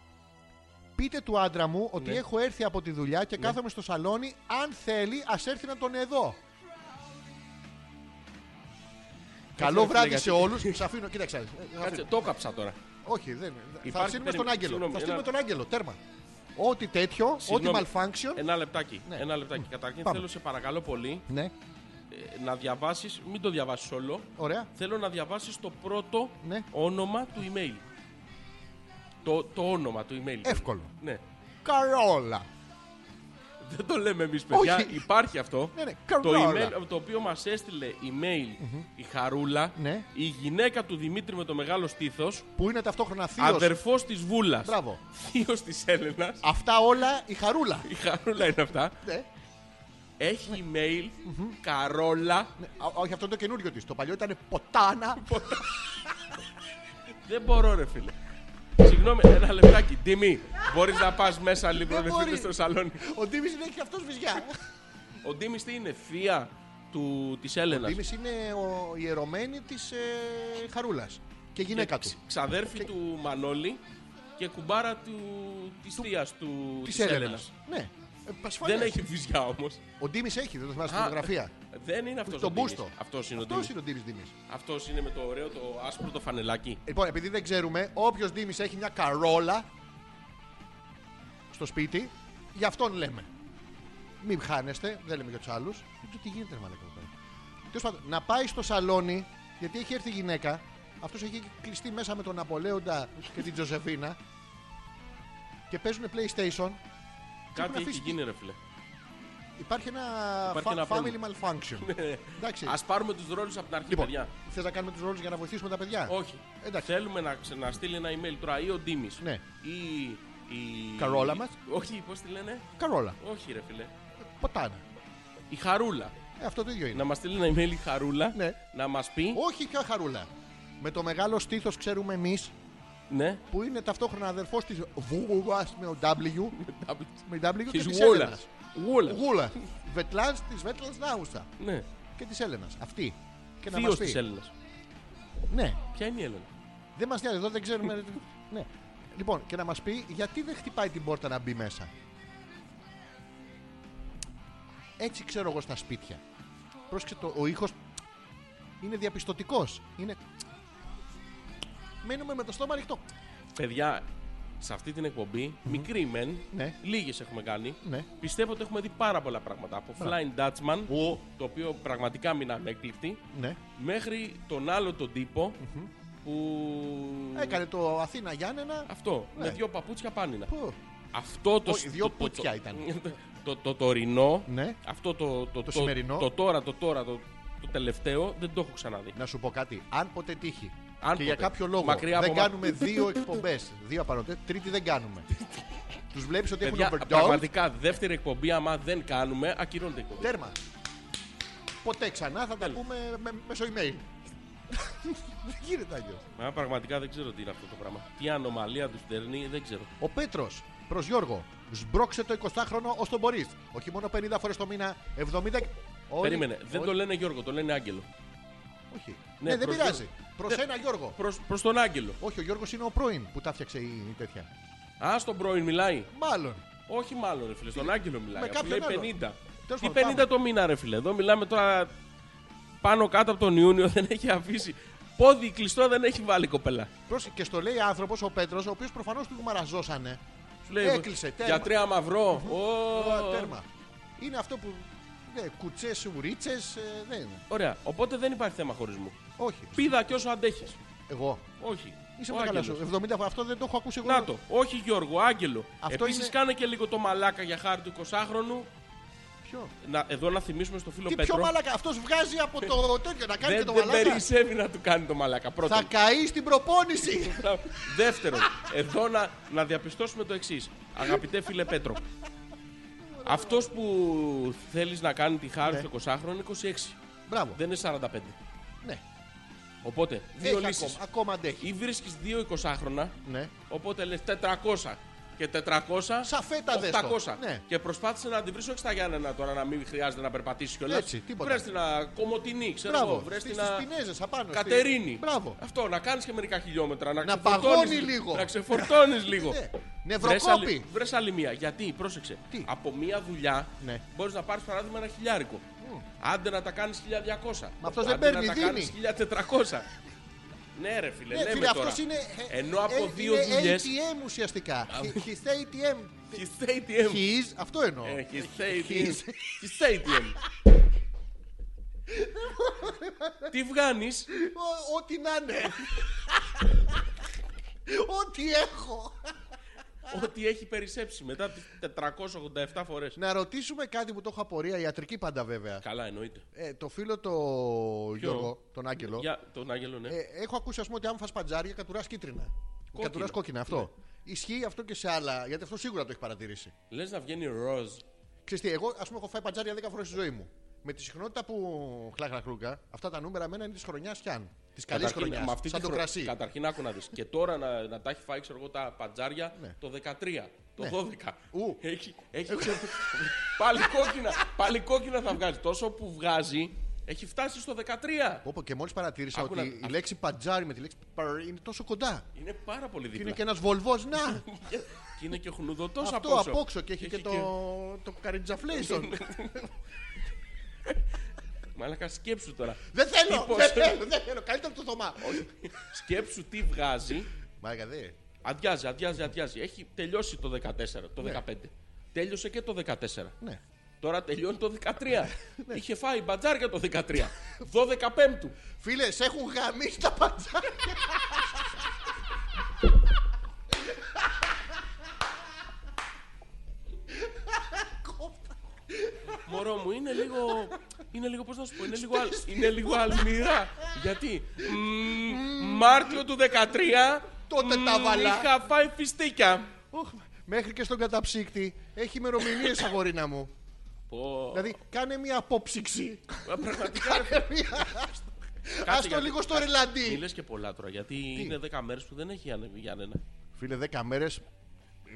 Πείτε του άντρα μου ότι
Ναι.
έχω έρθει από τη δουλειά και κάθομαι στο σαλόνι. Αν θέλει, ας έρθει να τον εδώ. Καλό
ρε,
βράδυ
φίλε,
σε όλους. Σας αφήνω, κοίταξα. ε, θα
Κάτσε,
αφήνω.
το κάψα τώρα.
Όχι, δεν. Θα
Υπάρχει
στείλουμε
περίπτωση.
στον Άγγελο.
Συγγνώμη,
Θα στείλουμε
ένα-
τον Άγγελο, τέρμα. Ό,τι τέτοιο, ό,τι
Συγγνώμη.
malfunction.
Ένα λεπτάκι.
Ναι.
Ένα λεπτάκι. Καταρχήν
Πάμε.
θέλω σε παρακαλώ πολύ
Ναι,
ε, να διαβάσεις, μην το διαβάσεις όλο.
ωραία.
Θέλω να διαβάσεις το πρώτο
Ναι.
όνομα του email. Το, το όνομα του email.
Εύκολο.
Ναι.
Καρόλα.
Δεν το λέμε εμείς παιδιά,
Όχι.
υπάρχει αυτό.
Ναι, ναι,
Το
καρόλα.
email το οποίο μας έστειλε email η Χαρούλα,
Ναι.
η γυναίκα του Δημήτρη με το μεγάλο στήθος,
Που είναι ταυτόχρονα θείος.
αδερφός της Βούλας,
Μπράβο.
θείος της Έλενας,
Αυτά όλα η χαρούλα.
η Χαρούλα είναι αυτά,
Ναι.
έχει email Καρόλα,
Ναι, α- όχι, αυτό είναι το καινούριο της. Το παλιό ήταν ποτάνα.
δεν μπορώ ρε φίλε. Συγγνώμη, ένα λεπτάκι. Τιμή, μπορείς να πας μέσα λίγο
Δεν
να δείτε
μπορεί.
στο σαλόνι.
Ο Ντίμης είναι και αυτός βυζιά.
Ο Ντίμης τι είναι, θεία τη
Ο
Έλενα.
Ντίμης είναι ο η ιερωμένη της ε, Χαρούλας. Και
Ε,
γυναίκα του.
Ξαδέρφη του Μανώλη και κουμπάρα του, της θείας του, της,
Της
Έλενας.
Έλενας. Ναι. Ε, πασφαλιάς.
Δεν έχει βυζιά όμως.
Ο Ντίμης έχει, δεν το θυμάσαι τη
Α,
φωτογραφία.
Δεν είναι αυτός
Τον
ο Ντίμης.
μπούστο.
Αυτός είναι ο
Αυτός
Ντίμης.
είναι ο Ντίμης Ντίμης.
Αυτός είναι με το ωραίο το άσπρο το φανελάκι.
Λοιπόν, επειδή δεν ξέρουμε, όποιος Ντίμης έχει μια καρόλα στο σπίτι, γι' αυτόν λέμε. Μην χάνεστε, δεν λέμε για τους άλλους. Δεν ξέρω τι γίνεται, ρε μαλάκα. εδώ πέρα. Τέλος πάντων, να πάει στο σαλόνι, γιατί έχει έρθει η γυναίκα. Αυτός έχει κλειστεί μέσα με τον Απολέοντα και την Τζοσεφίνα. Και παίζουν PlayStation. έχουν
Κάτι έχει
αφήσει-
γίνει ρε φίλε.
Υπάρχει ένα,
Υπάρχει
fa-
ένα
family
πρόβλημα. Ναι.
malfunction. Εντάξει.
Ας πάρουμε τους ρόλους από την αρχή
Λοιπόν,
παιδιά.
θες να κάνουμε τους ρόλους για να βοηθήσουμε τα παιδιά.
Όχι.
Εντάξει.
Θέλουμε να, ξε- να στείλει ένα email τώρα ή ο Ντίμης
Ναι.
ή η...
Καρόλα μας.
Όχι, πώς τη λένε.
Καρόλα. Ε,
Όχι ρε φίλε.
Ποτάνα.
Η Χαρούλα.
Ε, αυτό το ίδιο είναι.
Να μας στείλει ένα email η Χαρούλα.
Ναι.
Να μας πει.
Όχι πια χαρούλα. Με το μεγάλο στήθος ξέρουμε εμείς
Ναι.
που είναι ταυτόχρονα αδερφός της Βούλας με ο W. Με W και
Της
της
Γούλας.
Έλενα.
Γούλας.
Γούλα. Βετλάν της Βέτλαν Νάουσα.
Ναι.
Και της Έλενας. Αυτή. Και να μα
Θείο
πει.
της Έλληνα.
Ναι.
Ποια είναι η Έλληνα.
Δεν μας νοιάζει εδώ, δεν ξέρουμε. ναι. Λοιπόν, και να μας πει γιατί δεν χτυπάει την πόρτα να μπει μέσα. Έτσι ξέρω εγώ στα σπίτια. Πρόσεξε το, ο ήχος είναι διαπιστωτικός. Είναι. Μένουμε με το στόμα ανοιχτό.
Παιδιά, σε αυτή την εκπομπή, μικρή μεν,
Ναι.
λίγες έχουμε κάνει.
Ναι.
Πιστεύω ότι έχουμε δει πάρα πολλά πράγματα. Από Flying Dutchman,
Ο.
το οποίο πραγματικά μείναμε έκπληκτοι,
Ναι.
μέχρι τον άλλο τον τυπο που.
Έκανε το Αθήνα Γιάννενα.
Αυτό, με
Ναι.
δύο παπούτσια πάνινα.
Πού.
Αυτό το.
Όχι,
σ-
δύο
το- το-
πουτσιά
το-
ήταν.
Το, το, τωρινό,
Ναι.
αυτό το, το, το,
σημερινό.
το τώρα, το τώρα, το, το τελευταίο, δεν το έχω ξαναδεί.
Να σου πω κάτι. Αν ποτέ τύχει.
Αν
και για
ποτέ.
κάποιο λόγο
Μακριά
δεν
από μα-
κάνουμε δύο εκπομπές. δύο απανοτέ. Τρίτη δεν κάνουμε. Τους βλέπεις ότι έχουν
Παιδιά,
overdose.
πραγματικά δεύτερη εκπομπή, άμα δεν κάνουμε, ακυρώνεται η εκπομπή.
Τέρμα. Ποτέ ξανά θα τα
Τέλος.
πούμε με, μέσω email. δεν γίνεται αλλιώ.
Μα πραγματικά δεν ξέρω τι είναι αυτό το πράγμα. Τι ανομαλία τους στερνεί, δεν ξέρω.
Ο Πέτρος προς Γιώργο. Σμπρώξε το 20χρονο όσο μπορείς. Όχι μόνο 50 φορές το μήνα, 70. Όλοι-
Περίμενε, δεν
όλοι-
το λένε Γιώργο, το λένε Άγγελο.
Όχι. Ναι,
Ναι,
δεν
προς
πειράζει.
Γιώργο. Ναι.
Προ
Δεν-
ένα Γιώργο.
Προς, προς τον Άγγελο.
Όχι, ο Γιώργος είναι ο πρώην που τα φτιάξε η, η τέτοια.
Α, στον πρώην μιλάει.
Μάλλον.
Όχι μάλλον, ρε φίλε, στον Άγγελο μιλάει. Αφού
κάποιον
λέει
άλλο.
50.
Τέλος
Τι
πάντων,
50
πάμε.
το μήνα, ρε φίλε. Εδώ μιλάμε τώρα πάνω κάτω από τον Ιούνιο, δεν έχει αφήσει. Πόδι κλειστό δεν έχει βάλει η κοπέλα.
Προς- Και στο λέει άνθρωπος ο Πέτρος, ο οποίος προφανώς του μαραζώσανε.
Σου λέει,
Έκλεισε, τέρμα.
Για τρία μαυρό. Ω.
Ω, τέρμα. Είναι αυτό που. Ναι, κουτσές, ουρίτσες. δεν είναι.
Ωραία, οπότε δεν υπάρχει θέμα χωρισμού.
Όχι.
Πίδα κι όσο αντέχεις.
Εγώ.
Όχι.
Είσαι
Ο
με τα καλά
Άγγελος.
σου. 70 φορέ. Αυτό δεν το έχω ακούσει εγώ.
Να το, όχι Γιώργο, Άγγελο.
Αυτό
Επίσης,
είναι-
κάνε και λίγο το μαλάκα για χάρη του 20χρονου.
Ποιο.
Να, εδώ να θυμίσουμε στο φίλο
Τι
Πέτρο.
πιο μαλάκα. Αυτός βγάζει από το τέτοιο να κάνει
δεν
και το
δεν
μαλάκα.
περισσεύει να του κάνει το μαλάκα. Πρώτον.
Θα καεί στην προπόνηση.
Δεύτερον, εδώ να, να διαπιστώσουμε το εξής. Αγαπητέ φίλε Πέτρο, αυτός που θέλεις να κάνει τη χάρη
Ναι.
του 20χρονου είναι 26.
Μπράβο.
Δεν είναι 45.
Ναι.
Οπότε, δύο
Έχει
λύσεις.
ακόμα, ακόμα αντέχει.
Ή βρίσκεις δύο 20χρονα,
Ναι.
οπότε λες 400. Και 400.
Σαφέτα δες το.
800.
Ναι.
Και προσπάθησε να την βρει όχι στα Γιάννενα τώρα να μην χρειάζεται να περπατήσει κιόλας.
Έτσι, τίποτα.
Βρες την α, Κομωτινή, ξέρω εγώ.
Ναι. Μπράβο.
Βρες
Στις
την α,
Πινέζες απάνω. στη-
Κατερίνη.
Μπράβο.
Αυτό, να κάνεις και μερικά χιλιόμετρα. Να,
Να
ξεφορτώνεις-
παγώνει λίγο.
Να ξεφορτώνεις λίγο.
Ναι.
Βρες άλλη,
Νευροκόπη.
βρες άλλη μία. Γιατί, πρόσεξε.
Τι?
Από μία δουλειά
Ναι.
μπορείς να πάρεις παράδειγμα ένα χιλιάρικο. Άντε να τα κάνεις 1200.
Μα αυτός δεν
Άντε
παίρνει,
να τα
δίνει.
κάνεις 1400. Ναι, ρε φίλε,
Ναι,
λέμε
φίλε,
τώρα.
αυτός είναι.
Ενώ από
ε,
δύο
είναι
δουλειές.
ATM ουσιαστικά. He- He's ATM.
His ATM.
He's, αυτό εννοώ.
Ε, His ATM.
His-
His ATM. Τι βγάνεις,
Ό- Ό,τι να είναι. Ό,τι έχω.
ότι έχει περισσέψει μετά τι 487 φορές.
Να ρωτήσουμε κάτι που το έχω απορία, ιατρική πάντα βέβαια.
Ναι, Καλά, εννοείται.
Ε, το φίλο το Γιώργο, τον Άγγελο,
Για τον Άγγελο, ναι.
ε, έχω ακούσει ας πούμε ότι αν φας παντζάρια κατουράς κίτρινα.
Κόκκινα.
Κατουράς κόκκινα, αυτό.
Ναι.
Ισχύει αυτό και σε άλλα, γιατί αυτό σίγουρα το έχει παρατηρήσει.
Λες να βγαίνει ροζ.
Ξέρεις τι, εγώ ας πούμε έχω φάει παντζάρια 10 φορές στη ζωή μου. Με τη συχνότητα που χλάχναχνούκα, αυτά τα νούμερα μένα είναι της χρονιάς κι αν. Της καλή
Καταρχήν,
χρονιάς.
με αυτή
Σαν
τη
το
χρο-
κρασί.
Καταρχήν, άκου να δεις. Και τώρα να, να τα έχει φάει, ξέρω εγώ, τα πατζάρια
Ναι.
το 13, το
Ναι.
12.
Ου.
Έχει, έχει πάλι κόκκινα. Πάλι κόκκινα θα βγάζει. Τόσο που βγάζει, έχει φτάσει στο 13.
Πω, πω, και μόλις παρατήρησα
Άκου
ότι
να-
η λέξη πατζάρι με τη λέξη παρ είναι τόσο κοντά.
Είναι πάρα πολύ
Και
δίπλα.
είναι και ένας βολβός, να!
Και είναι και χνουδωτό
Αυτό απόξω και έχει και το, το καριτζαφλέισον.
Μαλάκα, σκέψου τώρα.
δεν θέλω,
Τύπος.
δεν θέλω, δεν θέλω. Καλύτερα από το Θωμά.
Σκέψου τι βγάζει.
Μάγκα δε.
Αδειάζει, αδειάζει, αδειάζει. Έχει τελειώσει το 14, το
Ναι.
15. Τέλειωσε και το 14.
Ναι.
Τώρα τελειώνει το 13. Είχε φάει μπατζάρια το 13. 12 Πέμπτου.
Φίλε, σε έχουν γαμίσει τα πατζάρια.
Μωρό μου, είναι λίγο. Είναι λίγο, πώς να σου πω, είναι λίγο, αλ- είναι λίγο αλμυρά. Γιατί μ, Μάρτιο του 13
Τότε
μ,
τα βάλα.
Είχα φάει φιστίκια.
Οχ, Μέχρι και στον καταψύκτη έχει ημερομηνίες, αγορίνα μου.
Πω,
δηλαδή, κάνε μια απόψυξη.
πραγματικά.
κάνε μια. Άστο
γιατί-
λίγο στο ρελαντί.
Μιλέ και πολλά τώρα, γιατί είναι 10 μέρες που δεν έχει ανέβει Γιάννενα.
Φίλε, 10 μέρε.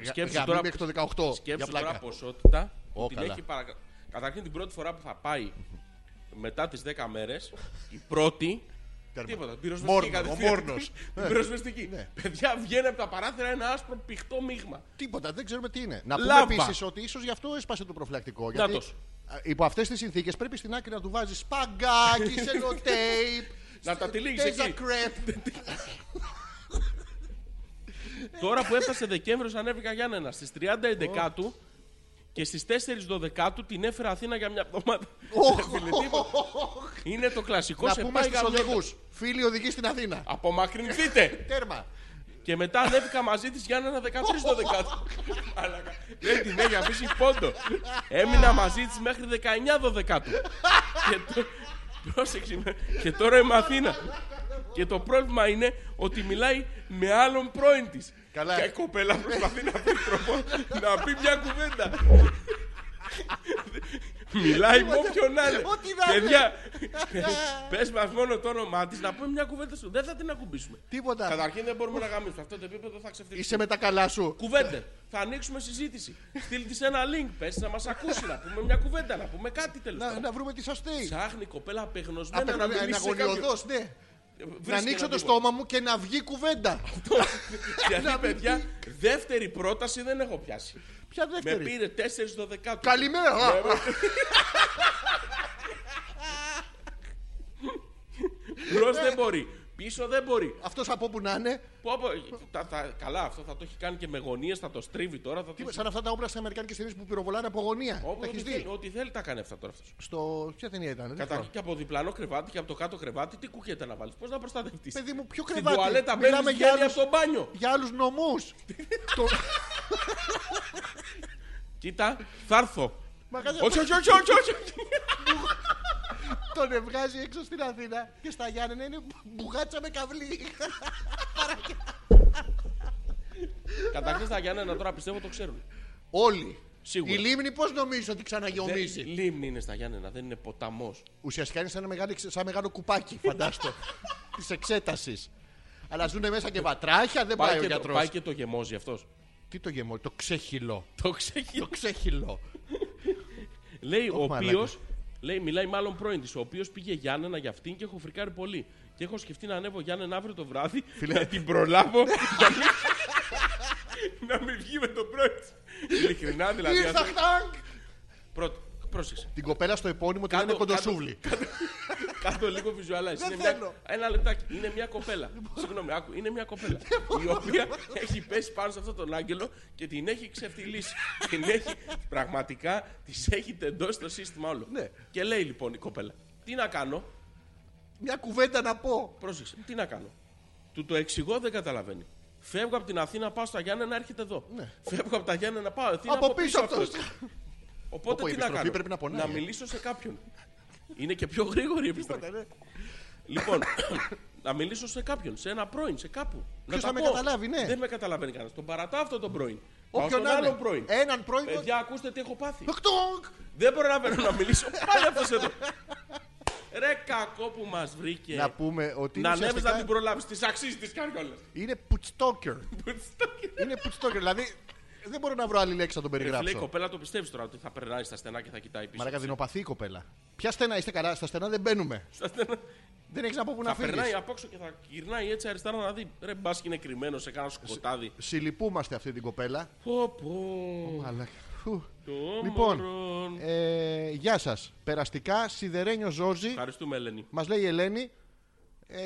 Σκέψου
Γαμί
τώρα-
μέχρι το 18.
Σκέψου
πλάκα.
τώρα ποσότητα που
Ω,
την
καλά.
έχει παρακα... Καταρχήν την πρώτη φορά που θα πάει μετά τις 10 μέρες, η πρώτη.
Τέρμα.
Τίποτα, την πυροσβεστική
Μόρνο,
κατευθείαν.
ο μόρνος.
Την πυροσβεστική.
Ναι.
Παιδιά, βγαίνει από τα παράθυρα ένα άσπρο πηχτό μείγμα.
Ε, Τίποτα, δεν ξέρουμε τι είναι. Να πούμε
Λάβα.
επίσης ότι ίσως γι' αυτό έσπασε το προφυλακτικό. Γιατί
Νάτος.
α, υπό αυτές τις συνθήκες πρέπει στην άκρη να του βάζεις σπαγκάκι, σελοτέιπ.
Να τα τυλίγεις εκεί.
κρέπ. Ναι.
Τώρα που έφτασε Δεκέμβριος, ανέβηκα Γιάννενα στι 30 Εντεκάτου και στις 4 Δωδεκάτου την έφερα Αθήνα για μια εβδομάδα. Φίλε, τίποτα. Είναι το κλασικό
Να
σε
πούμε
πάει
στους
γαμιότα.
οδηγούς. Φίλοι οδηγοί στην Αθήνα.
Απομακρυνθείτε!
Τέρμα.
Και μετά ανέβηκα μαζί της για ένα 13 το 10. Μαλάκα. Δεν την έχει αφήσει πόντο. Έμεινα μαζί της μέχρι 19 12 Και το... Πρόσεξε με. Και τώρα είμαι Αθήνα. Και το πρόβλημα είναι ότι μιλάει με άλλον πρώην της.
Καλά.
Και η κοπέλα προσπαθεί να πει τρόπο να πει μια κουβέντα. Μιλάει με όποιον άλλο.
Ό,τι να είναι.
Παιδιά, πες μας μόνο το όνομά της να πούμε μια κουβέντα σου. Δεν θα την ακουμπήσουμε.
Τίποτα.
Καταρχήν δεν μπορούμε να γαμίσουμε. Σε αυτό το επίπεδο θα ξεφτυλίσουμε.
Είσαι με τα καλά σου.
Κουβέντε. θα ανοίξουμε συζήτηση. Στείλ της ένα link. Πες να μας ακούσει, να πούμε μια κουβέντα, να πούμε κάτι τέλος
Να,
πάντων.
να βρούμε τι σωστή.
Ψάχνει η κοπέλα απεγνωσμένα να μιλήσει. σε κάποιον.
Αναγωνιωδώ, ναι.
Βρίσκει
Να ανοίξω
έναν
το
τύπο.
στόμα μου και να βγει κουβέντα.
Γιατί,
Να μην
παιδιά, δεύτερη πρόταση δεν έχω πιάσει.
Ποια
Με
δεύτερη.
πήρε 4 12.
Καλημέρα.
Μπρο
Ναι.
δεν μπορεί. Πίσω δεν μπορεί.
Αυτός από όπου να είναι.
Πω, πω, τα- τα- καλά, αυτό θα το έχει κάνει και με γωνίες, θα το στρίβει τώρα. Θα το...
Τι- Σαν αυτά τα όπλα στι Αμερικάνικες ταινίες που πυροβολάνε από γωνία.
Όπου
Τα
ό,τι
έχει
θέλει-
δει.
Ό,τι θέλει τα κάνει αυτά τώρα αυτός.
Στο. Ποια ταινία ήταν. δεν θυμάμαι.
Καταρχήν και από διπλανό κρεβάτι και από το κάτω κρεβάτι, τι κουκέτα να βάλεις, πώς να προστατευτείς.
Παιδί μου, ποιο
Στην
κρεβάτι.
τουαλέτα
Μιλάμε
μπαίνεις
για
βγαίνεις
άλλους-
από το μπάνιο.
Για άλλους νομούς.
Κοίτα, θα έρθω.
Μα κάτσε.
Όχι, όχι, όχι, όχι, όχι.
Τον βγάζει έξω στην Αθήνα και στα Γιάννενα είναι μπουγάτσα με καβλί.
Καταρχήν στα Γιάννενα τώρα πιστεύω το ξέρουν.
Όλοι.
Σίγουρα.
Η λίμνη πώς νομίζεις ότι
Δεν-
ξαναγιομίζει.
Λίμνη είναι στα Γιάννενα, δεν είναι ποταμός.
Ουσιαστικά είναι σαν ένα μεγάλο, σαν μεγάλο κουπάκι, φαντάστο. της εξέτασης. Αλλά ζουν μέσα και βατράχια, δεν πάει,
Πάει,
ο
και το-
γιατρός.
πάει και το γεμόζει αυτός.
Τι το γεμό, το ξέχυλο.
Το ξέχει.
Το ξέχυλο.
Λέει ο
μαλάκα.
οποίο. Λέει, μιλάει μάλλον πρώην της, ο οποίος πήγε Γιάννενα για αυτήν και έχω φρικάρει πολύ. Και έχω σκεφτεί να ανέβω Γιάννενα αύριο το βράδυ να την προλάβω. να, μην... να μην βγει με τον πρώην της. Ειλικρινά δηλαδή.
Ήρθα
αυτό-
χτάγκ.
Πρώτο, πρόσεξε.
Την κοπέλα στο επώνυμο την
Κάτω-
λένε κοντοσούβλι.
Κάτω λίγο βιζουαλά.
Δεν
είναι μια...
θέλω.
Ένα λεπτάκι. Είναι μια κοπέλα. Συγγνώμη, άκου. Είναι μια κοπέλα.
Λοιπόν.
η οποία έχει πέσει πάνω σε αυτόν τον άγγελο και την έχει ξεφτυλίσει. την έχει. Πραγματικά της έχει τεντώσει το σύστημα όλο.
Ναι.
Και λέει λοιπόν η κοπέλα. Τι να κάνω.
Μια κουβέντα να πω.
Πρόσεξε. Τι να κάνω. Του το εξηγώ δεν καταλαβαίνει. Φεύγω από την Αθήνα, πάω στα Γιάννενα, έρχεται εδώ.
Ναι.
Φεύγω από τα Γιάννενα, πάω Αθήνα,
Από πίσω
αυτός.
αυτός.
Οπότε
Όπου η
τι να
επιστροφή
κάνω.
πρέπει να πονάει, ε.
μιλήσω σε κάποιον. Είναι και πιο γρήγορη η επιστροφή. Λοιπόν, να μιλήσω σε κάποιον, σε ένα πρώην, σε κάπου.
Ποιος
τα
θα με
πω.
καταλάβει, ναι.
Δεν με καταλαβαίνει κανένας. Τον παρατάω αυτόν τον πρώην. Πάω
Όποιον Ε,
στον
να
άλλον
είναι.
πρώην. Ε,
Έναν πρώην.
Παιδιά, ακούστε τι έχω πάθει.
Χτόγκ.
Δεν μπορώ να παίρνω να μιλήσω. Πάλι αυτός εδώ. Ρε κακό που μας βρήκε.
Να πούμε ότι
Ε. Να
είναι
ανέβεις να
ουσιαστικά-
την προλάβεις. Τη αξίζει της καριόλας.
είναι πουτστόκερ. είναι πουτστόκερ, δηλαδή δεν μπορώ να βρω άλλη λέξη να τον
Ε, Φίλε, η
περιγράψω.
κοπέλα το πιστεύεις τώρα ότι θα περνάει στα στενά και θα κοιτάει πίσω.
Μαρακα δεινοπαθή η κοπέλα. Ποια στενά είστε καλά, στα στενά δεν μπαίνουμε.
Στα στενά.
Δεν έχεις από πού να
Θα περνάει
φύγει.
απ' έξω και θα γυρνάει έτσι αριστερά να δει. Ρε μπας και είναι κρυμμένος σε κάνα σκοτάδι.
Συλληπούμαστε αυτή την κοπέλα.
Πω πω.
Αλλά, φου.
Το
Λοιπόν,
μωρόν.
ε, γεια σας. Περαστικά, Σιδερένιο Ζόζι,
Ευχαριστούμε, Ελένη.
μας λέει η Ελένη. Ε,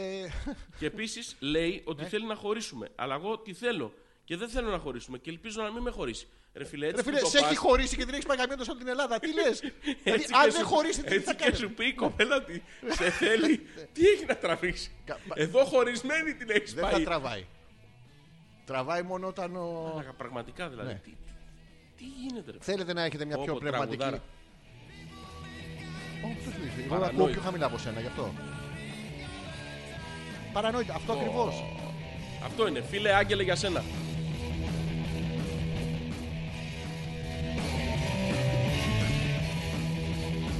Και επίσης λέει ότι θέλει να χωρίσουμε. Αλλά εγώ τι θέλω. Και δεν θέλω να χωρίσουμε. Και ελπίζω να μην με χωρίσει. Ρε φίλε, έτσι
ρε φίλε,
που το
σε έχει
πας,
χωρίσει και την έχεις πάει καμία τόσο από την Ελλάδα. Τι λε. δηλαδή,
έτσι και
αν δεν
σου-
χωρίσει, τι θα
Έτσι και
κάνεις.
σου πει η κοπέλα ότι σε θέλει. Τι έχει να τραβήξει.
Κα-
Εδώ χωρισμένη την έχεις
Δεν θα
πάει.
τραβάει. Τραβάει μόνο όταν ε, ο.
Μαλάκα, Πραγματικά δηλαδή.
Ναι.
Τι, τι- τι γίνεται, ρε.
Θέλετε να έχετε μια
Πω,
πιο
πω,
πνευματική.
τραγουδάρα.
Ω, ποιος μιλήσει. Εγώ
Παρανόητα.
ακούω πιο χαμηλά από σένα γι' αυτό. Παρανόητα, αυτό ακριβώς.
Αυτό είναι. Φίλε, Άγγελε για σένα.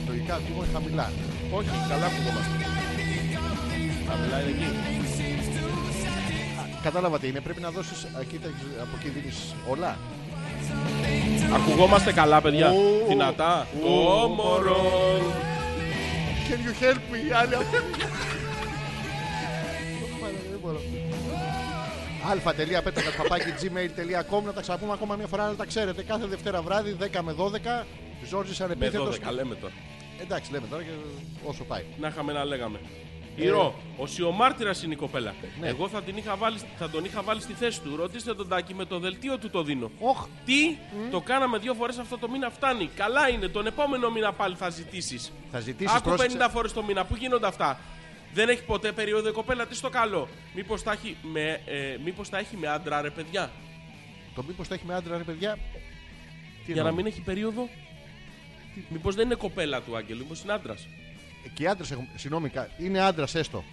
Λογικά ακούω χαμηλά.
Όχι, καλά ακουγόμαστε. Χαμηλά είναι εκεί.
Κατάλαβα τι είναι, πρέπει να δώσεις. από εκεί δίνει όλα.
Ακουγόμαστε καλά, παιδιά.
Ου,
Δυνατά. Το μωρό.
Can you help me, η άλλη αυτή. Πάλι, δεν μπορώ. α.πέτρακα.gmail.com Να τα ξαναπούμε ακόμα μια φορά να τα ξέρετε. Κάθε Δευτέρα βράδυ 10 με 12. Ζόρζης
Με
ανεπίθετος.
12 λέμε τώρα.
Εντάξει, λέμε τώρα και όσο πάει.
Να είχαμε να λέγαμε. Ηρώ, ο σιωμάρτυρας είναι η κοπέλα.
Ε. Ναι.
Εγώ θα, την είχα βάλει, θα τον είχα βάλει στη θέση του. Ρωτήστε τον Τάκη, με το δελτίο του το δίνω.
Οχ,
Τι, το κάναμε δύο φορές αυτό το μήνα, φτάνει. Καλά είναι, τον επόμενο μήνα πάλι θα ζητήσεις.
Θα ζητήσεις,
Άκου
πρόσεξε.
50 φορές το μήνα, πού γίνονται αυτά. Δεν έχει ποτέ περίοδο η κοπέλα, τι στο καλό. Μήπως τα, έχει με, ε, μήπως τα έχει με άντρα, ρε παιδιά.
το μήπως τα έχει με άντρα, ρε παιδιά. Τι
Για να
εννοώ.
μην έχει περίοδο. Μήπως δεν είναι κοπέλα του Άγγελου, μήπως είναι άντρας.
Ε, Και οι άντρες έχουν. Συγγνώμη, κα- είναι άντρας έστω.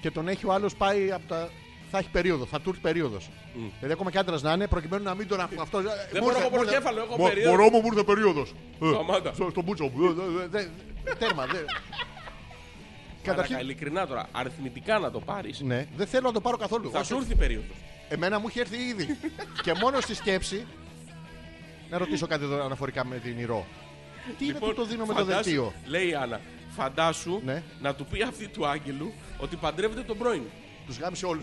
Και τον έχει ο άλλος πάει από τα. Θα έχει περίοδο, θα του έρθει περίοδο. Δηλαδή, ακόμα και άντρας να είναι, προκειμένου να μην τον αφού αυτός. Δεν
μπορώ, έχω πορκέφαλο, έχω περίοδο.
Μπορώ μου, μου ήρθε περίοδο.
Σταμάτα.
Στον μπούτσο μου. Ε, δε- δε- δε- Τέρμα. δε.
Καταρχήν...
Καταρχήν.
ειλικρινά τώρα, αριθμητικά να το πάρεις,
Ναι, δεν θέλω να το πάρω καθόλου.
θα
Όσο-
σου έρθει περίοδος.
Εμένα μου είχε έρθει ήδη. και μόνο στη σκέψη. Να ρωτήσω κάτι εδώ αναφορικά με την Ηρώ. Τι είναι που το δίνω με το
Λοιπόν, φαντάσου-
δελτίο.
Λέει η Άννα, φαντάσου
Ναι.
να του πει αυτή του Άγγελου ότι παντρεύεται τον πρώην.
Τους γάμισε όλους.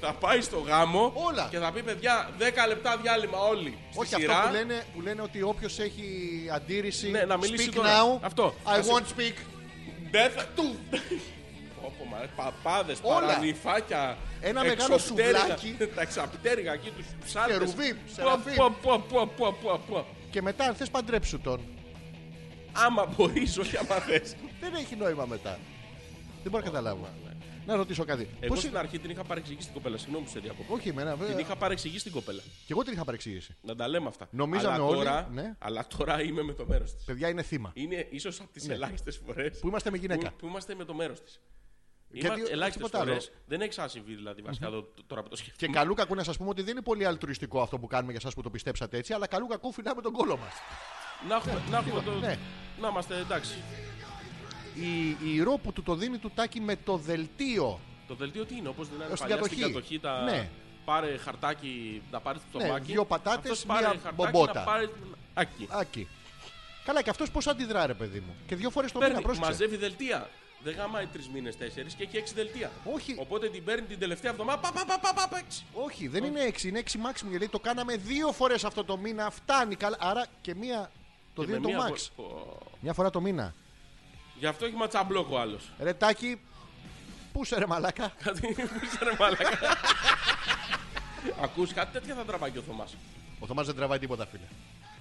Θα πάει στο γάμο
Όλα.
και θα πει παιδιά 10 λεπτά διάλειμμα όλοι. Στη
Όχι
σειρά.
αυτό που λένε, που λένε ότι όποιος έχει αντίρρηση.
Ναι, να μιλήσει
speak
τώρα.
now.
Αυτό.
I
Να σε-
won't speak.
Δεν θα του. Όπω μα, παπάδε,
Όλα.
παρανυφάκια.
Ένα μεγάλο
εξωπτέρυγα,
σουβλάκι.
Τα εξαπτέρυγα εκεί τους ψάρτε.
Χερουβίμ, σεραφίμ. Και μετά, αν θες, παντρέψου τον.
Άμα μπορείς, όχι άμα θες.
Δεν έχει νόημα μετά. Δεν μπορώ να καταλάβω. Να ρωτήσω κάτι.
Ναι, Εγώ
Πώς
στην
είναι.
αρχή την είχα παρεξηγήσει την κοπέλα. Συγγνώμη που σε διακόπτω.
Όχι, εμένα βέβαια.
Την είχα παρεξηγήσει την κοπέλα.
Και εγώ την είχα παρεξήγηση.
Να τα λέμε αυτά.
Νομίζαμε
αλλά
όλοι,
Τώρα,
ναι.
Αλλά τώρα είμαι με το μέρος της.
Παιδιά είναι θύμα.
Είναι ίσως από τις ελάχιστες φορές.
Που Ναι. είμαστε με γυναίκα.
Ε- Που, που είμαστε με το μέρος της.
Γιατί
Είμαστε
όχι
ελάχιστες
τίποτα άλλο.
φορές. Δεν έχει ξανασυμβεί δηλαδή βασικά εδώ, τώρα που το
Και
σκέφτομαι.
καλού κακού να σας πούμε ότι δεν είναι πολύ αλτρουιστικό αυτό που κάνουμε για εσάς που το πιστέψατε έτσι, αλλά καλού κακού φυλάμε τον κόλο μας.
Να έχουμε, να έχουμε το.
Ναι.
Να είμαστε εντάξει.
Η, η Ρο που του το δίνει του τάκι με το δελτίο.
Το δελτίο τι είναι, όπως δεν είναι
Στην
παλιά
κατοχή.
στην κατοχή τα.
Ναι.
Πάρε χαρτάκι, να πάρεις το
Ναι,
τομάκι.
δύο πατάτες,
Αυτός πάρε
μία
χαρτάκι,
μπομπότα.
Να πάρει... Άκι.
Άκη. Καλά, και αυτός πώς αντιδρά, ρε παιδί μου. Και δύο φορές το μήνα
Παίρνει,
πρόσεξε.
μαζεύει δελτία. Δεν γαμάει τρεις μήνες, τέσσερις και έχει έξι δελτία.
Όχι.
Οπότε την παίρνει την τελευταία εβδομάδα. Πα, πα, πα, πα, πα, πα, έξι.
Όχι, δεν είναι έξι, είναι έξι maximum. Γιατί το κάναμε δύο φορές αυτό το μήνα. Φτάνει καλά. Άρα και μία. Το
Και
δίνει
με
το
μία
max.
βο- Πω.
Μια φορά το μήνα.
Γι' αυτό έχει ματσαμπλόκο άλλος.
Ρε τάκι, πού σε ρε μαλάκα.
Κάτι που είσαι ρε μαλακά. Ακούς κάτι τέτοια θα τραβάει και ο Θωμάς.
Ο Θωμάς δεν τραβάει τίποτα, φίλε.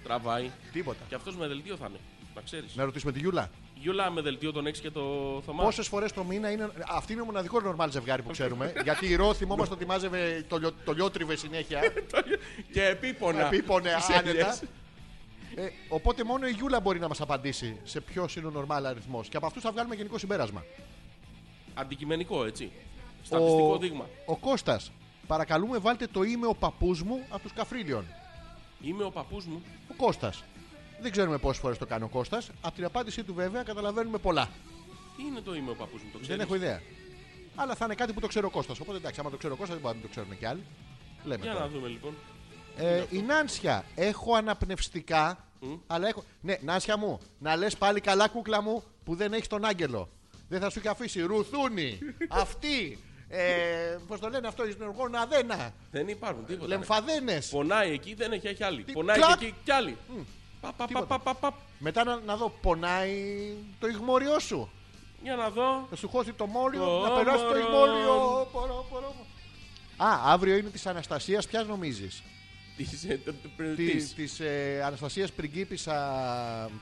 Τραβάει.
Τίποτα.
Και αυτός με δελτίο θα είναι. Να ξέρεις.
Να ρωτήσουμε τη Γιούλα.
Γιούλα με δελτίο τον έξι και το Θωμά.
Πόσες φορές το μήνα είναι. Αυτή είναι ο μοναδικός νορμάλ ζευγάρι που ξέρουμε. γιατί η Ρο θυμόμαστε ότι μάζευε, το, λιο, το λιώτριβε συνέχεια.
Και επίπονα.
Επίπονε
Ξέρεις.
άνετα. Ε, οπότε μόνο η Γιούλα μπορεί να μας απαντήσει σε ποιος είναι ο νορμάλ αριθμός. Και από αυτούς θα βγάλουμε γενικό συμπέρασμα.
Αντικειμενικό έτσι. Στατιστικό
ο,
δείγμα.
Ο Κώστας. Παρακαλούμε, βάλτε το είμαι ο παππούς μου από τους Καφρίλιον.
Είμαι ο παππούς μου.
Ο Κώστας. Δεν ξέρουμε πόσες φορές το κάνει ο Κώστας. Από την απάντησή του βέβαια καταλαβαίνουμε πολλά.
Τι είναι το είμαι ο παππούς μου, το ξέρεις.
Δεν έχω ιδέα. Αλλά θα είναι κάτι που το ξέρει ο Κώστας. Οπότε εντάξει, άμα το ξέρει ο Κώστας δεν μπορεί να το ξέρουν κι άλλοι. Λέμε
Για
τώρα.
να δούμε λοιπόν.
Ε, η Νάνσια, έχω αναπνευστικά, αλλά έχω. Ναι, Νάνσια μου, να λες πάλι καλά, κούκλα μου, που δεν έχεις τον άγγελο. Δεν θα σου είχε αφήσει. Ρουθούνη, αυτή. Ε, Πώς το λένε αυτό, Ισνοργόνα δένα.
Δεν υπάρχουν τίποτα. ρε.
Λεμφαδένες.
Πονάει εκεί, δεν έχει, έχει άλλη.
Τι-
Πονάει
κλακ.
και εκεί κι άλλη. Πα, πα, πα,
Τίποτα.
πα, πα, πα.
Μετά να, να δω, πονάει το ηγμόριό σου.
Για να δω.
Θα σου χώσει το μόλιο,
Το
να περάσει το
όμορο.
ηγμόριο. Πορώ, πορώ. Α, αύριο είναι της Αναστασίας, ποιας νομίζεις.
Τις, ε, το- το- πριν- τις.
Τη ε, Αναστασίας πριγκίπισσα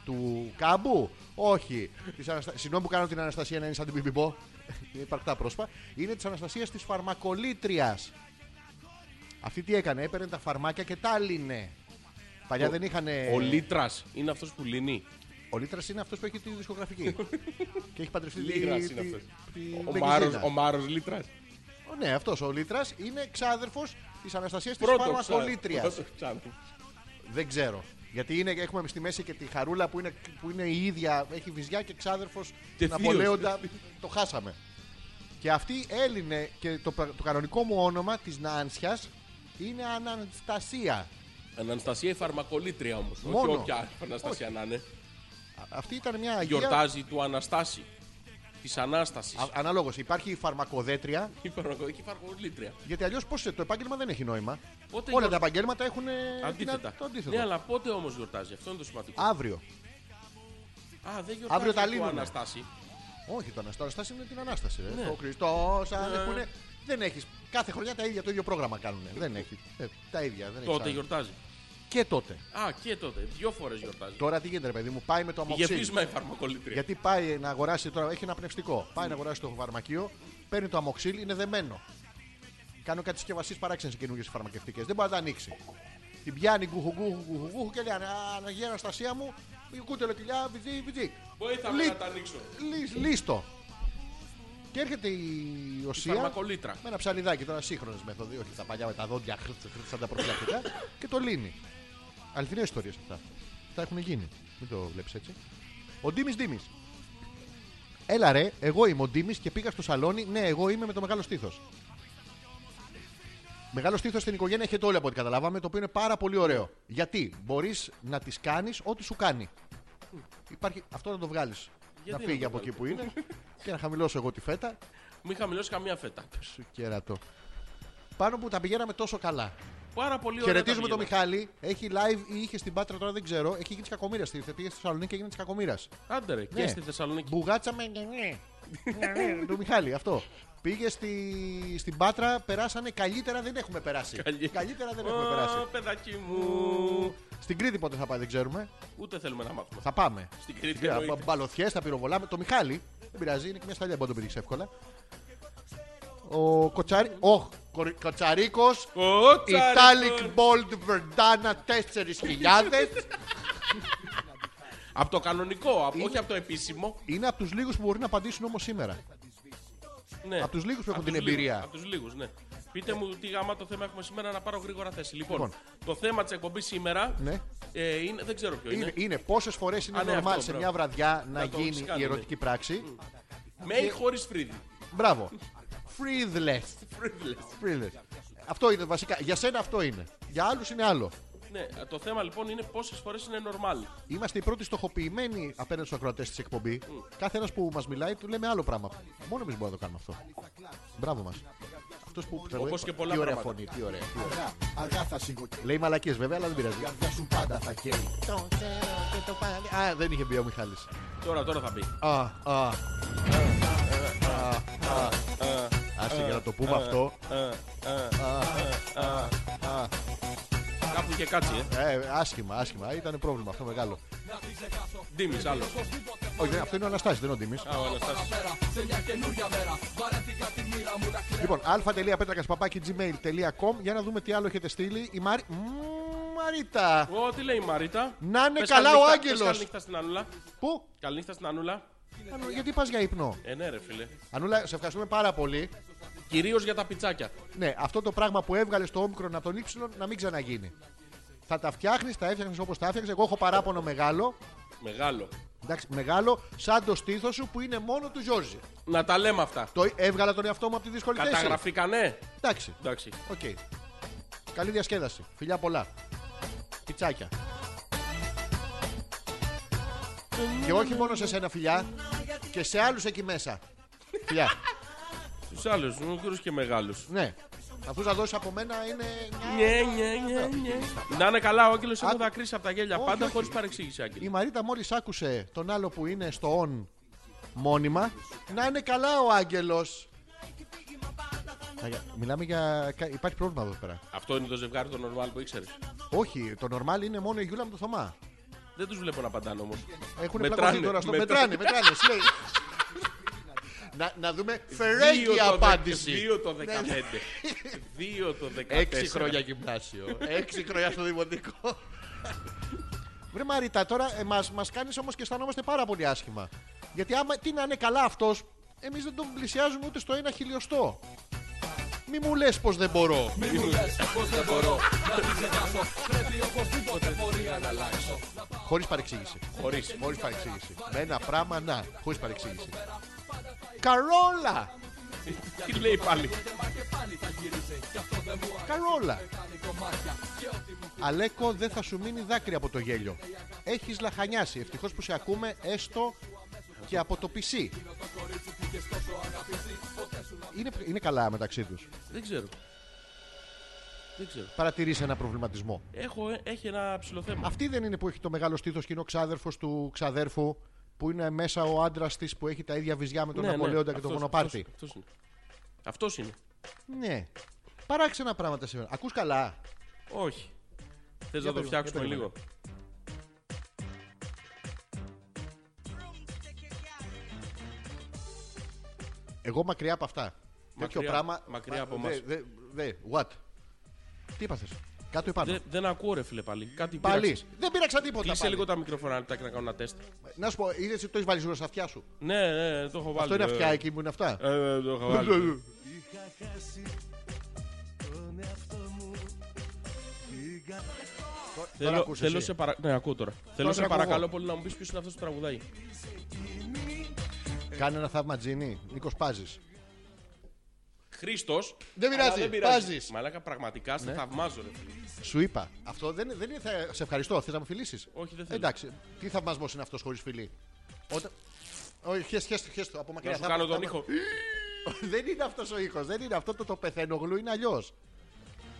του κάμπου. Όχι. Της Αναστα... Συγγνώμη που κάνω την Αναστασία να είναι σαν την πιμπιμπό. Είναι υπαρκτά πρόσωπα. Είναι της Αναστασίας της φαρμακολήτρια. Αυτή τι έκανε, έπαιρνε τα φαρμάκια και τα λύνε. Παλιά δεν είχαν.
Ο Λίτρας είναι αυτός που λύνει.
Ο Λίτρας είναι αυτός που έχει τη δισκογραφική. και έχει παντρευτεί τη-
Λίτρας
τη-
είναι αυτός.
τη
Ο
Μπέγκη
Μάρος-
Ζήνα.
Ο Μάρος Λίτρας.
Ο- Ναι, αυτός ο Λίτρας είναι ξάδερφος της Αναστασίας της Φαρμακολήτρια. Δεν ξέρω. Γιατί είναι, έχουμε στη μέση και τη Χαρούλα που είναι, που είναι η ίδια, έχει βυζιά και ξάδερφος
Και
την
θείος.
Απολέοντα. το χάσαμε. Και αυτή Έλληνε και το, πα- το κανονικό μου όνομα της Νάνσιας είναι Αναστασία.
Αναστασία η φαρμακολήτρια όμως. Όχι
Μόνο. Ε,
όποια Αναστασία να είναι.
Α- Αυτή ήταν μια αγία.
Γιορτάζει του Αναστάση. Της Ανάστασης.
Α- Ανάλογος, υπάρχει η φαρμακοδέτρια,
Η φαρμακολήτρια. η φαρμακολήτρια.
γιατί αλλιώς πώς το επάγγελμα δεν έχει νόημα.
Πότε
Όλα
γιορ-
τα επαγγέλματα έχουν ε, την α-
Αντίθετα.
το αντίθετο.
Ναι, αλλά πότε όμως γιορτάζει. Αυτό είναι το σημαντικό.
Αύριο.
Α, δεν
αύριο τα
γιορτάζει του
λύνουμε.
Αναστάση.
Όχι, το Αναστάση το Αναστάσης είναι την Ανάσταση. ε. Ρε.
Ναι.
Το Χριστό,
Ναι.
έχουν. Δεν έχεις. Κάθε χρονιά τα ίδια το ίδιο πρόγραμμα κάνουν. δεν έχει. Ε, τα ίδια. Δεν έχεις
Τότε
άλλο.
γιορτάζει.
Και τότε.
Α, και τότε. Δύο φορές γιορτάζει.
Τώρα τι γίνεται, ρε παιδί μου, πάει με το αμοξίλ.
Γεφίσμα η φαρμακολήτρια.
Γιατί πάει να αγοράσει τώρα, έχει ένα πνευστικό. Πάει να αγοράσει το φαρμακείο, παίρνει το αμοξίλ, είναι δεμένο. Κάνω κάτι συσκευασίες παράξενες καινούργιες φαρμακευτικές. Δεν μπορεί να τα ανοίξει. Την πιάνει γκουχου γκουχου γκουχου γκουχου και λέει «Ανα- Αναγία Αναστασία μου, κούτελο κοιλιά, βιτζί, βιτζί.
Βοήθα με
Λι-
να τα ανοίξω.
Λι- Λίστο. Και έρχεται η
Η
Οσία
φαρμακολήτρα.
με ένα ψαλιδάκι τώρα σύγχρονες μέθοδοι, όχι τα παλιά με τα δόντια χρ, χρ, σαν τα προφυλακτικά και το λύνει. Αληθινές ιστορίες αυτά. Τα έχουν γίνει. Μην το βλέπεις έτσι. Ο Ντίμης Ντίμης. Έλα ρε, εγώ είμαι ο Ντίμης και πήγα στο σαλόνι. Ναι, εγώ είμαι με το μεγάλο στήθος. Μεγάλο στήθος στην οικογένεια έχετε όλοι από ό,τι καταλάβαμε, το οποίο είναι πάρα πολύ ωραίο. Γιατί μπορείς να τη κάνεις ό,τι σου κάνει. Υπάρχει, αυτό να το βγάλεις. Να
Γιατί να
φύγει
το
από εκεί
βγάλω?
που είναι και να χαμηλώσω εγώ τη φέτα
Μην χαμηλώσεις καμία φέτα.
σου κέρατο. Πάνω που τα πηγαίναμε τόσο καλά.
Πάρα πολύ ωραία.
Χαιρετίζουμε
τα
τον
πήγαινα.
Μιχάλη. Έχει live ή είχε στην πάτρα τώρα δεν ξέρω. Έχει γίνει της κακομοίρας. Πήγε στη Θεσσαλονίκη και έγινε της κακομοίρας.
Άντε ρε, και
Ναι.
στη Θεσσαλονίκη.
Μπουγάτσα με ναι, ναι. Ναι, ναι, Του Μιχάλη, αυτό. Πήγε στη, στην Πάτρα, περάσανε καλύτερα δεν έχουμε περάσει.
Καλή-
Καλύτερα δεν έχουμε περάσει.
Ω, παιδάκι μου.
Στην Κρήτη πότε θα πάει, δεν ξέρουμε.
Ούτε θέλουμε να μάθουμε.
Θα πάμε.
Στην Κρήτη
Πήρα
εννοείται.
Μπαλωθιέ, τα πυροβολάμε. Το Μιχάλη. Δεν πειράζει, είναι και μια σταλιά, μπορεί να το πετύχεις εύκολα. Ο Κοτσαρί... Οχ, Κοτσαρίκος
Ο
Italic
Τσάρικος.
Bold Verdana 4000
Από το κανονικό, από- όχι από το επίσημο.
είναι από τους λίγους που μπορεί να απαντήσουν όμως σήμερα.
Ναι.
Απ' τους λίγους που
Απ'
έχουν
τους
την εμπειρία.
λίγους, Απ' τους λίγους, ναι. Πείτε μου τι γάμα το θέμα έχουμε σήμερα να πάρω γρήγορα θέση. Λοιπόν,
Λοιπόν.
το θέμα της εκπομπής σήμερα
Ναι.
ε, είναι, δεν ξέρω ποιο είναι.
Είναι, είναι πόσες φορές είναι
ε. Α, ναι,
normal
αυτό,
σε
μπράβο.
μια βραδιά να,
Να το
γίνει
κάνουμε.
η ερωτική πράξη.
Με ή χωρίς φρύδι.
Μπράβο. Freeless.
Frivolous.
Freeless. Αυτό είναι βασικά. Για σένα αυτό είναι. Για άλλους είναι άλλο.
ναι, το θέμα λοιπόν είναι πόσες φορές είναι normal.
Είμαστε οι πρώτοι στοχοποιημένοι απέναντι στους ακροατές της εκπομπή. Κάθε ένας που μας μιλάει του λέμε άλλο πράγμα. Μόνο εμείς μπορούμε να το κάνουμε αυτό. Μπράβο μας. Αυτός που.
Όπως και πολλά
τι ωραία
πράγματα.
φωνή, τι ωραία. τι ωραία.
Αργά, αργά θα σηκωθεί.
Λέει μαλακίες βέβαια, αλλά δεν πειράζει.
Η καρδιά σου πάντα θα καίει.
Το ξέρω και το πάλι. Α, δεν είχε μπει ο Μιχάλης.
Τώρα, τώρα θα μπει.
Α, α.
Ε,
Άσε για να το πούμε αυτό.
Κάπου είχε κάτσει, ε.
Ε, Άσχημα, άσχημα. Ήταν πρόβλημα αυτό μεγάλο.
Ντίμης, άλλο.
Όχι, δεν- αυτό είναι ο Αναστάσης, δεν είναι ο Ντίμης.
Α, ο Αναστάσης.
Λοιπόν, gmail.com για να δούμε τι άλλο έχετε στείλει. Η Μαρι... Μμμ, Μαρίτα.
Ω, τι λέει η Μαρίτα.
Να είναι
Πες
καλά ο
καληνύχτα-
άγγελος.
πες Καληνύχτα στην Ανούλα.
Πού?
Καληνύχτα στην Ανούλα.
Ανου- Γιατί πας για ύπνο.
Ε, ναι, ρε φίλε.
Ανούλα, σε ευχαριστούμε πάρα πολύ.
Κυρίως για τα πιτσάκια.
Ναι, αυτό το πράγμα που έβγαλες το όμικρον από τον Ήψιλον να μην ξαναγίνει. Θα τα φτιάχνεις, τα έφτιαχνες όπως τα έφτιαξες. Εγώ έχω παράπονο μεγάλο.
Μεγάλο.
Εντάξει, μεγάλο, σαν το στήθος σου που είναι μόνο του Γιώργη.
Να τα λέμε αυτά.
Το έβγαλα τον εαυτό μου από τη δύσκολη θέση.
Καταγραφήκανε.
Εντάξει.
Εντάξει.
Οκ. Καλή διασκέδαση. Φιλιά πολλά. Πιτσάκια. Και όχι μόνο σε σένα φιλιά και σε άλλους εκεί μέσα. Φιλιά.
Στους άλλους, μικρούς και μεγάλους.
Ναι. Αφού θα δώσεις από μένα είναι.
Ναι, ναι, ναι, ναι. Να είναι καλά, ο Άγγελος έχω
Άκου.
δακρύσει από τα γέλια
Όχι,
πάντα
όχι.
χωρίς παρεξήγηση, Άγγελε.
Η Μαρίτα μόλις άκουσε τον άλλο που είναι στο on μόνιμα. Να είναι καλά ο Άγγελος. Μιλάμε για. κα- Υπάρχει πρόβλημα εδώ πέρα.
Αυτό είναι το ζευγάρι το normal που ήξερες.
Όχι, το normal είναι μόνο η Γιούλα με το Θωμά.
Δεν τους βλέπω να απαντάνε όμως.
Έχουν
Μετράνε,
πλακωθεί τώρα στο. Μετράνε,
μετράνε.
μετράνε. σου λέει. να, να δούμε
Δύο
φερέγγι
το δε-
απάντηση. Ναι,
Δύο το 15. Δύο το 14.
Έξι χρόνια γυμνάσιο. Έξι χρόνια στο δημοτικό. Βρε Μαρίτα, τώρα ε, μας, μας κάνεις όμως και αισθανόμαστε πάρα πολύ άσχημα. Γιατί άμα τι να είναι καλά αυτός, εμείς δεν τον πλησιάζουμε ούτε στο ένα χιλιοστό. Μη μου λες πως δεν μπορώ. Χωρίς παρεξήγηση.
Χωρίς.
Χωρίς παρεξήγηση. Με ένα πράγμα να. Χωρίς παρεξήγηση. Καρόλα!
Τι λέει πάλι.
Καρόλα. Αλέκο, δεν θα σου μείνει δάκρυ από το γέλιο. Έχεις λαχανιάσει. Ευτυχώς που σε ακούμε έστω και από το PC. Είναι, είναι καλά μεταξύ τους.
Δεν ξέρω. Δεν ξέρω.
Παρατηρείς ένα προβληματισμό.
Έχω, ε, έχει ένα ψηλό θέμα.
Αυτή δεν είναι που έχει το μεγάλο στήθος και είναι ο ξάδερφος του ξαδέρφου που είναι μέσα ο άντρας της που έχει τα ίδια βυζιά με τον Ναπολέοντα και τον Μονοπάρτη.
Ναι, Αυτός, είναι. Αυτός είναι.
Ναι. Παράξενα πράγματα σήμερα. Ακούς καλά.
Όχι. Θες
Για
να το
περίμενε,
φτιάξουμε
για
λίγο.
Εγώ μακριά από αυτά. Τέτοιο πράγμα.
μακριά από
Δε,
εμάς.
δε, δε, what. Τι είπατε. Κάτω ή πάνω.
Δεν- δεν ακούω ρε φίλε πάλι. Κάτι
Πάλι.
πήραξες.
Δεν πήραξα τίποτα.
Κλείσε
πάλι.
λίγο τα μικρόφωνα και να κάνω ένα τεστ.
Να σου πω, είδες ότι το έχεις βάλει σίγουρα στα αυτιά σου.
Ναι, ναι, το έχω βάλει.
Αυτό είναι
ε,
αυτιά εκεί που είναι αυτά.
Ε, ε, το έχω βάλει.
Τώρα
Θέλω,
ακούς
θέλω
εσύ.
σε, παρα... ναι, ακούω τώρα. θέλω σε
ακούω
παρακαλώ
εγώ.
πολύ να μου πεις ποιος είναι αυτός που τραγουδάει.
Κάνε ένα θαύμα τζίνι. Νίκος Πάζης.
Χρήστος.
Δεν πειράζει, Ναι. πάζεις.
Μαλάκα, πραγματικά σε θαυμάζω, ρε φίλε.
Σου είπα. Αυτό δεν, δεν είναι. θα- Σε ευχαριστώ. Θες να μου φιλήσεις.
Όχι, δεν θέλω.
Εντάξει. Τι θαυμασμός είναι αυτός χωρίς φιλή. Όταν. Όχι, χες, χες, το, χες το, από
Να
μακριά.
σου
θα-
κάνω
θα-
τον ήχο.
δεν είναι αυτός ο ήχος. Δεν είναι αυτό το, το πεθαίνογλου, είναι αλλιώς.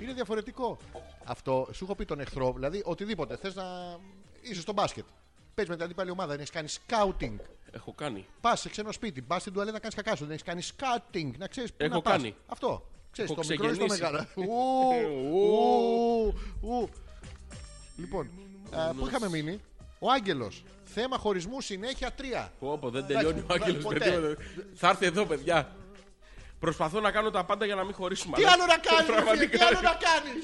Είναι διαφορετικό. Αυτό σου έχω πει τον εχθρό, δηλαδή οτιδήποτε. Θες να είσαι στο μπάσκετ. Παίζει με την αντίπαλη ομάδα, δεν έχεις κάνει σκάουτινγκ.
Έχω κάνει.
Πας σε ξένο σπίτι, πας στην τουαλέτα να κάνεις κακά σου. Δεν έχεις κάνει σκάουτινγκ, να ξέρεις πού
Έχω
να πας.
κάνει.
Αυτό. Ξέρει
Έχω
το μικρό ή το
ξεγεννήσει.
μεγάλο. Ου, ου, ου. Λοιπόν, α, πού είχαμε μείνει. Ο Άγγελος. Θέμα χωρισμού συνέχεια 3.
Πω, πω, δεν τελειώνει ο
Εντάξει,
Άγγελος με
ποτέ.
τίποτα. Θα έρθει εδώ, παιδιά. Προσπαθώ να κάνω τα πάντα για να μην χωρίσουμε.
Τι
αλλά-
άλλο να κάνεις, τι
Πραγματικά.
άλλο να κάνεις.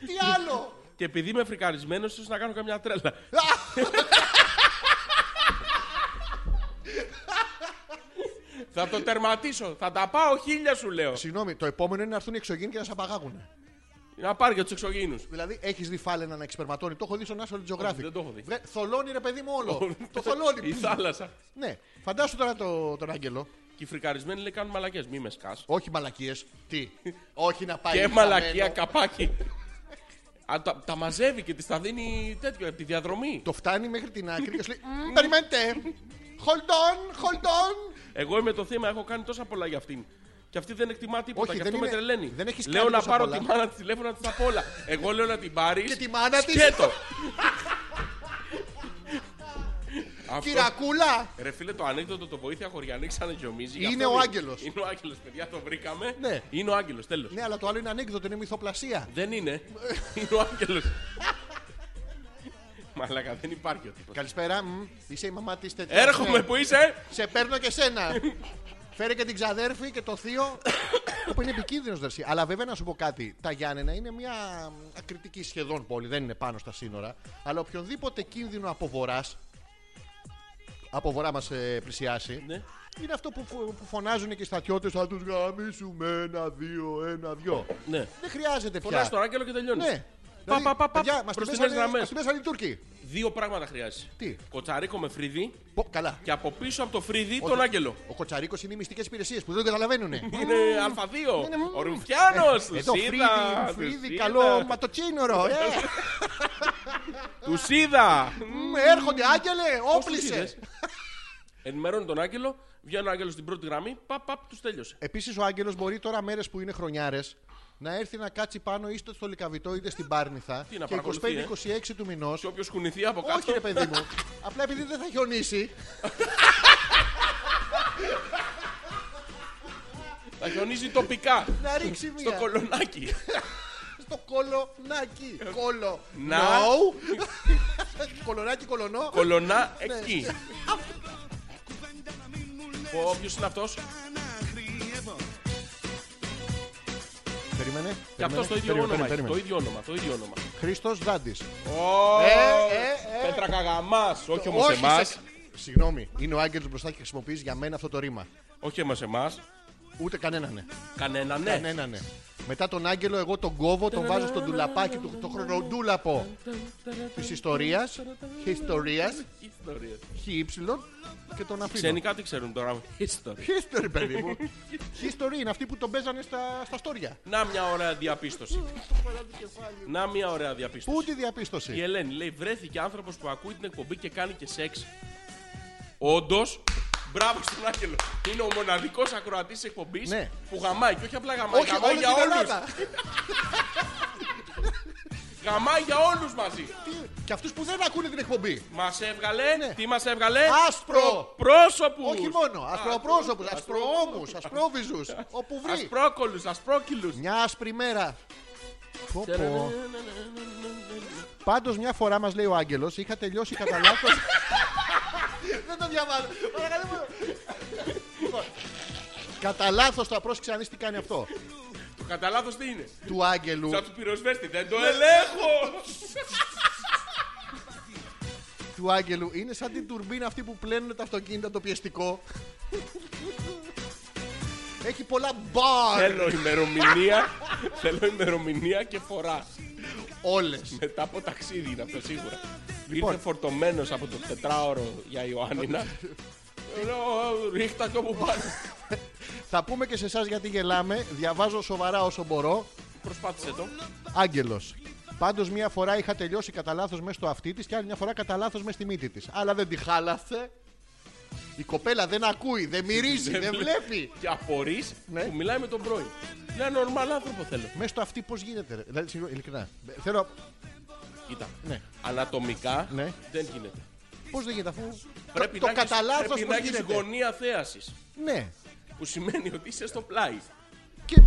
Τι άλλο.
Και επειδή είμαι φρικαρισμένος, ίσως να κάνω καμιά τρέλα. θα το τερματίσω. Θα τα πάω χίλια σου λέω.
Συγγνώμη, το επόμενο είναι να έρθουν οι εξωγήινοι και να σε απαγάγουν.
Να πάρει και τους εξωγήινους.
Δηλαδή, έχεις δει φάλαινα να εξπερματώνει. Το έχω δει στον National Geographic.
δεν το έχω δει.
Βρε, θολώνει ρε παιδί μου όλο. το θολώνει.
Η θάλασσα.
ναι, φαντάσου τώρα το, τον Άγγελο.
Και οι φρικαρισμένοι λέει κάνουν μαλακές. Μη με σκάς.
Όχι μαλακίες. Τι. Όχι να πάει.
Και
χαμένο.
μαλακία καπάκι. Α, τα, τα μαζεύει και της τα δίνει τέτοιο από τη διαδρομή.
Το φτάνει μέχρι την άκρη και σου λέει «Μμμ, Περιμένετε. Hold on, hold on.
Εγώ είμαι το θύμα, έχω κάνει τόσα πολλά για αυτήν. Και αυτή δεν εκτιμά τίποτα.
Όχι,
και αυτό
δεν
με
είναι-
τρελαίνει.
δεν έχεις
λέω
κάνει
να
τόσα
πάρω
πολλά.
τη μάνα της τηλέφωνα της απ' όλα. Εγώ λέω να την πάρεις.
Και τη μάνα της.
Σκέτο. Αυτό-
Κυρακούλα.
Ρε φίλε, το ανέκδοτο το βοήθεια χωριανή ξαναγιομίζει.
Είναι ο Άγγελος.
Είναι ο Άγγελος, παιδιά, το βρήκαμε.
Ναι.
Είναι ο Άγγελος, τέλος.
Ναι, αλλά το άλλο είναι ανέκδοτο, είναι μυθοπλασία.
Δεν είναι. είναι ο Άγγελος. Μαλάκα, δεν υπάρχει ο τύπος.
Καλησπέρα. μμ, Είσαι η μαμά της τέτοιας.
Έρχομαι που είσαι.
Σε παίρνω και σένα. Φέρε και την ξαδέρφη και το θείο. Όπου είναι επικίνδυνος δερσί. Αλλά βέβαια να σου πω κάτι. Τα Γιάννενα είναι μια ακριτική σχεδόν πόλη, δεν είναι πάνω στα σύνορα. Αλλά οποιονδήποτε κίνδυνο από βορρά. Από βορρά μας πλησιάσει.
Ναι.
Είναι αυτό που, φω- που φωνάζουν και οι στρατιώτες. Θα τους γαμίσουμε ένα, δύο, ένα, δύο.
Ναι.
Δεν χρειάζεται πια.
Φωνάζει τον Άγγελο και τελειώνεις.
Ναι.
Πα, πα, πα, πα,
παιδιά, μας τη
προς τις
μέσανε-
γραμμές.
μας τη μέσανε οι Τούρκοι.
Δύο πράγματα χρειάζεσαι.
Τι?
Κοτσαρίκο με φρύδι
Πω, καλά.
και από πίσω από το φρύδι
Όχι.
τον άγγελο.
Ο Κοτσαρίκος είναι οι μυστικές υπηρεσίες που δεν το καταλαβαίνουν.
Είναι α2.
Ναι, ναι, μ.
Ο Ρουφιάνος. Του
Ε, Εδώ
είδα.
φρύδι, φρύδι, καλό ματοτσίνορο. ε.
Τους είδα.
Μ, Έρχονται, άγγελε,
Πώς τους είδες?
όπλησε.
Ενημερώνει τον άγγελο. Βγαίνει ο άγγελος στην πρώτη γραμμή. Παπ, παπ, τους τέλειωσε.
Επίσης ο Άγγελος μπορεί τώρα μέρες που είναι χρονιάρες να έρθει να κάτσει πάνω είτε στο Λικαβιτό είτε στην Πάρνηθα
Τι, να
και
παρακολουθεί, ε?
25-26 του μηνός.
Και όποιος κουνηθεί από κάτω.
Όχι ρε παιδί μου. Απλά επειδή δεν θα χιονίσει.
Θα χιονίζει τοπικά.
Να ρίξει μία.
Στο κολονάκι.
Στο κολονάκι. Κόλο.
Να.
No. Κολονάκι, κολονό.
Κολονά
Ναι.
εκεί. Όποιος είναι αυτός.
Περίμενε.
Και αυτός το ίδιο όνομα. έχει. Το ίδιο όνομα. Το ίδιο όνομα.
Χρήστος Δάντη.
Ω,
Ε, ε, ε.
Πέτρα καγαμάς. Όχι όμως εμά.
Συγγνώμη, είναι ο Άγγελος μπροστά και χρησιμοποιείς για μένα αυτό το ρήμα.
Όχι όμως εμάς.
Ούτε κανέναν ναι.
Κανένα ναι.
Κανέναν ναι. Μετά τον Άγγελο, εγώ τον κόβω, τον βάζω στο ντουλαπάκι του, το χρονοτούλαπο της ιστορίας. Ιστορίας.
Ιστορίες.
Χι και τον αφήνω.
Ξενικά τι ξέρουν τώρα. History.
History, παιδί μου. History είναι αυτοί που τον παίζανε στα, στα στόρια.
Να μια ωραία διαπίστωση. Να μια ωραία διαπίστωση.
Πού τη
Η
διαπίστωση.
Ελένη λέει: Βρέθηκε άνθρωπος που ακούει την εκπομπή και κάνει και σεξ. Όντως, μπράβο στον Άγγελο. Είναι ο μοναδικός ακροατής της εκπομπής
Ναι.
που γαμάει και όχι απλά γαμάει.
Όχι,
γαμάει
όλη
για
την
όλους.
Ελλάδα.
Γαμάει για όλους μαζί.
Και αυτούς που δεν ακούνε την εκπομπή.
Μας έβγαλε, τι μας έβγαλε,
Ναι. Άσπρο.
πρόσωπους.
Όχι μόνο. Ασπροπρόσωπου, ασπροόμου, ασπρόβιζου. Όπου βρει.
Ασπρόκολου, ασπρόκυλους.
Μια άσπρη μέρα. Πω, πω. Πάντως μια φορά μας λέει ο Άγγελος είχα τελειώσει κατά λάθος. Δεν το διαβάζω. Παρακαλώ. Λοιπόν, Κατά λάθος το απρόσεξε αν είσαι τι κάνει αυτό.
Το κατά λάθος τι είναι.
Του Άγγελου.
Σαν του πυροσβέστη, δεν το
Ναι.
ελέγχω.
του Άγγελου είναι σαν την τουρμπίνα αυτή που πλένουν τα αυτοκίνητα το πιεστικό. Έχει πολλά μπαρ
Θέλω ημερομηνία, θέλω ημερομηνία και φορά.
όλες.
Μετά από ταξίδι είναι αυτό σίγουρα.
Λοιπόν.
Ήρθε φορτωμένος από το τετράωρο για Ιωάννινα. Λέω, ρίχτα και όπου πάνε.
Θα πούμε και σε εσάς γιατί γελάμε. Διαβάζω σοβαρά όσο μπορώ.
Προσπάθησε το.
Άγγελος. Πάντως μία φορά είχα τελειώσει κατά λάθος μέσα στο αυτί της και άλλη μια φορά κατά λάθος μέσα στη μύτη της. Αλλά δεν τη χάλασε. Η κοπέλα δεν ακούει, δεν μυρίζει, δεν βλέπει.
Και απορείς
Ναι.
που μιλάει με τον πρώην. Λέει, ένα normal άνθρωπο θέλω.
Μέσα στο αυτί πώς γίνεται, ρε. Δηλαδή, συγγνώμη, ειλικρινά. Ε, Θέλω.
Κοίτα.
Ναι.
Ανατομικά
Ναι.
δεν γίνεται.
Πώς δεν γίνεται αφού.
Πρέπει
το
να
το
έχεις-
κατά λάθος
πρέπει
πώ
να έχεις
γίνεται.
γωνία θέασης.
Ναι.
Που σημαίνει ότι είσαι στο πλάι.
Και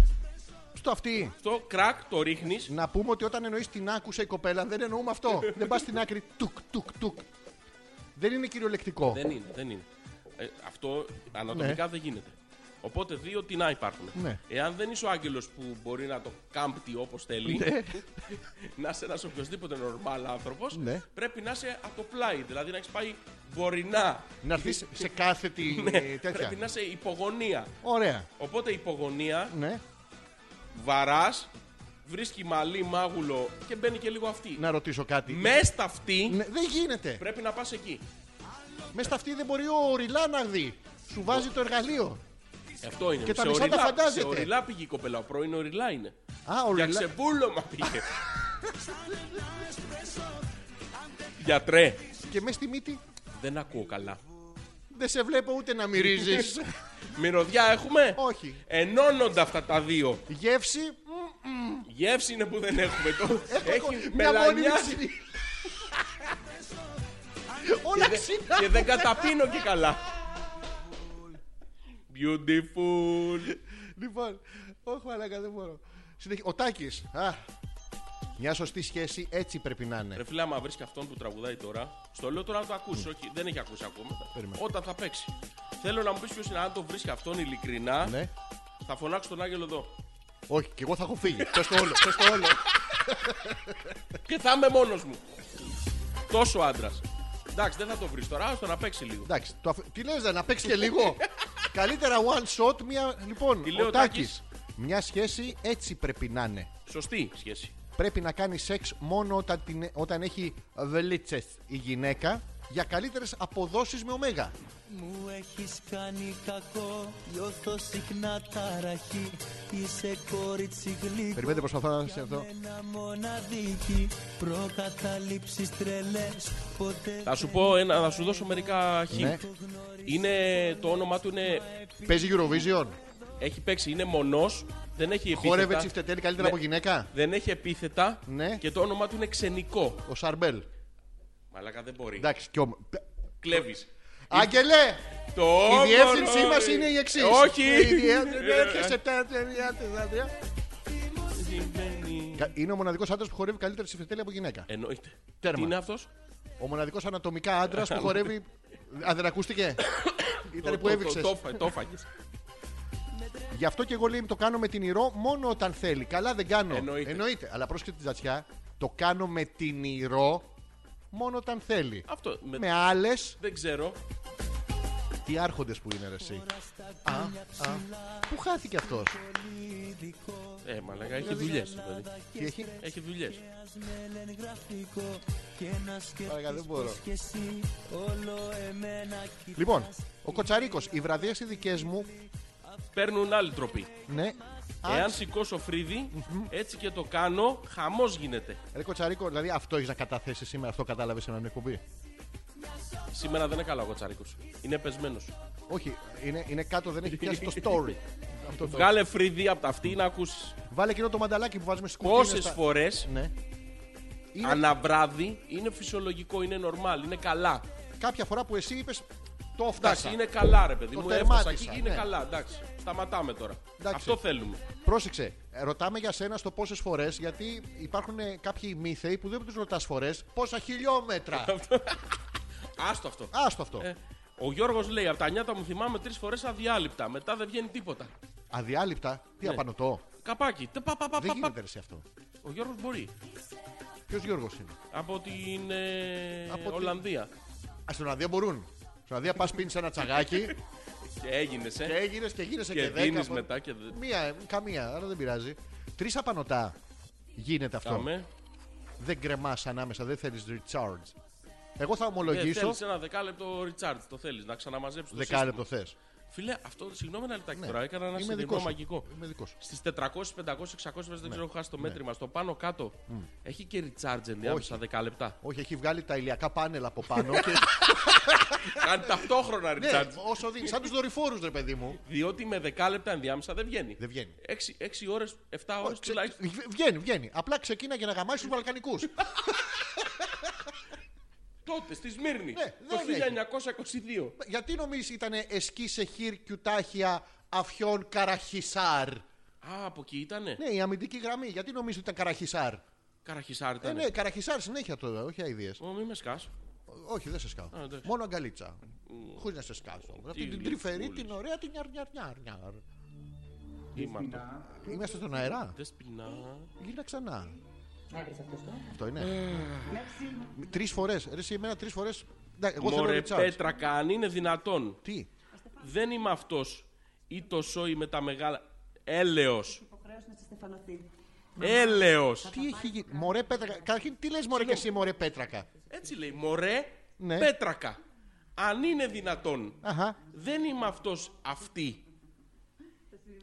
στο αυτί.
Αυτό κρακ το ρίχνεις.
Να πούμε ότι όταν εννοείς την άκουσα η κοπέλα, δεν εννοούμε αυτό. δεν πας στην άκρη. Τουκ, τουκ, τουκ. Δεν είναι κυριολεκτικό.
Δεν είναι, δεν είναι. Ε, αυτό ανατομικά δεν γίνεται. Οπότε δύο τι να υπάρχουν.
Ναι.
Εάν δεν είσαι ο άγγελος που μπορεί να το κάμπτει όπως θέλει, να είσαι ένας οποιοδήποτε normal άνθρωπος,
Ναι.
πρέπει να είσαι από το πλάι. Δηλαδή να έχεις πάει βορεινά.
Να έρθεις σε κάθετη
Ναι,
ε,
πρέπει να
τέτοια.
είσαι υπογωνία.
Ωραία.
Οπότε υπογωνία,
Ναι.
βαράς, βρίσκει μαλλί, μάγουλο και μπαίνει και λίγο αυτή.
Να ρωτήσω κάτι.
Μες στα αυτή
Ναι, δεν γίνεται.
πρέπει να πας εκεί.
Μέσα στα αυτή δεν μπορεί ο Ριλά να δει. Σου βάζει το εργαλείο.
Ε, Αυτό είναι.
Και τα
Σε
μισά τα
οριλά-
φαντάζεται.
Σε οριλά πήγε η κοπέλα. Ο πρώην οριλά είναι.
Α, ο
Για
Ριλά.
ξεπούλωμα πήγε. Γιατρέ,
Και μέσα στη μύτη
δεν ακούω καλά.
δεν σε βλέπω ούτε να μυρίζεις.
Μυρωδιά έχουμε.
Όχι.
Ενώνονται αυτά τα δύο.
Γεύση.
Γεύση είναι που δεν έχουμε. Το... Έχει
Μια μόνιμη
μελανιάσει
ξυνή. Όλα
και,
ξύνα.
και δεν καταπίνω και καλά. Beautiful.
Λοιπόν, όχι μαλάκα δεν μπορώ. Συνεχι- Ο Τάκης. Α, Μια σωστή σχέση έτσι πρέπει να είναι.
Ρε φίλε, άμα βρεις και αυτόν που τραγουδάει τώρα, στο λέω τώρα να το ακούσει. Όχι, δεν έχει ακούσει ακόμα.
Περιμένω.
Όταν θα παίξει. Θέλω να μου πεις ποιος είναι, αν το βρεις και αυτόν ειλικρινά,
Ναι.
θα φωνάξω τον Άγγελο εδώ.
Όχι, και εγώ θα έχω φύγει. Πες το όλο. Πες το όλο.
Και θα είμαι μόνος μου. Τόσο άντρας. Εντάξει, δεν θα το βρεις τώρα, άστο να παίξει λίγο.
Εντάξει, το αφ- τι λες, να παίξει και λίγο. Καλύτερα one shot, μια. Λοιπόν,
Τι λέει
ο
ο
Τάκης.
Τάκης?
Μια σχέση έτσι πρέπει να είναι.
Σωστή σχέση.
Πρέπει να κάνει σεξ μόνο όταν, την, όταν έχει βελίτσες η γυναίκα για καλύτερες αποδόσεις με ωμέγα.
Μου έχεις κάνει κακό, νιώθω συχνά ταραχή Είσαι κόριτσι γλυκό
Περιμένετε, προσπαθώ να
για
σε δω.
μένα μοναδική Προκαταλήψεις τρελές, ποτέ
Θα σου πω ένα, θα σου δώσω μερικά χι.
Ναι.
Είναι, το όνομά του είναι,
Παίζει Eurovision.
έχει παίξει, είναι μονός, δεν έχει επίθετα.
Χόρευε τσιφτετέλη καλύτερα
Ναι.
από γυναίκα.
Δεν έχει επίθετα
Ναι.
και το όνομά του είναι ξενικό.
Ο Σαρμπέλ.
Μαλάκα δεν μπορεί.
Εντάξει, κι ο...
Κλέβεις.
Άγγελε!
Το
Η διεύθυνσή
όμορφο-
μας είναι η εξής.
Όχι. Ε,
Είναι ο μοναδικός άντρας που χορεύει καλύτερα τσιφτετέλη από γυναίκα.
Εννοείται.
Τέρμα.
Τι είναι αυτός.
Ο μοναδικός ανατομικά άντρας που χορεύει. Α, δεν ακούστηκε. Ήταν που
Το- το- το-
έβηξε.
το- το- Το φάγες.
Γι' αυτό και εγώ λέει το κάνω με την ηρώ μόνο όταν θέλει. Καλά δεν κάνω.
Εννοείται.
Αλλά πρόσχετε τη ζατσιά. Το κάνω με την ηρώ μόνο όταν θέλει.
Αυτό. με-
Με άλλες.
Δεν ξέρω.
Τι άρχοντες που είναι ρε, εσύ. Α, α. Πού χάθηκε αυτός.
Ε, μαλάκα, έχει δουλειές. το παιδί.
Τι έχει.
Έχει δουλειές.
Παρακαλώ, δεν μπορώ. Λοιπόν, ο Κοτσαρίκος, οι βραδιές οι δικέ μου.
Παίρνουν άλλη τροπή.
Ναι.
Εάν σηκώσω φρύδι, έτσι και το κάνω, χαμός γίνεται.
Ρε Κοτσαρίκο, δηλαδή αυτό έχεις να καταθέσεις σήμερα, αυτό κατάλαβες σε έναν εκπομπή.
Σήμερα δεν είναι καλά ο Κοτσαρίκος. Είναι πεσμένος.
Όχι, είναι, είναι κάτω, δεν έχει πιάσει το story. Αυτό το-
Βγάλε φρύδι από τα αυτή να ακούσεις.
Βάλε εκείνο το μανταλάκι που βάζουμε στις κουτίνες.
Πόσες
τα-
φορές
Ναι. Είναι
αναβράδυ είναι φυσιολογικό, είναι normal, είναι καλά.
κάποια φορά που εσύ είπες το φτάσα.
Εντάξει, είναι καλά ρε παιδί
Το
μου. Έφτασα εκεί,
τερμάτισα,
είναι
ναι.
καλά. Εντάξει, σταματάμε τώρα.
Εντάξει.
Αυτό θέλουμε.
Πρόσεξε, ε, ρωτάμε για σένα στο πόσες φορές, γιατί υπάρχουν ε, κάποιοι μύθεοι που δεν τους ρωτάς φορές, πόσα χιλιόμετρα.
Άστο αυτό.
Άστο αυτό.
Ε, ο Γιώργος λέει: Από τα νιάτα μου θυμάμαι τρεις φορές αδιάλειπτα. Μετά δεν βγαίνει τίποτα.
Αδιάλειπτα, τι
ναι.
απανωτό.
Καπάκι. Τε, πα, πα, πα,
Δεν
πα, πα.
γίνεται ρε σε αυτό.
Ο Γιώργος μπορεί.
Ποιος Γιώργος είναι.
Από την ε,
Από την-
Ολλανδία.
Α, στον Αδία μπορούν. Στον Αδία πας πίνεις ένα τσαγάκι
Και έγινες, ε.
και έγινες και γίνεσαι
Και
και, δέκα.
δίνεις
από-
μετά και δεν-
Μία, ε, καμία, άρα δεν πειράζει. Τρεις απανωτά γίνεται αυτό.
Πάμε.
δεν κρεμάς ανάμεσα, δεν θέλεις recharge. Εγώ θα
Ε,
ομολογήσω.
θέλεις ένα δεκάλεπτο recharge, το θέλεις, να ξαναμαζέψεις το
Δεκάλεπτο Ναι.
σύστημα.
θες.
Φίλε, αυτό, συγγνώμη ένα λεπτάκι τώρα, έκανα ένα συνδυασμό μαγικό.
Είμαι δικός σου.
Στις 400, 500, 600
Ναι.
μέρες δεν ξέρω, έχω χάσει το μέτρημα. Στο πάνω κάτω έχει και recharge ενδιάμεσα 10 λεπτά.
Όχι, έχει βγάλει τα ηλιακά πάνελ από πάνω. και...
Κάνει ταυτόχρονα
ναι,
recharge.
όσο δίνει. Σαν τους δορυφόρους, ρε παιδί μου.
Διότι με 10 λεπτά ενδιάμεσα δεν βγαίνει.
Δεν βγαίνει.
6, ώρε, 7 ώρε
Ξε-
τουλάχιστον.
Βγ- Βγαίνει, βγαίνει. Απλά ξεκίνα για να γαμάει του Βαλκανικούς.
Τότε στη Σμύρνη.
Ναι,
το
δεν έχει.
1922.
Γιατί νομίζεις ήταν εσκή σε χείρ κιουτάχια αφιών καραχισάρ.
Α, από εκεί ήτανε.
Ναι, η αμυντική γραμμή. Γιατί νομίζεις ότι ήταν καραχισάρ.
Καραχισάρι
Ε,
ήτανε.
ναι, καραχισάρ συνέχεια τώρα, όχι αειδίε.
Ω, μη με σκάς.
Όχι, δεν σε σκάω.
Α, εντάξει.
Μόνο αγκαλίτσα. Χωρίς να σε σκάσω. Αυτή την
λες,
τρυφερή,
μου λες.
την ωραία, την νιαρ-νιαρ-νιαρ.
Τι μαρτώ.
Είμαστε στον αερά.
Δεν σπινά.
Γύρνα ξανά. Αυτό είναι. Τρεις φορές. Ρε, εσύ, εμένα τρεις φορές. Ναι, Εγώ θέλω
Μωρέ
recharge.
πέτρα κάνει, είναι δυνατόν.
Τι.
Δεν είμαι αυτός ή το σόι με τα μεγάλα. Έλεος. Έλεος.
Τι έχει γίνει. Μωρέ πέτρακα. Καταρχήν, τι λες, Μωρέ και εσύ, Μωρέ πέτρακα.
Έτσι λέει. Μωρέ
Ναι.
πέτρακα. Αν είναι δυνατόν.
Αχα.
Δεν είμαι αυτός αυτή.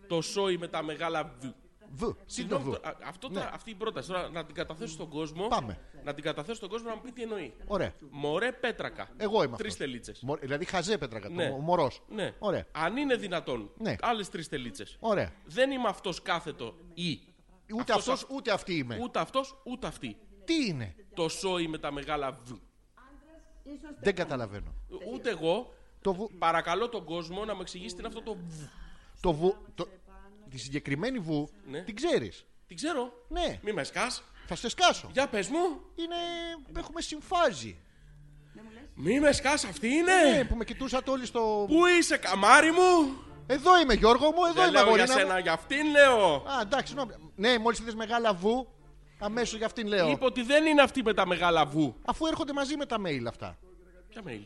Το σόι με τα μεγάλα β.
Β. Σύντο
Συγγνώμη,
β.
το- α- αυτό τώρα- αυτή η πρόταση τώρα να την καταθέσω στον κόσμο.
Ναι. Πάμε.
Να την καταθέσω στον κόσμο να μου πει τι εννοεί.
Ωραία.
Μωρέ πέτρακα.
Εγώ είμαι
Τρεις
αυτός.
τελίτσες.
Μωρέ- Δηλαδή, χαζέ πέτρακα.
Ναι.
Ο μωρός.
Ναι.
Ωραία.
Αν είναι δυνατόν.
Ναι.
Άλλες τρεις τελίτσες.
Ωραία.
Δεν είμαι αυτός κάθετο ή.
Ούτε
Αυτός-
αυτός ούτε αυτή είμαι.
Ούτε αυτός ούτε αυτή.
Τι είναι.
Το σόι με τα μεγάλα β.
Δεν καταλαβαίνω.
Ούτε εγώ.
Το β.
Παρακαλώ τον κόσμο να μου εξηγήσει τι είναι αυτό το β.
Το βου, το, τη συγκεκριμένη βου
Ναι.
την ξέρεις.
Την ξέρω.
Ναι,
Μη με σκάς.
θα σε σκάσω.
Για πες μου.
Είναι, έχουμε συμφάζει.
Μη με σκάς, αυτή
Ναι,
είναι.
που με κοιτούσατε όλοι στο.
Πού είσαι, καμάρι μου.
Εδώ είμαι, Γιώργο μου, εδώ
Δεν
είμαι,
λέω για
Αγορίνα. μου.
σένα, για αυτήν λέω.
Α, εντάξει, νόμι... Ναι, μόλις είδες μεγάλα βου, αμέσως για αυτήν λέω.
Είπε ότι δεν είναι αυτή με τα μεγάλα βου.
Αφού έρχονται μαζί με τα mail αυτά.
Ποια mail.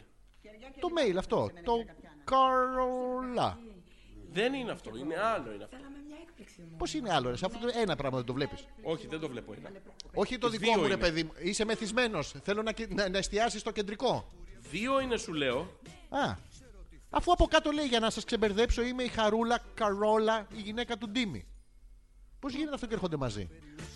Το mail αυτό. Το Καρολά.
Δεν είναι αυτό, είναι άλλο είναι αυτό.
Πώς είναι άλλο, ρε, αφού ένα πράγμα δεν το βλέπεις.
Όχι, δεν το βλέπω ένα.
Όχι το
Δύο
δικό μου, ρε
είναι.
παιδί μου. Είσαι μεθυσμένος. Θέλω να, κοι- να, να εστιάσεις στο κεντρικό.
Δύο είναι σου λέω.
Α. Αφού από κάτω λέει για να σας ξεμπερδέψω, είμαι η Χαρούλα Καρόλα, η γυναίκα του Ντίμη. Πώς γίνεται αυτό και έρχονται μαζί.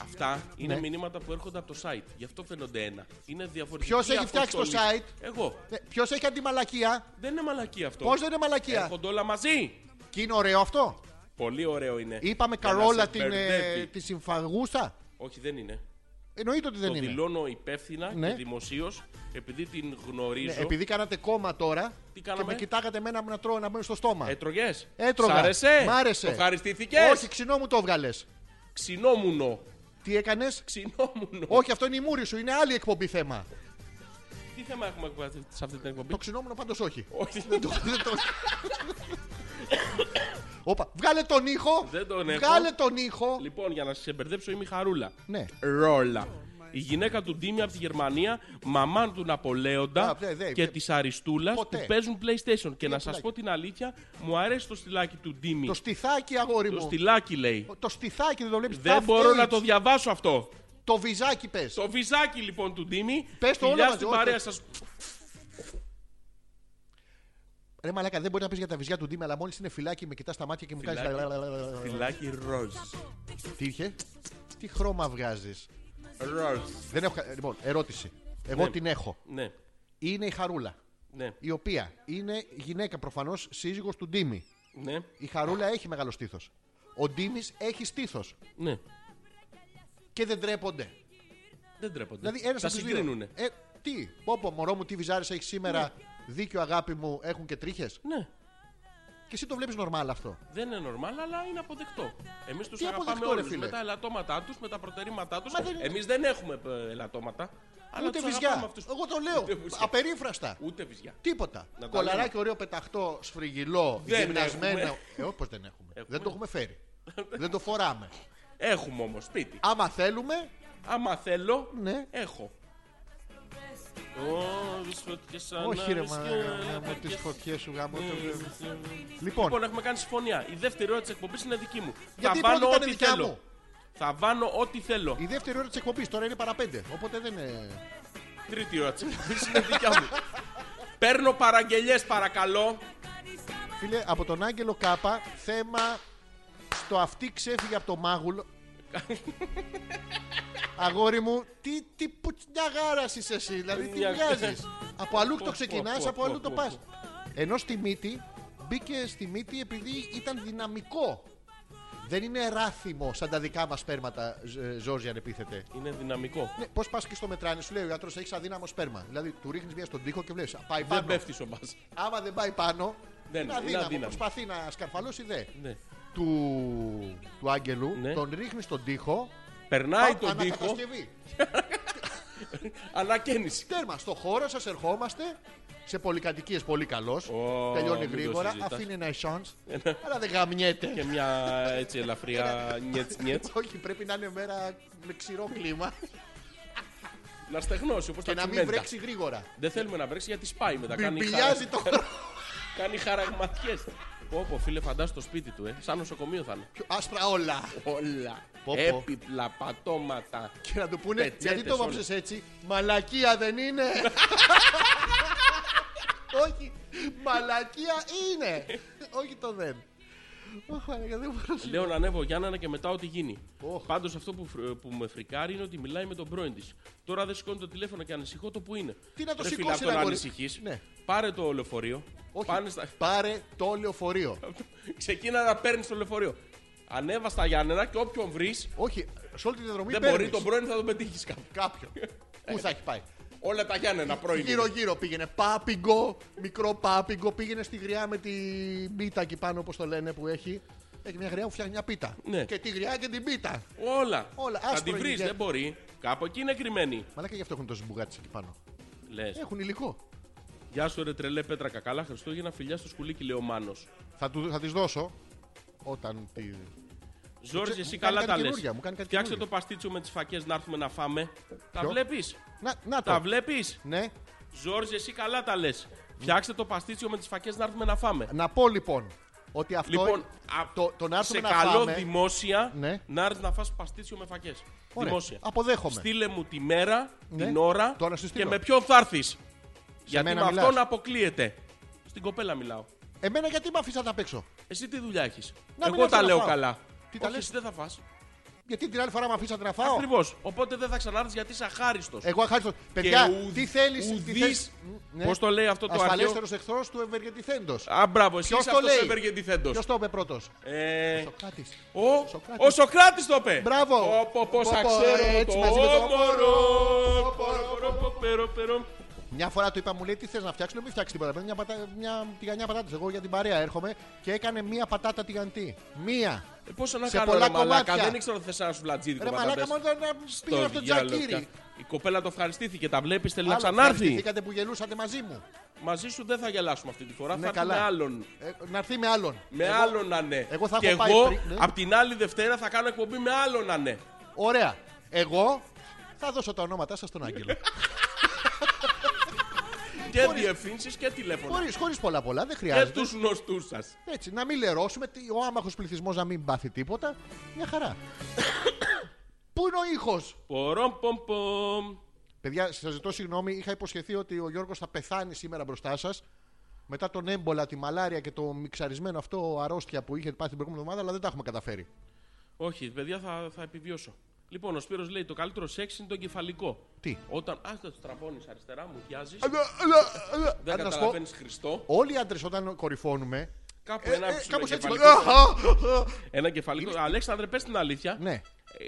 Αυτά είναι
Ναι.
μηνύματα που έρχονται από το site. Γι' αυτό φαίνονται ένα. Είναι διαφορετική
Ποιος έχει φτιάξει το
αποστολή.
site?
Εγώ.
Ποιο Ε, έχει αντιμαλακία,
Δεν είναι μαλακία αυτό.
πώς δεν είναι μαλακία.
Έρχονται όλα μαζί.
Και είναι ωραίο αυτό.
Πολύ ωραίο είναι.
Είπαμε
Για να
Καρόλα
σε
την, ε,
μπερδεύει.
τη συμφαγούσα.
Όχι, δεν είναι.
Εννοείται ότι δεν
το
είναι.
δηλώνω υπεύθυνα
Ναι.
και δημοσίως επειδή την γνωρίζω.
Ναι, επειδή κάνατε κόμμα τώρα
ε.
και
Τι κάναμε?
με κοιτάγατε εμένα να τρώω να μπαίνω στο στόμα.
Έτρωγες.
Έτρωγα.
Σ' άρεσε.
Μ' άρεσε.
Το ευχαριστήθηκες?
Όχι, ξινό μου το βγάλες.
Ξινόμουνο.
Τι έκανες.
Ξινόμουνο.
Όχι, αυτό είναι η μούρη σου, είναι άλλη εκπομπή θέμα.
Τι θέμα έχουμε σε αυτή την εκπομπή.
Το ξινόμουνο πάντως όχι.
Όχι.
Δεν το- δεν το- Όπα, βγάλε τον ήχο.
Δεν τον έχω.
Βγάλε τον ήχο.
Λοιπόν, για να σε μπερδέψω, είμαι η Χαρούλα.
Ναι.
Ρόλα. Η γυναίκα του Ντίμη από τη Γερμανία, μαμάν του Ναπολέοντα
Α, δε, δε,
και
δε.
της Αριστούλας
Ποτέ.
που παίζουν PlayStation. Και να σα
πουλάκι.
πω την αλήθεια, μου αρέσει το στυλάκι του Ντίμη.
Το στιθάκι, αγόρι
Το
μου.
στυλάκι λέει.
Το στιθάκι δεν το βλέπεις.
Δεν μπορώ να το διαβάσω αυτό.
Το βυζάκι πες.
Το βυζάκι λοιπόν του Ντίμη.
Πες το
Φιλιά
όλα
στην
μαζί,
παρέα
όχι.
σας.
Ρε μαλάκα, δεν μπορεί να πεις για τα βυζιά του Ντίμη, αλλά μόλις είναι φυλάκι με κοιτάς στα μάτια και μου κάνεις.
Φυλάκι ροζ.
Τι είχε. Τι χρώμα βγάζει.
Ροζ.
Δεν έχω... κα- Λοιπόν, ερώτηση. Εγώ
Ναι.
την έχω.
Ναι,
Είναι η Χαρούλα.
ναι,
Η οποία είναι γυναίκα προφανώς σύζυγος του Ντίμη.
ναι,
Η Χαρούλα έχει μεγάλο στήθος. Ο Ντίμης έχει στήθος.
ναι.
Και δεν τρέπονται.
Δεν τρέπονται.
Δηλαδή ένας
Τα
από τους δύο.
συγκρίνουνε.
Ε, τι, πόπο, μωρό μου, τι βυζάρες έχεις σήμερα. Δίκιο, αγάπη μου, έχουν και τρίχες.
Ναι.
Και εσύ το βλέπεις νορμάλ αυτό.
Δεν είναι normal, αλλά είναι αποδεκτό. Εμείς τους
Τι
αγαπάμε
αποδεκτό, ρε
όλους
φίλε?
με τα ελαττώματά τους, με τα προτερήματά τους.
Μα δεν-
Εμείς δεν έχουμε ε, ελαττώματα. Αλλά
Ούτε
τους
βυζιά.
αγαπάμε αυτούς.
Εγώ το λέω.
Ούτε βυζιά.
Απερίφραστα.
Ούτε βυζιά.
Τίποτα.
τα
Κολαράκι ωραίο πεταχτό, σφριγγυλό,
Δεν
γυμνασμένο.
έχουμε.
Ε, Όπως δεν έχουμε.
Έχουμε.
Δεν το έχουμε φέρει. δεν το φοράμε.
Έχουμε όμως σπίτι.
Άμα θέλουμε,
Άμα θέλω,
ναι.
έχω. Ω, τις φωτιές σαν
Όχι ρε
αρισκές,
μαλάκα, με
φωτιές.
τις φωτιές σου γάμο. το-
Λοιπόν,
Λοιπόν,
έχουμε κάνει συμφωνία. Η δεύτερη ώρα της εκπομπής είναι δική μου.
γιατί η
θα
πρώτη
βάλω
ήταν
ό,τι
δικιά
θέλω.
μου.
Θα βάλω ό,τι θέλω.
Η δεύτερη ώρα της εκπομπής τώρα είναι παραπέντε. Οπότε δεν είναι...
Η τρίτη ώρα της εκπομπής είναι δικιά μου. Παίρνω παραγγελιές, παρακαλώ.
Φίλε, από τον Άγγελο Κάπα, θέμα στο αυτή ξέφυγε από το μάγουλο. Αγόρι μου, τι, τι πουτσιαγάρας είσαι εσύ, δηλαδή τι
Μια-
βγάζεις. από αλλού το
Πω, πω,
ξεκινάς,
πω,
από αλλού
πω,
το
πω,
πας.
πω.
Ενώ στη μύτη, μπήκε στη μύτη επειδή ήταν δυναμικό. Δεν είναι ράθιμο σαν τα δικά μας σπέρματα, Ζ- ε, Ζόρζι, αν επίθετε.
Είναι δυναμικό.
Ναι, Πώς πας και στο μετράνη, σου λέει ο γιατρό: Έχεις αδύναμο σπέρμα. Δηλαδή, του ρίχνεις μία στον τοίχο και βλέπεις. Πάει πάνω.
Δεν πέφτεις ο μπας.
Άμα δεν πάει πάνω,
Δεν
είναι
είναι, είναι
αδύναμο.
αδύναμο.
Προσπαθεί να σκαρφαλώσει δε.
Ναι.
Του, του Άγγελου
Ναι.
τον ρίχνει στον τοίχο.
Περνάει
πα-
τον τοίχο,
ανακατασκευή.
ανακαίνιση.
Τέρμα, στο χώρο σας ερχόμαστε. Σε πολυκατοικίες πολύ καλός.
Ω,
Τελειώνει
μην το
γρήγορα.
συζητάς.
Αφήνει ένα εσόνς, αλλά δεν γαμιέται.
Και μια έτσι ελαφριά νιέτ νιέτ.
Όχι, πρέπει να είναι μέρα με ξηρό κλίμα
Να στεγνώσει όπως
και
τα
να μην
τσιμέντα.
βρέξει γρήγορα.
Δεν θέλουμε να βρέξει γιατί σπάει μετά. Κάνει,
Μπιλιάζει το χώρο.
κάνει χαραγματιές. Πω πω φίλε φαντάσου το σπίτι του ε. Σαν νοσοκομείο θα είναι.
Άσπρα όλα.
Όλα.
Πω, πω.
Έπιπλα, πατώματα.
Και να του πούνε
Πετσέτες,
γιατί το
όλα.
βάψες έτσι. Μαλακία δεν είναι. Όχι. Μαλακία είναι. Όχι το δεν. Ωχ, μαλάκα, δεν μπορώ να συ-
Λέω να ανέβω Γιάννανα και μετά ό,τι γίνει.
Ωχ.
Πάντως αυτό που, φρ- που με φρικάρει είναι ότι μιλάει με τον πρώην της. Τώρα δεν σηκώνει το τηλέφωνο και ανησυχώ το που είναι.
Τι να το
Ρε φίλε,
σηκώσει,
απ'
ρε,
το να
αγόρι.
ανησυχείς.
Ναι.
Πάρε το λεωφορείο.
Όχι.
Πάνε στα...
Πάρε το λεωφορείο.
Ξεκίνα να παίρνεις το λεωφορείο. Ανέβα στα Γιάννενα και όποιον βρεις,
Όχι, σε όλη τη διαδρομή
δεν
παίρνεις
μπορεί τον πρώην θα τον πετύχεις κάπου.
κάποιον. Πού θα έχει πάει.
Όλα τα Γιάννενα πρώην. είναι.
Γύρω-γύρω πήγαινε. Πάπιγκο, μικρό πάπιγκο. Πήγαινε στη γριά με τη μπίτα εκεί πάνω, όπως το λένε που έχει. Έχει μια γριά που φτιάχνει μια πίτα.
Ναι.
Και τη γριά και την πίτα.
Όλα.
Όλα,
Θα
άσπρο
την βρεις,
είναι. ναι.
δεν μπορεί. Κάπου εκεί είναι κρυμμένη.
Μαλάκα γι' αυτό έχουν τόσες μπουγάτσε εκεί πάνω.
Λες.
Έχουν υλικό.
Γεια σου, ρε τρελέ πέτρα κακάλα. Χριστούγεννα φιλιά στο σκουλίκι, λέει ο Μάνος.
Θα, του, θα τις δώσω όταν τη...
Ζόρζι,
Μου
εσύ
κάνει
καλά
κάτι
τα λες.
καινούργια, μου κάνει κάτι
Φτιάξε το
καινούργια.
παστίτσιο με τις φακές να έρθουμε να φάμε. Τα
Ποιο?
βλέπεις.
Να, να το.
Τα βλέπεις.
Ναι.
Ζόρζι, εσύ καλά τα λες. Φτιάξτε το παστίτσιο με τις φακές να έρθουμε να φάμε.
Να πω λοιπόν Ότι αυτό.
Λοιπόν, α-
το, το να
σε
έρθουμε να
καλό
φάμε.
δημόσια
Ναι.
να έρθεις να φας παστίτσιο με φακές.
Ωραία.
Δημόσια.
Αποδέχομαι.
Στείλε μου τη μέρα,
Ναι.
την ώρα
Τώρα σου
και
στείλω.
με ποιον θα έρθεις. Γιατί
μένα
με
μιλάς.
αυτόν αποκλείεται. Στην κοπέλα μιλάω.
Εμένα γιατί με αφήσατε απ' έξω.
Εσύ τι δουλειά έχεις.
Να μην
Εγώ
έρθω
τα
να
λέω
φάω.
καλά.
Τι τα
Όχι,
λες?
εσύ δεν θα φας.
Γιατί την άλλη φορά με αφήσατε να φάω.
Ακριβώς. Οπότε δεν θα ξανάρθεις γιατί είσαι αχάριστος.
Εγώ αχάριστος. Παιδιά,
ουδ-
τι θέλεις.
ουδής- Πώς το λέει αυτό το αρχαίο?
Ασφαλέστερος εχθρός του ευεργετηθέντος.
Α, μπράβο, εσύ
Ποιος
είσαι
το
αυτός ο
λέει?
ευεργετηθέντος.
Ποιος το είπε πρώτος.
Ε,
Σοκράτης.
ο,
Σοκράτης.
ο Σοκράτης το είπε.
Μπράβο.
Πω, πω, πόσα
Πω, πω,
ξέρω.
έτσι
το
μαζί με το
όμορο. Πω, πω, πω, πέρο, πέρο.
Μια φορά του είπα, μου λέει τι θες να φτιάξω, μην φτιάξεις τίποτα. Παίρνει Μια, πατα... μια τηγανιά πατάτα. Εγώ για την παρέα έρχομαι και έκανε μία πατάτα τηγανιτή. Μία.
Ε, Πόσο να
Σε
κάνω,
πολλά
ρε μαλάκα.
κομμάτια.
Δεν ήξερα ότι θες ένα σουβλατζίδικο
Ρε μαλάκα,
πατατές.
μόνο να πήγαινε αυτό το
διάλογο
τζακίρι.
πια. Η κοπέλα το ευχαριστήθηκε, τα βλέπεις, θέλει να
Άλλο,
ξανάρθει.
ευχαριστηθήκατε που γελούσατε μαζί μου.
Μαζί σου δεν θα γελάσουμε αυτή τη φορά,
Ναι,
θα έρθει
καλά.
με άλλον.
Ε, να έρθει με άλλον.
Με
Εγώ-
άλλον να ναι.
εγώ θα
και
έχω πάει
εγώ
πριν, ναι.
απ' την άλλη Δευτέρα θα κάνω εκπομπή με άλλον να ναι.
Ωραία. Εγώ θα δώσω τα ονόματά σας στον Άγγελο.
Και διευθύνσεις και τηλέφωνα.
χωρίς χωρίς πολλά πολλά, δεν
Και
χρειάζεται.
τους γνωστούς σας.
Έτσι, να μην λερώσουμε, τι- ο άμαχος πληθυσμός να μην πάθει τίποτα. Μια χαρά. Πού είναι ο ήχος,
Πορομ, πομ, πομ.
Παιδιά, σας ζητώ συγγνώμη. Είχα υποσχεθεί ότι ο Γιώργος θα πεθάνει σήμερα μπροστά σας. Μετά τον έμπολα, τη μαλάρια και το μιξαρισμένο αυτό αρρώστια που είχε πάθει την προηγούμενη εβδομάδα, αλλά δεν τα έχουμε καταφέρει.
Όχι, παιδιά, θα, θα επιβιώσω. Λοιπόν, ο Σπύρος λέει: Το καλύτερο σεξ είναι το εγκεφαλικό.
Τι?
Όταν. Άστα, το τραβώνει αριστερά, μου βιάζει.
Αλλά, αλλά, αλλά,
Δεν
αν να σου πω,
καταλαβαίνεις Χριστό.
Όλοι οι άντρες όταν κορυφώνουμε.
Κάπου
Ε,
ένα,
ε, κάπως έτσι.
εγκεφαλικό- ένα εγκεφαλικό. Αλέξανδρε, πες την αλήθεια.
Ναι.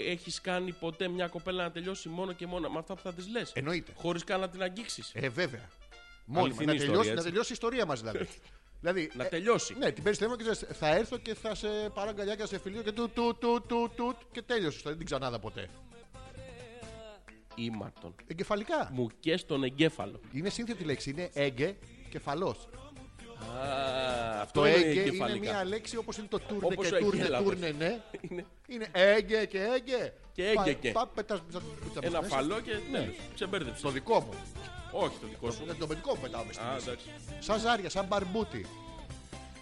Έχεις κάνει ποτέ μια κοπέλα να τελειώσει μόνο και μόνο με αυτά που θα της λες.
Εννοείται.
Χωρίς καν να την αγγίξεις.
Ε, βέβαια. Μόνοι
Αληθινή
να,
ιστορία,
τελειώσει, να
έτσι.
τελειώσει η ιστορία μας δηλαδή. δηλαδή
να
ε,
τελειώσει.
Ναι, την παίρνει τηλέφωνο και λες, θα έρθω και θα σε πάρω αγκαλιά και θα σε φιλίω και του του του του του και τέλειωσε. η ιστορία, Δεν την ξανάδα ποτέ.
Ήματον.
Εγκεφαλικά.
Μου και στον εγκέφαλο.
Είναι σύνθετη λέξη. Είναι έγκε κεφαλός.
Α,
Το
αυτό είναι
έγκε είναι
εγκεφαλικά.
μια λέξη όπως είναι το τούρνε
Όπως
και
ο
τούρνε,
εγκέλαδος.
τούρνε, ναι.
Είναι
Είναι έγκε και έγκε.
Και έγκε
Πα-
και.
πα- πετάς- πετάς- πετάς-
ένα
μέσα.
φαλό και
Ναι.
τέλο. Ξεμπέρδεψε.
Το δικό μου.
Όχι το δικό σου.
Ε, Το παιδικό μου πετάω μες στη
Α,
μέση.
εντάξει.
Σαν ζάρια, σαν μπαρμπούτι.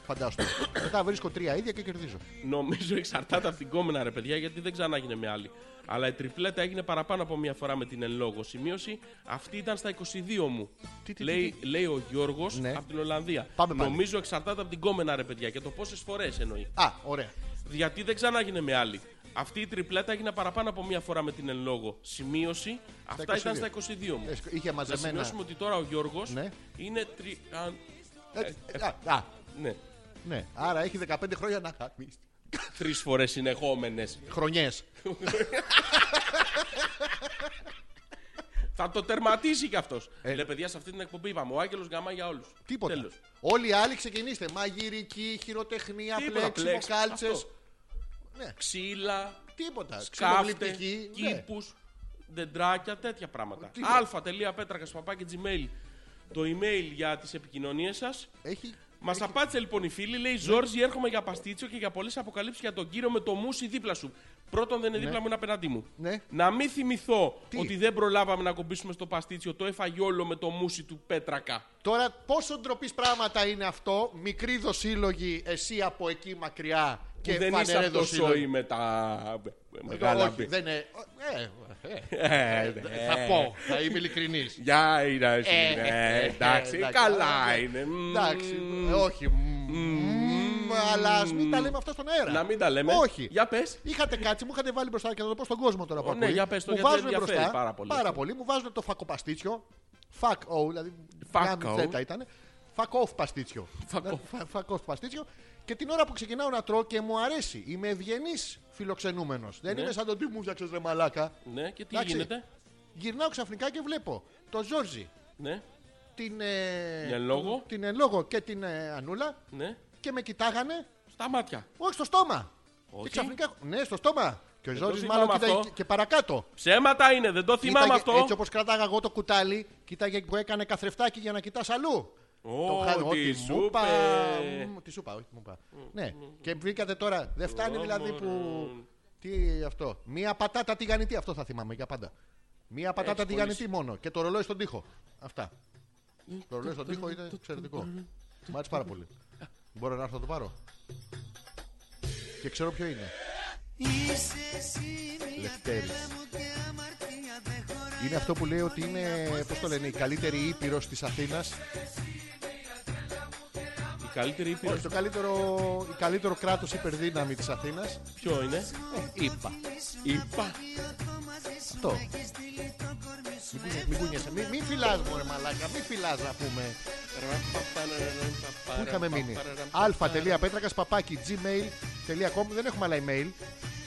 Φαντάζομαι. Μετά βρίσκω τρία ίδια και κερδίζω.
Νομίζω εξαρτάται από την κόμενα ρε παιδιά γιατί δεν ξανά έγινε με άλλη. Αλλά η τριπλέτα έγινε παραπάνω από μία φορά με την εν λόγω σημείωση. Αυτή ήταν στα 22 μου.
Τι, τι,
λέει, λέει ο Γιώργος
Ναι.
από την Ολλανδία.
Πάμε πάλι.
Νομίζω εξαρτάται από την κόμενα ρε παιδιά και το πόσες φορές εννοεί.
Α, ωραία.
Γιατί δεν ξανά έγινε με άλλη. Αυτή η τριπλέτα έγινε παραπάνω από μία φορά με την εν λόγω σημείωση. Αυτά
22.
ήταν στα 22 μου.
Ε, Είχε
Να
μαζεμένα.
σημειώσουμε ότι τώρα ο Γιώργος
Ναι.
είναι τρι... α,
Ε, ε, α, α,
ναι,
ναι. Άρα έχει 15 χρόνια να χαμίσει.
τρεις φορές συνεχόμενες.
Χρονιές.
Θα το τερματίσει κι αυτός. Λέει παιδιά σε αυτή την εκπομπή είπαμε ο Άγγελος γαμά για όλους.
Ε. Τίποτα.
Τέλος.
Όλοι οι άλλοι ξεκινήστε. Μαγειρική, χειροτεχνία,
Τίποτα,
πλέξιμο,
πλέξ,
κάλτσες.
αυτό. Ξύλα,
Τίποτα.
σκάφτε,
Ξυλοβληπτική. Ε, ναι.
κήπους, δεντράκια, τέτοια πράγματα.
Τίποτα.
αλφα.πέτρακας παπάκι gmail το email για τις επικοινωνίες σας.
ναι. Έχει. Ναι.
Μα απάντησε λοιπόν η φίλη, λέει Ζόρζι, έρχομαι για παστίτσιο και για πολλές αποκαλύψεις για τον κύριο με το μουσι δίπλα σου. Πρώτον, δεν είναι δίπλα μου, είναι απέναντί μου.
Ναι.
Να μην θυμηθώ
Τι?
ότι δεν προλάβαμε να κομπήσουμε στο παστίτσιο το εφαγιόλο με το μουσι του Πέτρακα.
Τώρα πόσο ντροπής πράγματα είναι αυτό. Μικρή δοσύλλογη εσύ από εκεί μακριά
Και
και
που δεν είσαι
φανερές
αυτός
δοσύλλογη.
σόι με τα μεγάλα
Ε, Όχι,
μπι.
δεν είναι. Ε, ε, ε,
Ε,
ε, Θα πω, θα είμαι ειλικρινής.
Γεια, είναι εσύ,
Ε,
ναι,
ε,
Εντάξει,
εντάξει,
καλά
αλλά-
είναι. μμμ.
Εντάξει, ε, όχι. μμμ, μμμ, Αλλά ας μην τα λέμε αυτά στον αέρα.
Να μην τα λέμε.
Όχι.
Για πες.
Είχατε κάτσει, μου είχατε βάλει μπροστά και θα το πω στον κόσμο τώρα που
Ω, ναι,
ακούει.
για πες το,
Μου
γιατί
βάζουν
ενδιαφέρει
μπροστά
πάρα πολύ.
μου βάζουν το φακοπαστίτσιο. Fuck off, δηλαδή.
Fuck
γάμι
off.
Ζέτα ήταν. Fuck off παστίτσιο.
Fuck
Ναι, fa- fuck off παστίτσιο. Και την ώρα που ξεκινάω να τρώω και μου αρέσει, είμαι ευγενής φιλοξενούμενος. Δεν
Ναι.
είμαι σαν τον τι μου φτιάξε ρε μαλάκα.
Ναι, και τι
Εντάξει.
γίνεται.
Γυρνάω ξαφνικά και βλέπω το Ζόρζι,
Ναι,
την. ε,
Την εν λόγω.
Την εν λόγω και την ε, Ανούλα
ναι.
και με κοιτάγανε
Στα μάτια.
όχι στο στόμα.
Όχι.
Και ξαφνικά. Ναι, στο στόμα. Και ο
το
Ζόρι
θυμάμαι
μάλλον κοίταγε
αυτό.
και- και παρακάτω.
Ψέματα είναι, δεν το θυμάμαι
Κοίταγε-
αυτό.
Έτσι όπως κράταγα εγώ το κουτάλι, κοίταγε που έκανε καθρεφτάκι για να κοιτάς αλλού.
Ω,
Τον χα-
τι
ό,τι
σου
μου είπα,
είπε.
μ, Τι σου είπα, όχι, μου είπα. Ναι, και βρήκατε τώρα. Δεν φτάνει δηλαδή που. Τι αυτό. Μία πατάτα τηγανιτή, αυτό θα θυμάμαι για πάντα. Μία πατάτα
Έχεις
τηγανιτή μόνο και το ρολόι στον τοίχο. Αυτά. Το ρολόι στον τοίχο ήταν εξαιρετικό. Μ' άρεσε πάρα πολύ. Μπορώ να έρθω να το πάρω. Και ξέρω ποιο είναι. Λευτέρης. Είναι αυτό που λέει ότι είναι, πώς το λένε, η καλύτερη ήπειρος της Αθήνας.
Η καλύτερη ήπειρο.
Όχι, το καλύτερο, η καλύτερο κράτος υπερδύναμη της Αθήνας.
Ποιο είναι.
Ε, Είπα.
Είπα.
Αυτό. Μην κουνιέ- Μην κουνιέσαι. Μην, μην φυλάς, μωρέ μαλάκα. Μην φυλάς να πούμε. Πού είχαμε μείνει. αλφα.πέτρακας παπάκι gmail.com Δεν έχουμε άλλα email.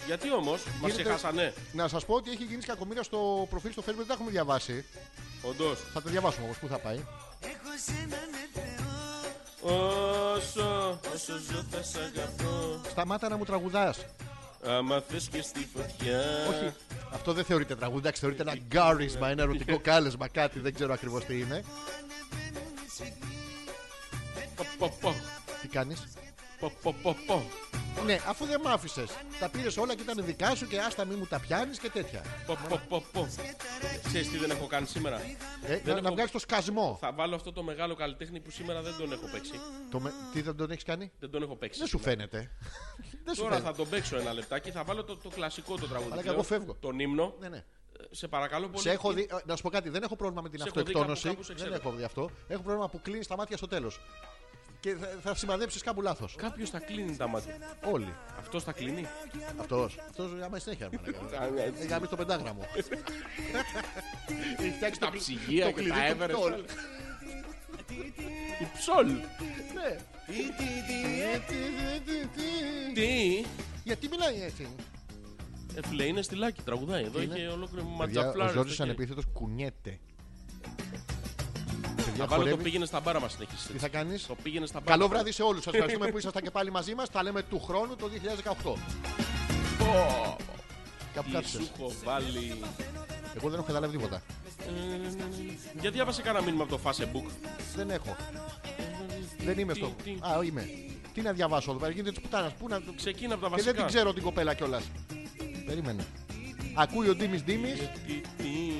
Γιατί όμως, μας
Γίνεται-
ξεχάσανε.
Να σας πω ότι έχει γίνει κακομοίρα στο προφίλ στο facebook. Δεν τα έχουμε διαβάσει.
Όντως.
Θα τα διαβάσουμε όμως. Πού θα πάει.
Όσο, όσο ζω θα σ' αγαπώ.
Σταμάτα να μου τραγουδάς.
Άμα θες και στη φωτιά.
Όχι. Αυτό δεν θεωρείται τραγούδι, εντάξει, θεωρείται ένα γκάρισμα, ένα ερωτικό κάλεσμα, κάτι, δεν ξέρω ακριβώς τι είναι.
Πο, πο, πο,
Τι κάνεις.
πο, πο, πο, πο.
Ναι, αφού δεν μ' άφησες. Τα πήρες όλα και ήταν δικά σου και άστα μη μου τα πιάνεις και τέτοια.
Πο, πο, πο, πο. Ξέρεις τι δεν έχω κάνει σήμερα.
Ε, να
έχω-
να βγάλεις το σκασμό.
Θα βάλω αυτό το μεγάλο καλλιτέχνη που σήμερα δεν τον έχω παίξει.
Το με- Τι δεν τον έχεις κάνει.
Δεν τον έχω παίξει.
Δεν σου φαίνεται. δεν σου
Τώρα
φαίνεται.
θα τον παίξω ένα λεπτάκι. Θα βάλω το, το κλασικό το τραγούδι.
Αλλά και
πλέον,
εγώ φεύγω.
Τον ύμνο.
Ναι, ναι.
Ε, Σε παρακαλώ πολύ.
Σε έχω δει, ε, να σου πω κάτι, δεν έχω πρόβλημα με την
Σε έχω δει
αυτοεκτόνωση.
κάπου- κάπου σε
Δεν
ξέρω.
έχω δει αυτό. Έχω πρόβλημα που κλείνεις τα μάτια στο τέλος. Και θα, θα σημαδέψεις κάπου λάθος.
Κάποιος θα κλείνει τα μάτια.
Όλοι.
Αυτός θα κλείνει.
Αυτός. Αυτός άμα η συνέχεια. Για το πεντάγραμμο. Έχει φτιάξει
Τα
κλει-
ψυγεία
το
και
κλειδί
τα
του
Everest.
Πτόλ.
Η ψόλ.
Ναι.
Τι.
Γιατί μιλάει έτσι.
Ε, φίλε, είναι στη λάκη, τραγουδάει. Εδώ
Είναι.
είχε ολόκληρο
Παιδιά, Ο
ματζαφλάρι.
Ζόρζης ανεπίθετος κουνιέται. Παιδιά,
Θα βάλω το
χορεύει.
πήγαινε στα μπάρα μας
Τι
συνεχίσει.
θα κάνεις.
Το πήγαινε στα μπάρα.
Καλό
μας.
βράδυ σε όλους. Σας ευχαριστούμε που ήσασταν και πάλι μαζί μας. Τα λέμε του χρόνου το 2018.
Πω,
Κάπου
Τι σου
κάτσες.
έχω βάλει.
Εγώ δεν έχω καταλάβει τίποτα.
Ε, Για διάβασε κανένα μήνυμα από το Facebook.
Δεν έχω. Δεν είμαι
Τι,
στο.
τι.
Α, είμαι. Τι να διαβάσω εδώ πέρα. Γίνεται της πουτάνας. Πού να.
Ξεκίνα από τα
Και δεν την
βασικά.
ξέρω την κοπέλα κιόλας. Περίμενε. Ακούει ο Ντίμης Ντίμης
Τι,
Η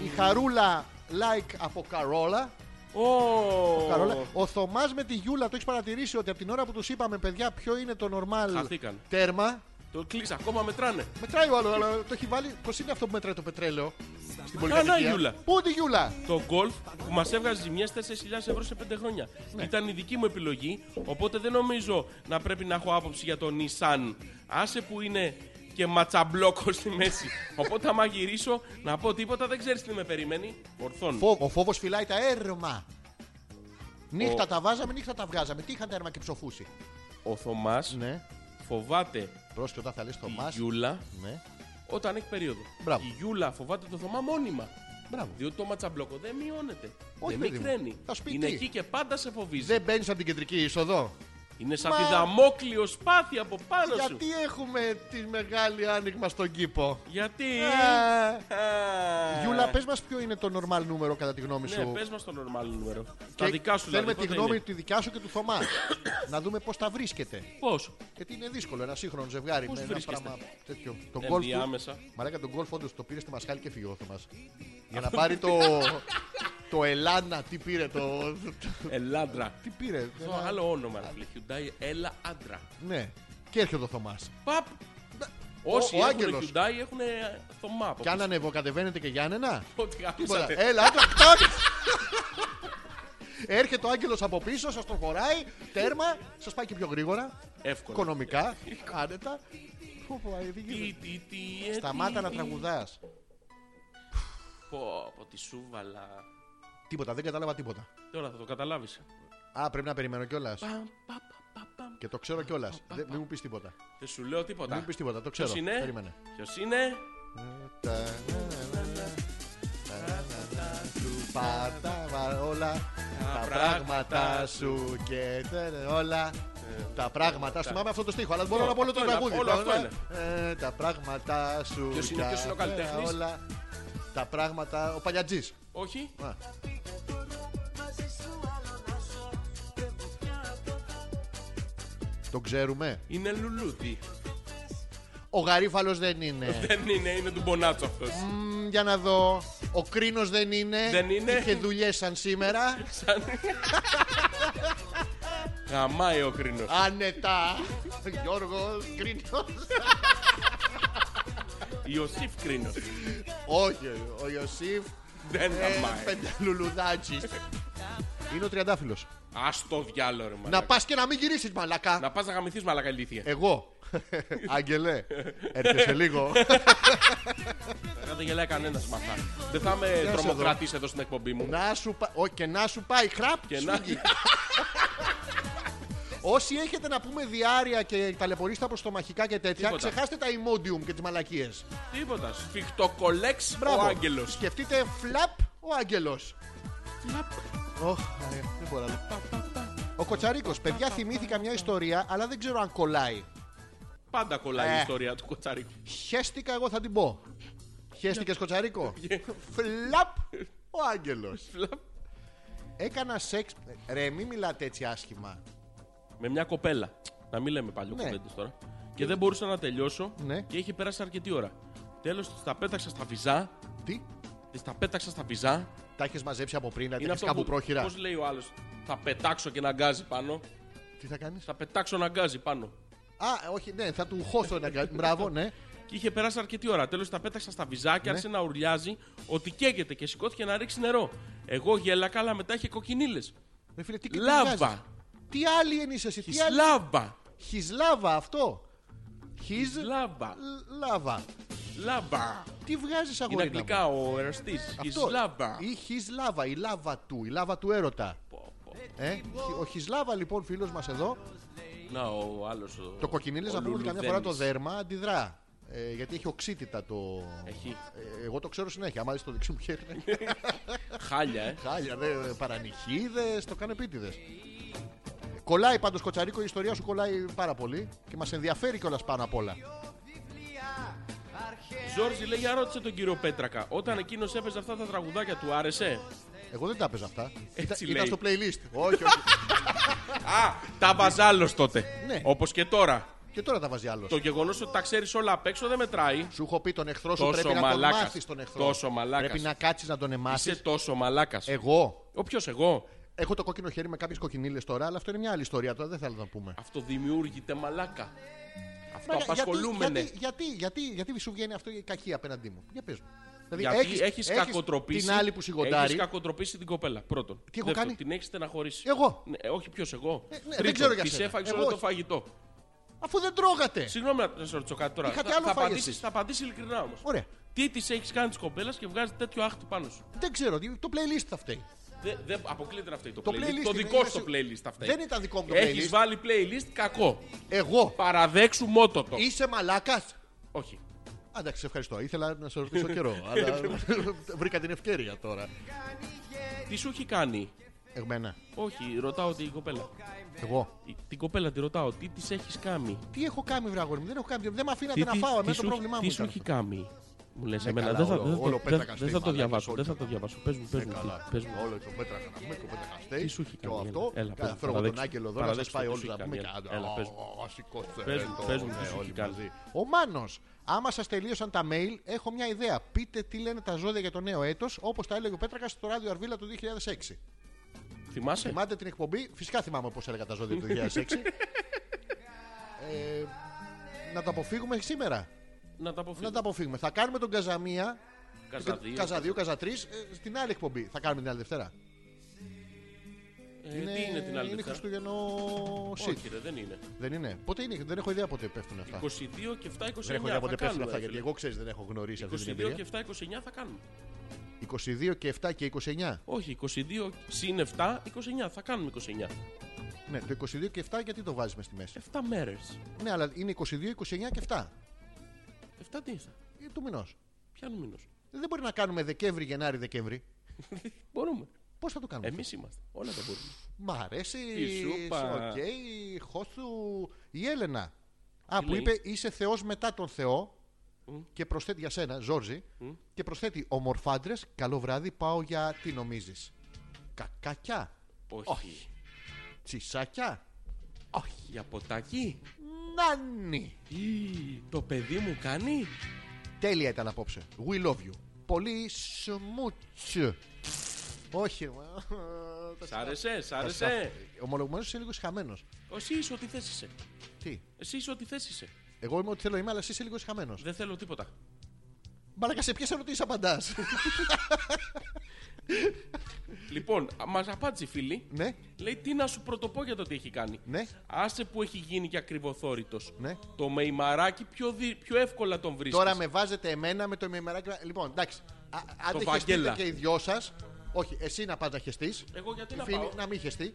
τι.
Χαρούλα like από Καρόλα.
Ω,
Καρόλα. Ο Θωμάς με τη Γιούλα το έχεις παρατηρήσει ότι από την ώρα που τους είπαμε, παιδιά, ποιο είναι το normal
Χαθήκαν.
τέρμα.
Το κλείσα, ακόμα μετράνε.
Μετράει ο άλλος, αλλά το έχει βάλει. Πώς είναι αυτό που μετράει το πετρέλαιο στην
Καλά, η
πολυκατοικία.
Γιούλα.
Πού τη Γιούλα.
Το γκολφ που μας έβγαζε ζημιές 4.000 ευρώ σε 5 χρόνια.
Ναι.
Ήταν η δική μου επιλογή, οπότε δεν νομίζω να πρέπει να έχω άποψη για τον Nissan. Άσε που είναι και ματσαμπλόκο στη μέση. οπότε άμα γυρίσω να πω τίποτα δεν ξέρεις τι με περιμένει. Ορθόν.
Φο- Ο φόβος φυλάει τα έρμα. Νύχτα τα βάζαμε, νύχτα τα βγάζαμε. Τι είχαν τα έρμα και ψοφούσει.
Ο Θωμάς
Ναι.
φοβάται
Πρόσεχε όταν θα λες
τη
Θωμάς.
Γιούλα
Ναι.
όταν έχει περίοδο.
Μπράβο.
Η Γιούλα φοβάται το Θωμά μόνιμα.
Μπράβο.
Διότι το ματσαμπλόκο δεν μειώνεται.
Όχι,
δεν
παιδί μου.
μικραίνει.
Θα σου πει
Είναι
τι.
εκεί και πάντα σε φοβίζει.
Δεν μπαίνει από την κεντρική είσοδο.
Είναι σαν
Μα-
τη δαμόκλειο σπάθη από πάνω σου.
Γιατί έχουμε τη μεγάλη άνοιγμα στον κήπο.
Γιατί.
Ε,
Α.
Γιούλα, πες μας ποιο είναι το normal νούμερο κατά τη γνώμη σου.
Ναι, πες μας το normal νούμερο.
Και
Τα δικά σου
Θέλουμε
δηλαδή.
τη γνώμη τη δικιά σου και του Θωμά. να δούμε πώς τα βρίσκεται.
Πώς.
Γιατί είναι δύσκολο ένα σύγχρονο ζευγάρι
Πώς
με ένα
βρίσκεστε?
πράγμα τέτοιο. Τον γκολφ. του-
Ενδιάμεσα.
Μαλάκα τον γκολφ, όντως το πήρε στη Μασχάλη και φύγει ο Θωμάς. Για να πάρει το. το Ελάνα, τι πήρε το. το-
Ελάντρα.
τι πήρε.
Το
ένα-
άλλο όνομα. ρε φίλε. Hyundai Έλα Άντρα.
Ναι. Και έρχεται ο Θωμάς.
Παπ. Όσοι
ο
έχουν
Άγγελος.
Hyundai έχουν θωμά από
Κι αν ανεβοκατεβαίνετε και Γιάννενα.
πίσω. Ό,τι
Τίποτα.
γαμίσατε.
Έλα, άντρα, κτώνεις. Έρχεται ο Άγγελος από πίσω, σας τον χωράει, τέρμα, σας πάει και πιο γρήγορα.
Εύκολα.
Οικονομικά, άνετα. Πω, πω, ε, δεν
Τι,
γίνεται.
τι, τι, ε,
Σταμάτα
τι,
να
τι.
τραγουδάς.
Πω, από τη σούβαλα.
Τίποτα, δεν κατάλαβα τίποτα.
Τώρα θα το καταλάβεις.
Α, πρέπει να περιμένω κιόλας. Και το ξέρω κιόλα. Μην μου πεις τίποτα.
Δεν σου λέω
Μην
τίποτα.
μου πεις τίποτα, το ξέρω.
Ποιος είναι.
Περίμενε.
Ποιος είναι.
Τα- Σου πατά βα- όλα τα πράγματα σου και τε- όλα τα πράγματα σου. Θυμάμαι αυτό το στίχο, αλλά μπορώ να πω όλο το
Αυτό είναι,
τραγούδι.
Ε, όλο αυτό είναι.
Ε, Τα πράγματα σου
Ποιος είναι,
και
ποιος είναι ο
τε-
καλλιτέχνης?
όλα τα πράγματα. Ο Παλιατζής.
Όχι.
Α. Το ξέρουμε.
Είναι λουλούδι.
Ο Γαρίφαλος δεν είναι.
Δεν είναι, είναι του Μπονάτσο αυτός.
Μμμ, Για να δω. Ο Κρίνος δεν είναι.
Δεν είναι.
Είχε δουλειές σαν σήμερα.
Σαν. Γαμάει ο κρίνος.
Άνετα. Γιώργος Κρίνος.
Ιωσήφ Κρίνος.
Όχι, ο Ιωσήφ
Δεν θα
ε,
πάει.
Πενταλουλουδάκης. Είναι ο τριαντάφυλλος.
Ας το διάλογο,
Να
ρε
Ε.
μαλάκα.
πας και να μην γυρίσεις μαλακά.
Να πας να γαμηθείς μαλακά ηλίθεια.
Εγώ. Άγγελε, έρχεσαι λίγο.
Δεν θα γελάει κανένας με αυτά. Δεν θα με
σε
τρομοκρατήσει εδώ στην εκπομπή μου.
να σου πα... Ω, και να σου πάει χραπ.
Και να-
σφίγγει. Όσοι έχετε να πούμε διάρκεια και ταλαιπωρήστα προς το μαχικά και τέτοια,
Τίποτα.
ξεχάστε τα emotium και τις μαλακίες.
Τίποτα. Σφιχτοκολέξ ο
Μπράβο.
Άγγελος.
Σκεφτείτε φλαπ ο Άγγελος. Ωχ, Μαρία, δεν μπορώ άλλο. Ο Κοτσαρίκος, παιδιά, θυμήθηκα μια ιστορία, αλλά δεν ξέρω αν κολλάει.
Πάντα κολλάει η
Ε.
ιστορία του Κοτσαρίκου.
Χέστηκα, εγώ θα την πω. Χέστηκες Κοτσαρίκο. Φλαπ ο Άγγελος.
Φλαπ.
Έκανα σεξ. Ρε, μην μιλάτε έτσι άσχημα.
Με μια κοπέλα. Να μην λέμε παλιό
Ναι.
κουβέντες τώρα. Και δεν μπορούσα να τελειώσω
Ναι.
και είχε πέρασει αρκετή ώρα. Τέλος, της τα πέταξα στα βυζά.
Τι,
Της τα πέταξα στα βυζά.
τα έχεις μαζέψει από πριν, να την έχεις κάπου πρόχειρα.
Πώς λέει ο άλλος. Θα πετάξω και να αγκάζει πάνω.
Τι θα κάνεις.
Θα πετάξω να αγκάζει πάνω.
Α, όχι, ναι, θα του χώσω ένα γκάζι. Μπράβο, ναι.
Και είχε περάσει αρκετή ώρα. Τέλος τα πέταξα στα βυζά και άρχισε να ουρλιάζει ότι καίγεται και σηκώθηκε να ρίξει νερό. Εγώ γέλακα, αλλά μετά είχε κοκκινίλες.
Ρε φίλε, τι
Λάβα.
Τι άλλη είσαι εσύ, τι άλλη.
Χισλάβα.
Χισλάβα αυτό. Χιζ
Χισλάβα.
λάβα.
Λάβα.
Τι βγάζεις
Είναι
αγόρι μου.
αγγλικά ο εραστής.
Αυτό.
Χισλάβα.
Ή χισλάβα, η λάβα του, η λάβα του έρωτα. Ε, ο χισλάβα λοιπόν φίλος μας εδώ,
Να ο άλλος.
το κοκκινίλες να πούμε καμιά φορά το δέρμα αντιδρά. Ε, γιατί έχει οξύτητα το.
Έχει.
Ε, εγώ το ξέρω συνέχεια. Άμα δεις το δεξί μου χέρι.
Χάλια, ε.
Χάλια, δε, παρανυχίδες, το κάνω επίτηδες. Κολλάει πάντως Κοτσαρίκο, η ιστορία σου κολλάει πάρα πολύ και μας ενδιαφέρει κιόλας πάνω απ' όλα.
Ζόρζι λέει, για ρώτησε τον κύριο Πέτρακα. Όταν εκείνος έπαιζε αυτά τα τραγουδάκια του άρεσε.
Εγώ δεν τα έπαιζα αυτά. Ήταν,
Έτσι
ήταν
λέει.
στο playlist. όχι, όχι.
Α, τα βάζεις άλλος τότε.
Ναι.
Όπως και τώρα.
και τώρα τα βάζει άλλος.
Το γεγονός ότι τα ξέρεις όλα απ' έξω δεν μετράει.
Σου έχω πει τον εχθρό σου
Τόσο
πρέπει να τον
μαλάκας.
μάθεις τον εχθρό.
Τόσο μαλάκας.
Πρέπει να κάτσεις να τον εμάθει.
Είσαι τόσο μαλάκας.
Εγώ.
Όποιο εγώ.
Έχω το κόκκινο χέρι με κάποιες κοκκινίλες τώρα, αλλά αυτό είναι μια άλλη ιστορία τώρα, δεν θέλω να το πούμε.
Αυτοδημιούργητε μαλάκα. Αυτό
Μαλάκα, γιατί-
απασχολούμενε.
Γιατί, γιατί, γιατί, γιατί σου βγαίνει αυτό η κακή απέναντί μου. Για πες μου. Δηλαδή,
Γιατί
έχεις-
έχεις
έχεις
κακοτροπήσει.
Την άλλη που
Έχεις
σιγοντάρει.
κακοτροπήσει την κοπέλα. Πρώτον.
έχω
Δεύτερον,
κάνει?
Την έχεις στεναχωρήσει.
Εγώ.
Ναι, ε, όχι, ποιος εγώ.
Ε, ναι, δεν
Τρίτον,
ξέρω για
της
σένα.
έφαγες
Εγώ
όλο το
όχι.
φαγητό.
Αφού δεν τρώγατε.
Συγγνώμη να σε ρωτήσω κάτι τώρα.
Είχατε
θα,
άλλο
θα,
φάγες
απαντήσεις,
εσείς.
θα απαντήσεις ειλικρινά όμως.
Ωραία.
Τι της έχεις κάνει της κοπέλας και βγάζει τέτοιο άχτη πάνω σου.
Δεν ξέρω, τι- το playlist θα φταίει.
Δεν, δεν αποκλείεται να φταίει το,
Το
playlist.
playlist
Το
είναι-
δικό
είναι
σου
σι-
playlist αυτά.
Δεν ήταν δικό μου το
Έχεις
playlist.
βάλει playlist κακό.
Εγώ.
Παραδέξου μότοτο.
Είσαι μαλάκας.
Όχι.
Αντάξει, ευχαριστώ. Ήθελα να σε ρωτήσω καιρό. αλλά βρήκα την ευκαιρία τώρα.
Τι σου έχει κάνει.
Εμένα.
Όχι, ρωτάω την κοπέλα.
Εγώ.
Η- Την κοπέλα τη ρωτάω, τι της έχεις κάνει.
Τι έχω κάνει, βραγόρι μου. Δεν έχω κάνει. Δεν με αφήνατε
Τι,
να
τι-
φάω.
τι
Εμένα
σου
το
έχει-
πρόβλημά μου.
Τι σου
ήταν
έχει κάνει. Μου λες,
Ε,
εμένα
καλά,
δεν θα,
όλο-
δεν θα-
όλο
δεν-
πέτρακας
δεν Ναι, θα
στέμα,
το
αλλά
διαβάσω.
και
Δεν
όλοι.
θα το διαβάσω. Πες μου, πες
Ε,
μου.
καλά.
τι- πες μου.
Όλο το πέτρα να πούμε, το πέτρα χαστέι.
Τι σου έχει
Και
κάνει,
αυτό.
έλα,
Κάθε
έλα,
φέρω τον
παραδέξου.
Άγγελο εδώ να σα
Παραδέξου
πάει
τι
όλου
σου
να
έχει
πούμε.
κάνει,
και-
έλα,
Α,
πες μου.
α, σηκώστε,
Πες
ρε,
μου,
το-
πες μου τι
ναι,
σου
όλοι
έχει κάνει.
μαζί. Ο Μάνος, άμα σας τελείωσαν τα mail, έχω μια ιδέα. Πείτε τι λένε τα ζώδια για το νέο έτος, όπως τα έλεγε ο Πέτρακας στο ράδιο Αρβίλα το 2006.
Θυμάσαι.
Θυμάται την εκπομπή. Φυσικά θυμάμαι πώς έλεγα τα ζώδια του 2006. Ε, να τα αποφύγουμε σήμερα.
Να τα
Να
αποφύγω.
τα αποφύγουμε. Θα κάνουμε τον Καζαμία. Ε,
Καζαδίου.
Καζα 2, Καζα 3. στην άλλη εκπομπή. Θα κάνουμε την άλλη Δευτέρα.
Ε, Τι είναι την άλλη
Είναι
Δευτέρα.
Χριστουγεννό Σιτ.
Όχι, ρε, δεν είναι.
Δεν είναι. Πότε είναι, δεν έχω ιδέα πότε πέφτουν αυτά.
22 και 7, 29.
Δεν έχω ιδέα πότε πέφτουν
θα κάνουμε,
αυτά.
ρε
Γιατί
φίλε.
εγώ ξέρεις δεν έχω γνωρίσει αυτή την
22
εμπειρία.
και 7, 29 θα κάνουμε.
22 και 7 και 29.
Όχι, 22 συν 7, 29. Θα κάνουμε 29.
Ναι, το 22 και 7 γιατί το βάζεις μες στη μέση.
7 μέρες.
Ναι, αλλά είναι 22, 29 και 7.
7 τι είναι.
Είναι του μηνός.
Πιάνου μήνος.
Δεν μπορεί να κάνουμε Δεκέμβρη, Γενάρη, Δεκέμβρη.
Μπορούμε.
Πώς θα το κάνουμε.
Εμείς είμαστε. Όλα τα μπορούμε.
Μ' αρέσει.
Η σούπα.
Οκ, χώσου. Η Έλενα. Α,
Τι
που
λέει?
είπε είσαι Θεός μετά τον Θεό. Και προσθέτει για σένα, Ζόρζι. Και προσθέτει ομορφάντρες. Καλό βράδυ, πάω για τι νομίζεις. Κακακιά.
Όχι.
Τσισακιά.
Όχι. Για ποτάκι.
Νάνι.
Ή, Το παιδί μου κάνει.
Τέλεια ήταν απόψε. We love you. Πολύ σμούτσου. Όχι, ε, μα.
Σ' άρεσε, σ'
Τα
άρεσε.
σκάφη. Ομολογουμένως είσαι λίγος σχαμένος.
Όσοι είσαι, ό,τι θέση είσαι.
Τι.
Εσύ είσαι ό,τι θέση είσαι.
Εγώ είμαι ό,τι θέλω είμαι, αλλά εσύ είσαι λίγος σχαμένο.
Δεν θέλω τίποτα.
Μπαλάκα σε ποιες ερωτήσεις απαντάς.
Λοιπόν, μας απάντησε η φίλη.
ναι,
Λέει τι να σου πρωτοπώ για το τι έχει κάνει.
ναι,
Άσε που έχει γίνει και ακριβοθόρητο.
ναι.
Το μεϊμαράκι πιο, δι- πιο εύκολα τον βρίσκεις.
Τώρα με βάζετε εμένα με το μημεράκι. Λοιπόν, εντάξει. Α, Άντε
Το
χεστείτε
Βαγγέλα.
και οι δυο σας. Όχι, εσύ να πας να χεστείς.
Εγώ γιατί να
Φίλοι,
πάω.
να μην χεστεί.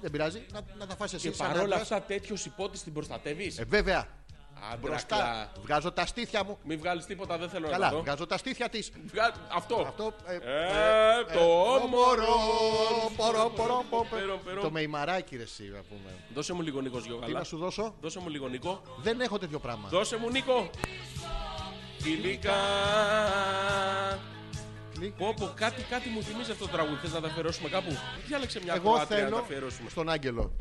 Δεν πειράζει, να, να τα φας εσύ.
Και
σαν
παρόλα
άντρας.
αυτά τέτοιος υπότης την προστατεύεις.
Ε, βέβαια.
Α,
Μπροστά. Βγάζω τα στήθια μου.
Μην βγάλεις τίποτα, δεν θέλω
Καλά,
να το δω.
βγάζω τα στήθια της.
Βγα- Αυτό.
Αυτό. ε,
Ε, το μωρό.
πορο, πορο, πο, πε.
Περο, περο.
Το μεϊμαράκι, ρε, εσύ, να πούμε.
Δώσε μου λίγο Νίκος
Τι
Γιωγαλά.
να σου δώσω.
Δώσε μου λίγο Νίκο.
Δεν έχω τέτοιο πράγμα.
Δώσε μου Νίκο. Φιλικά.
Κλικ.
Πω πω, κάτι, κάτι μου θυμίζει αυτό το τραγούδι. Θες να τα αφιερώσουμε κάπου. Διάλεξε μια
Εγώ
κροάτρια να τα
θέλω
αφιερώσουμε.
στον Άγγελο.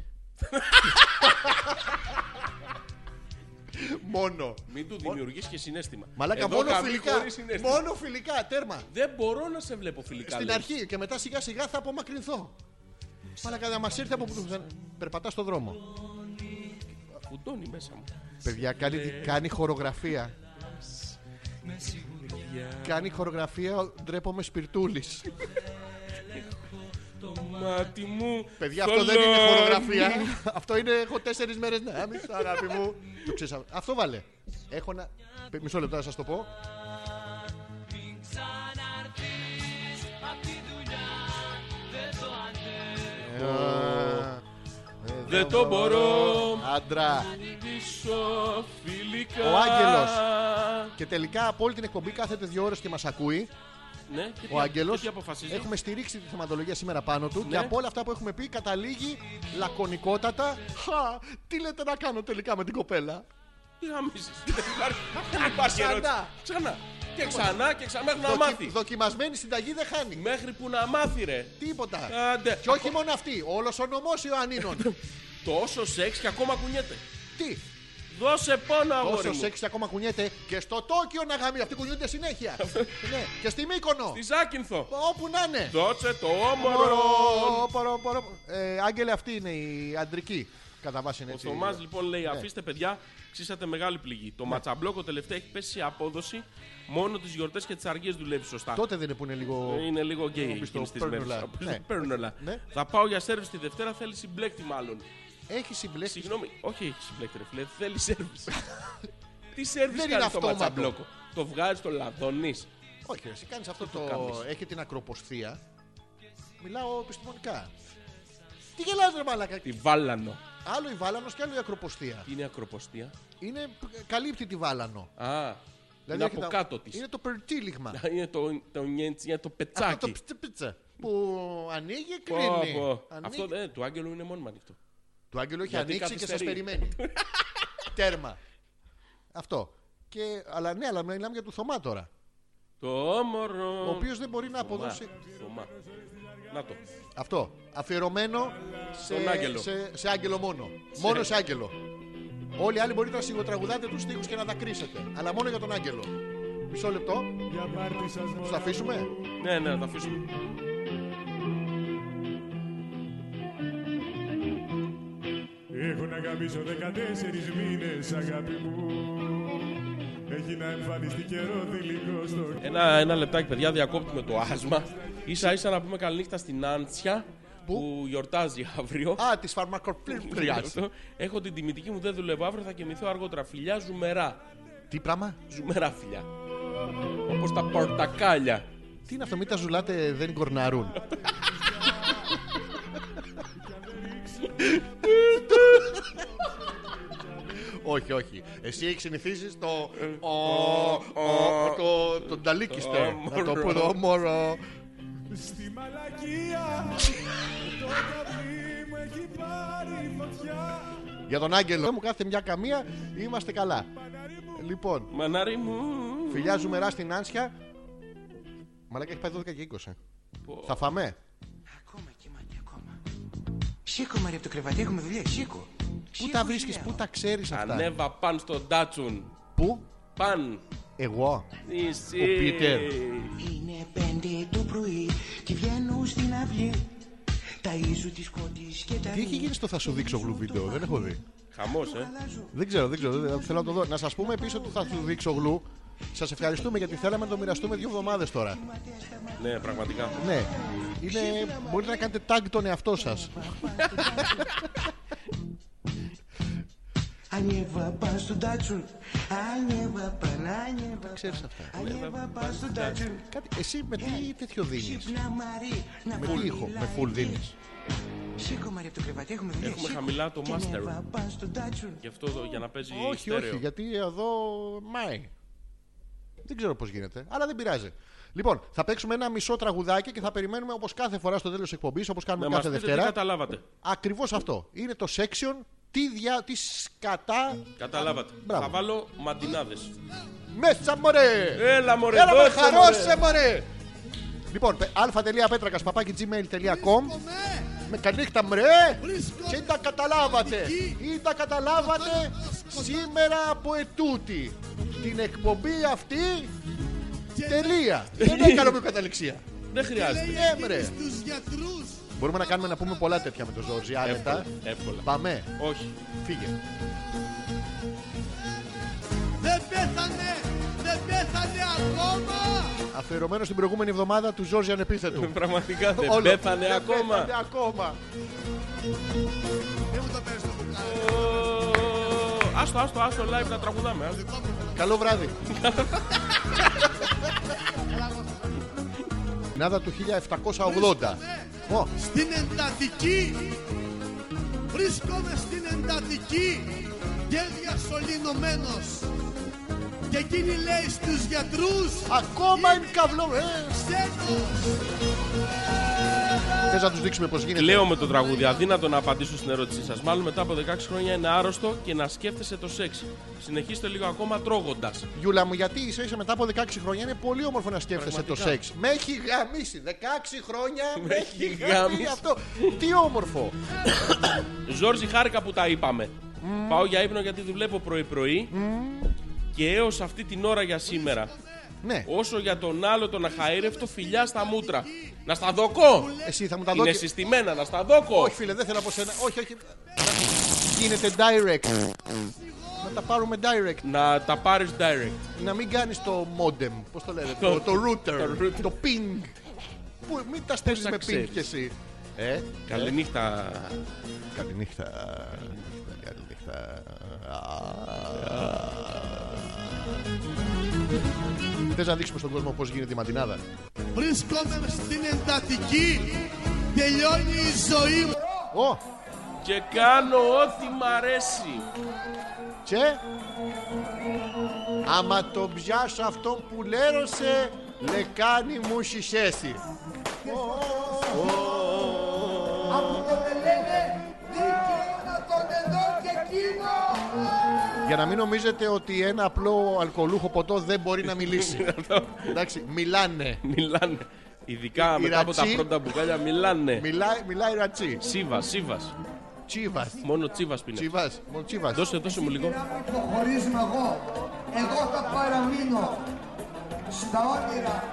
μόνο.
Μην του δημιουργείς και συνέστημα.
Μαλάκα,
Εδώ
μόνο
καμί
φιλικά.
χωρίς συνέστημα.
Μόνο φιλικά, τέρμα.
Δεν μπορώ να σε βλέπω φιλικά.
Στην
λέει.
αρχή και μετά σιγά σιγά θα απομακρυνθώ. Μαλάκα, να μας ήρθε από που Περπατά στον δρόμο.
Φουντώνει μέσα μου.
Παιδιά, κάνει,
Ε.
κάνει χορογραφία. κάνει χορογραφία, ντρέπομαι σπιρτούλης.
Μάτι μου.
Παιδιά,
το
αυτό δεν είναι
λάδι.
χορογραφία. αυτό είναι. Έχω τέσσερις μέρες να είμαι, αγάπη μου. Το ξέρεις αυτό. αυτό βάλε. Έχω να. Μισό λεπτό να σας το πω. Α,
Δεν το μπορώ.
Άντρα.
Πίσω φιλικά.
Ο Άγγελος. Και τελικά από όλη την εκπομπή κάθεται δύο ώρες και μας ακούει.
Ναι, και τι-
Ο Άγγελος.
και Τι αποφασίζει.
Έχουμε στηρίξει τη θεματολογία σήμερα πάνω του
Ναι.
και από όλα αυτά που έχουμε πει καταλήγει λακωνικότατα. Χα! Τι λέτε να κάνω τελικά με την κοπέλα.
Τι γαμίζεις. Δεν υπάρχει- Δεν υπάρχει
Ξανά.
ερώτηση. Ξανά. Και ξανά και ξανά μέχρι να
Δοκι-
μάθει.
Δοκιμασμένη συνταγή δεν χάνει.
Μέχρι που να μάθει ρε.
Τίποτα.
Άντε.
Και όχι μόνο αυτή. Όλος ο νομός Ιωαννίνων.
Τόσο σεξ και ακόμα κουνιέται.
Τι.
Δώσε πόνο αγόρι
Όσο
μου.
σεξ ακόμα κουνιέται και στο Τόκιο να γαμεί. Αυτοί κουνιούνται συνέχεια. ναι. Και στη Μύκονο.
Τη Ζάκυνθο.
Όπου να είναι.
Δώσε το όμορο.
Πορο, πορο, πορο. Ε, Άγγελε, αυτή είναι η αντρική. Κατά βάση είναι
Ο
έτσι. ναι.
Θωμά λοιπόν λέει: Αφήστε παιδιά, ξύσατε μεγάλη πληγή. Το ματσαμπλόκο τελευταία έχει πέσει σε απόδοση. Μόνο τις γιορτές και τις αργίες δουλεύει σωστά. Ε,
Τότε δεν είναι που είναι λίγο.
Είναι λίγο γκέι
Όπως το
εκείνες τις
παίρνουν
μέρες.
όλα.
Όπως
Ναι.
το Παίρνουν όλα.
Ναι.
Θα πάω για σερβις τη Δευτέρα, θέλει συμπλέκτη μάλλον.
Έχει συμπλέξει.
Συγγνώμη, όχι έχει συμπλέκτη ρε φίλε, θέλει σερβις. Τι σερβις
Δεν
κάνει
είναι
το
αυτόματο.
ματσαμπλόκο. Το βγάζεις, το λαδώνεις.
Όχι, ρε, εσύ κάνεις αυτό
το
το.
κάνεις.
Έχει την ακροποσθία. Μιλάω επιστημονικά. Τι γελάς ρε μαλάκα.
Τη βάλανο.
Άλλο η βάλανος και άλλο η ακροποσθία.
Τι Είναι ακροποστία.
Είναι καλύπτει τη βάλανο.
Α,
Δηλαδή
είναι από
έρχεται-
κάτω της.
Είναι το περτύλιγμα.
Είναι το, το νιέντσια,
Αυτό το
το πετσάκι.
πιτσα- πιτσα. Που ανοίγει,
Πω,
κλείνει.
πω.
Ανοίγει.
Αυτό δεν, του Άγγελου είναι μόνο ανοιχτό.
Το άγγελο έχει
Γιατί
ανοίξει και σας
καθυστερεί.
περιμένει. Τέρμα. Αυτό. Και, αλλά ναι, αλλά μιλάμε για του Θωμά τώρα.
Το όμορο.
Ο οποίος δεν μπορεί να
Θωμά,
αποδώσει.
Θωμά. Να το.
Αυτό. Αφιερωμένο
Στον
σε,
Άγγελο.
σε, σε άγγελο μόνο. Μόνο σε άγγελο. Όλοι οι άλλοι μπορείτε να σιγοτραγουδάτε τους στίχους και να τα κρίσετε. Αλλά μόνο για τον άγγελο. Μισό λεπτό. Του αφήσουμε.
Ναι, ναι, θα αφήσουμε.
Έχω να γαμίσω 14 μήνες αγάπη μου Έχει να εμφανιστεί καιρό θηλυκό στο
Ένα, ένα λεπτάκι, παιδιά, διακόπτουμε το άσμα. σα ίσα να πούμε καληνύχτα στην Άντσια που, γιορτάζει αύριο.
Α, της φαρμακοπλήρια.
Αυτό. Έχω την τιμητική μου, δεν δουλεύω αύριο, θα κοιμηθώ αργότερα. Φιλιά ζουμερά.
Τι πράγμα.
Ζουμερά φιλιά. Όπως τα πορτακάλια.
Τι είναι αυτό, μην τα ζουλάτε, δεν κορναρούν. όχι, όχι. Εσύ έχεις συνηθίσει το. ο- ο- το- Το νταλίκιστε.
το
Να το
μωρό.
πω το μωρό.
Στη μαλακία Το καπί μου έχει πάρει φωτιά
Για τον Άγγελο. Δεν μου κάθε μια καμία, είμαστε καλά. Λοιπόν,
Μανάρι μου.
φιλιά ζουμερά στην Άνσια. Μαλάκα έχει πάει 12 και 20. Θα φαμέ.
Ακόμα και μα και ακόμα. Σήκω Μαρία από το κρεβάτι, έχουμε δουλειά, σήκω.
Πού τα βρίσκεις, πού τα ξέρεις αυτά.
Ανέβα παν στον τάτσουν.
Πού,
Παν.
εγώ.
Εσύ.
Ο Πίτερ.
Είναι πέντε το πρωί και βγαίνουν στην αυλή. Ταΐζουν τις κότης και τα
Τι έχει γίνει στο Θα σου δείξω γλου βίντεο, δεν έχω δει.
Χαμός, ε.
Δεν ξέρω, δεν ξέρω. δεν- Θέλω να το δω. Να σας πούμε επίση ότι θα του δείξω γλου. Σας ευχαριστούμε γιατί θέλαμε να το μοιραστούμε δύο εβδομάδες τώρα.
Ναι, πραγματικά.
Ναι. Είναι... Μπορείτε να κάνετε tag τον εαυτό σας.
Ανέβα πας στον τάτσουν. Ανέβα παν, ανέβα
Ξέρεις αυτά.
παν. Ανέβα πας στον τάτσουν.
Κάτι... Εσύ με τι τέτοιο δίνεις.
Ξύπνα Μαρή. Να
Με τι ήχο. Με full δίνεις.
Σήκω Μαρή από το κρεβάτι. Έχουμε δουλειά.
Έχουμε
Σήκω.
χαμηλά το
Και
master.
Ανέβα πας στον τάτσουν.
Γι' αυτό εδώ, για να παίζει
Όχι,
στέρεο.
όχι, γιατί εδώ μάει. Δεν ξέρω πώς γίνεται, αλλά δεν πειράζει. Λοιπόν, θα παίξουμε ένα μισό τραγουδάκι και θα περιμένουμε όπως κάθε φορά στο τέλος της εκπομπής, όπως κάνουμε
Να μας
κάθε
πείτε Ναι, τι
Δευτέρα.
καταλάβατε.
Ακριβώς αυτό. Είναι το section. Τι, δια, τι σκατά.
Καταλάβατε.
Μπράβο.
Θα βάλω μαντινάδες.
Μέσα, μωρέ!
Έλα, μωρέ,
Έλα, μωρέ,
δώσε,
χαρώσε, μωρέ! Λοιπόν, αλφα.πέτρακα παπάκι gmail.com Με καλύχτα, μωρέ! Και τα καταλάβατε! Ή τα καταλάβατε σήμερα από ετούτη. Την εκπομπή αυτή. Τελεία! Δεν έκανα με καταληξία.
Δεν χρειάζεται.
Ε, μωρέ! Μπορούμε να κάνουμε να πούμε πολλά τέτοια με τον Ζόρζι, άνετα.
Εύκολα, Εύκολα.
Πάμε,
Όχι.
φύγε.
Δεν πέθανε, δεν πέθανε ακόμα.
Αφιερωμένος στην προηγούμενη εβδομάδα του Ζόρζι ανεπίθετου.
Πραγματικά δεν
Όλο.
πέθανε
Δεν
ακόμα.
πέθανε ακόμα.
Μην μου το παίρνεις το μπουκάλι.
Ω, Άστο, άστο, άστο live να τραγουδάμε. άστο.
Καλό βράδυ. Νάδα του 1780. Ω,
Στην εντατική Βρίσκομαι στην εντατική Και διασωληνωμένος Και εκείνη λέει στους γιατρούς
ακόμα είναι ε. καυλό.
Ξένος
Θες να τους δείξουμε πώς γίνεται.
Κλαίω με το τραγούδι, αδύνατο να απαντήσω στην ερώτησή σας. Μάλλον μετά από 16 χρόνια είναι άρρωστο και να σκέφτεσαι το σεξ. Συνεχίστε λίγο ακόμα τρώγοντας.
Γιούλα μου, γιατί είσαι, είσαι μετά από 16 χρόνια είναι πολύ όμορφο να σκέφτεσαι το
Πραγματικά.
σεξ. Με έχει γαμίσει. 16 χρόνια με
έχει
έχει γαμίσει
γαμίσει.
αυτό. Τι όμορφο.
Ζόρζι, χάρηκα που τα είπαμε. Πάω για ύπνο γιατί δουλεύω πρωί-πρωί. Και έως αυτή την ώρα για σήμερα.
Ναι,
Όσο για τον άλλο τον αχαήρευτο, φιλιά στα μούτρα. Να στα δοκώ!
εσύ θα μου τα
Είναι
δώσει.
συστημένα, να στα δόκω!
Όχι, φίλε, δεν θέλω από σένα. Όχι, όχι. Γίνεται direct. Να τα πάρουμε direct.
Να τα πάρεις direct.
να μην κάνεις το modem, πώς το λέτε, το, το router,
router.
το ping. Που, μην τα στέλνεις
τα
με ping
ξέρεις.
κι εσύ. Ε,
Καληνύχτα.
ε, καληνύχτα. Καληνύχτα. Θες να δείξουμε στον κόσμο πώς γίνεται η μαντινάδα.
Βρίσκομαι στην εντατική Τελειώνει η ζωή μου
Ω,
Και κάνω ό,τι μ' αρέσει.
τσε. Άμα τον πιάσω αυτόν που λέρωσε, λεκάνη μου σισέσει. Για να μην νομίζετε ότι ένα απλό αλκοολούχο ποτό δεν μπορεί να μιλήσει. Εντάξει, μιλάνε.
Μιλάνε. Ειδικά
Η
μετά από τα
ρατσί.
πρώτα μπουκάλια μιλάνε.
Μιλάει, μιλάει ρατσί.
Σίβα, σίβα.
Τσίβας.
Μόνο τσίβας πίνει.
Τσίβας. Μόνο τσίβας.
Δώσε, δώσε μου λίγο.
Προχωρήσουμε εγώ. Εγώ θα παραμείνω στα όνειρα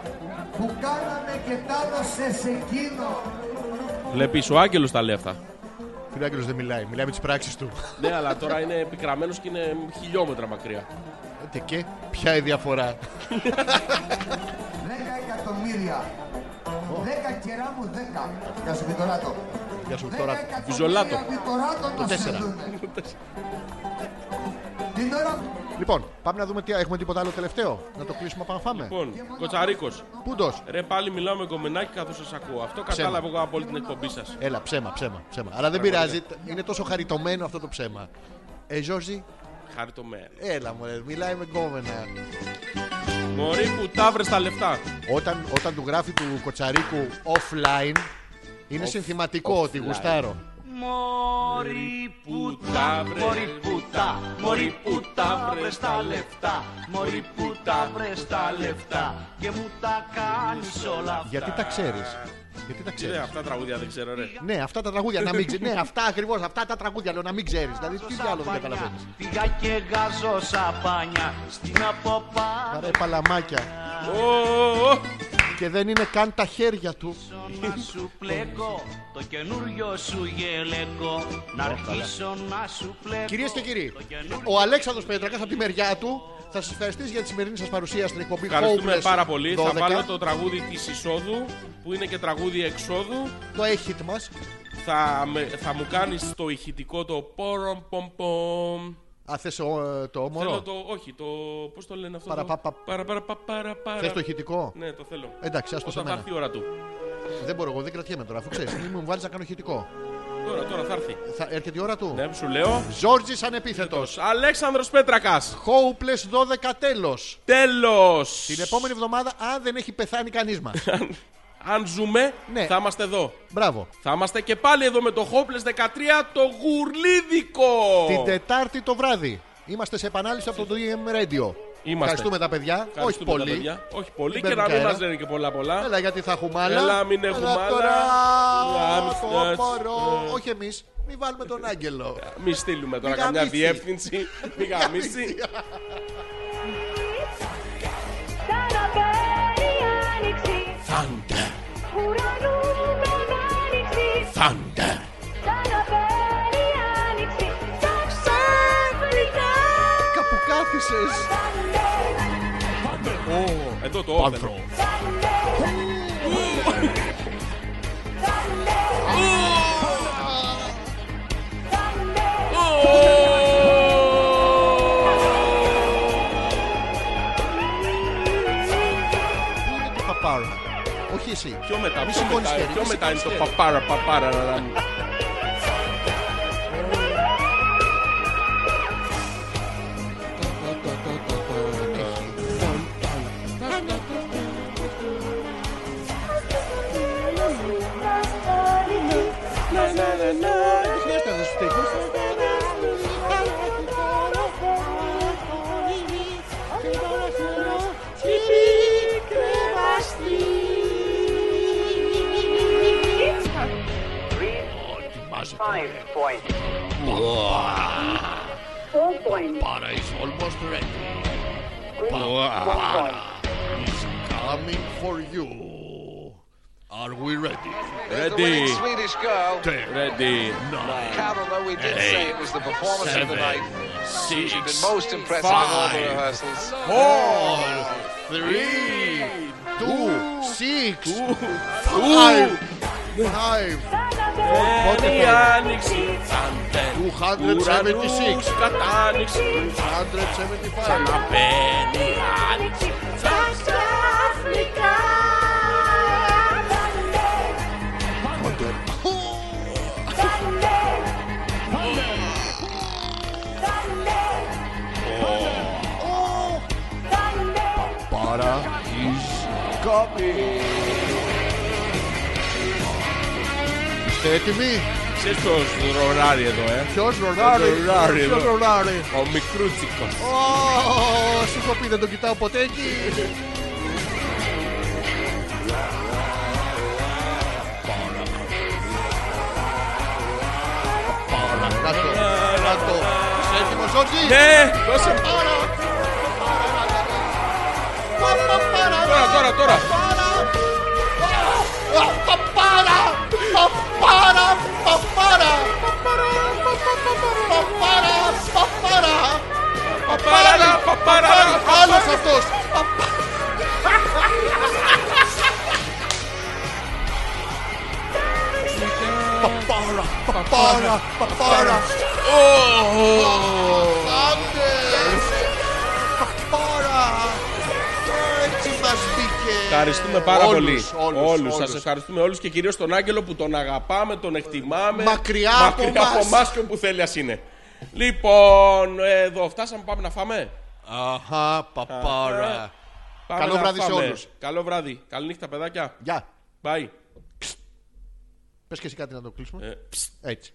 που κάναμε και τα έδωσε σε εκείνο.
Βλέπεις, ο Άγγελος τα λέει αυτά.
Φιλάκελο δεν μιλάει. Μιλάει με τις πράξεις του.
ναι, αλλά τώρα είναι επικραμμένος και είναι χιλιόμετρα μακριά.
Τε και ποια η διαφορά.
10 εκατομμύρια. 10 κερά μου 10. Γεια σου Βιτοράτο.
Γεια σου,
10
τώρα.
εκατομμύρια
Βιζολάτο.
Βιτοράτο να σε
τέσσερα.
δούνε. Την ώρα
Λοιπόν, πάμε να δούμε τι έχουμε τίποτα άλλο τελευταίο. Να το κλείσουμε πάμε να φάμε.
Λοιπόν, Κοτσαρίκος.
Πούντος.
Ρε, πάλι μιλάω με κομμενάκι καθώς σας ακούω. Αυτό κατάλαβα εγώ από όλη την εκπομπή σας.
Έλα, ψέμα, ψέμα, ψέμα. Αλλά δεν πειράζει. Είναι τόσο χαριτωμένο αυτό το ψέμα. Ε, Ζόρζι,
Χάρη το μέρα.
έλα μου, μιλάει με κόμενα.
Μωρή που τα βρες τα λεφτά.
Όταν, όταν του γράφει του Κοτσαρίκου offline, είναι συνθηματικό ότι γουστάρω.
Μωρή που τα βρες. Μωρή που τα. Μωρή που τα βρες τα λεφτά. Μωρή που τα βρες τα λεφτά. Και μου τα κάνεις όλα αυτά.
Γιατί τα ξέρεις. Γιατί τα
Ρε,
ξέρεις.
αυτά τα τραγούδια δεν ξέρω, ρε.
Ναι, αυτά τα τραγούδια να μην ξέρει. Ναι, αυτά ακριβώς, αυτά τα τραγούδια λέω να μην ξέρεις. Δηλαδή, τι άλλο δεν καταλαβαίνεις.
Πήγα και γάζω σαπάνια στην αποπά
Άρα, παλαμάκια.
Ω, ω, ω.
Και και δεν είναι καν τα χέρια του.
Να σου πλέκω το καινούριο σου γελέκο. Να αρχίσω να σου πλέκω.
Κυρίες και κύριοι, ο Αλέξανδρος Πέτρακα από τη μεριά του θα σας ευχαριστήσει για τη σημερινή σας παρουσία στην εκπομπή
Ευχαριστούμε
Hopeless
πάρα πολύ.
12.
Θα βάλω το τραγούδι της εισόδου που είναι και τραγούδι εξόδου.
Το έχει μας.
Θα, με- θα μου κάνεις το ηχητικό το πόρομ πομ πομ.
Α, θες ο- ε, το όμορο.
Θέλω το, όχι, το, πώς το λένε αυτό
Παραπα-
το...
πα-
Παρα, παρα, πα- παρα, παρα.
Θες το ηχητικό?
Ναι, το θέλω.
Εντάξει, άστο σε
Όταν θα
μένα.
έρθει η ώρα του.
Δεν μπορώ, εγώ δεν κρατιέμαι τώρα. Αφού ξέρεις, μην μου βάλεις να κάνω χητικό.
Τώρα, τώρα θα έρθει.
Θα έρχεται η ώρα του.
Ναι, σου λέω.
Ζόρτζης ανεπίθετος.
Αλέξανδρος Πέτρακας.
Hopeless 12 τέλος.
Τέλος.
Την επόμενη εβδομάδα, αν δεν έχει πεθάνει κανείς μας.
Αν ζούμε,
Ναι.
θα είμαστε εδώ.
Μπράβο.
Θα είμαστε και πάλι εδώ με το Hopeless 13, το γουρλίδικο.
Την Τετάρτη το βράδυ. Είμαστε σε επανάληψη από το DM Radio.
Είμαστε.
Ευχαριστούμε τα παιδιά. Όχι
Ευχαριστούμε τα
πολύ.
παιδιά. Όχι πολύ
Μην
και να
παίρνουν
μην
αέρα.
μας λένε και πολλά πολλά.
Έλα γιατί θα έχουμε άλλα.
Έλα, μην έχουμε
Αλλά
άλλα.
τώρα,
Λάμψτες.
το μπορώ.
Ε.
Όχι εμείς. Μην βάλουμε τον Άγγελο.
Μη στείλουμε τώρα
Μη
καμιά
γαμίσει.
διεύθυνση. Μη γαμίσει.
Ταραβέρι άνοιξη,
Thunder,
ουρανού μεγάληξη.
thunder.
Ταραβέρι άνοιξη, τα ξαφνικά.
Κάπου κάθισες.
Εδώ το όθεν.
Πού είναι το παπάρα. Όχι εσύ.
Πιο μετά,
Μη
πιο
σηκώνεις
μετά,
χέρι,
πιο
μη
μετά είναι
σηκώνεις
το
χέρι.
παπάρα, παπάρα. ρα, ρα.
Δεν χρειάζεται να σου τύχεις.
Read
Ετοιμάζεται.
five points. Four points.
Para is almost ready.
Green one point.
is coming for you. Are we ready?
Ready,
Swedish girl.
Ten,
ready.
nine,
Carol, though we did say it was the performance of the
seven,
night,
six,
she's been most impressive in all the
five,
rehearsals.
four, three, two, six, five, five, Πότε
Φέρει
θα
άνοιξη, thunder.
276.
Ουρανούς κατά άνοιξη.
175.
Μπαίνει άνοιξη.
Para is coming. Είστε έτοιμοι.
Ξέρεις ποιος ροράρει εδώ, ε.
Ποιος ρολάρει.
Ρολάρει
Ποιος
εδώ.
ρολάρει.
Ο μικρούτσικος.
Ω, Σου έχω πει δεν τον κοιτάω ποτέ εκεί. Πάρα. Να το. Να το. Είσαι έτοιμος Ζόρτζι.
Ναι, δώσε μου. Τώρα, τώρα, τώρα.
Παπάρα! Παπάρα! Παπάρα! Παπάρα! Παπάρα!
Παπαράρα, παπαράρα.
Άλλος αυτός! Παπάρα! Παπάρα! Παπάρα! Άντε! Παπάρα! Έτσι μας μπήκε!
Ευχαριστούμε πάρα
Όλους,
πολύ.
όλους,
Όλους. Σας
όλους.
ευχαριστούμε όλους και κυρίως τον Άγγελο που τον αγαπάμε, τον εκτιμάμε.
Μακριά από μας.
από εμάς και όπου θέλει ας είναι. Λοιπόν, εδώ φτάσαμε. Πάμε να φάμε.
Αχα, παπάρα.
Πάμε
Καλό
να
βράδυ σε
φάμε.
όλους.
Καλό βράδυ. Καληνύχτα, παιδάκια.
Γεια.
Bye.
Πες και εσύ κάτι να το κλείσουμε.
Ε,
Έτσι.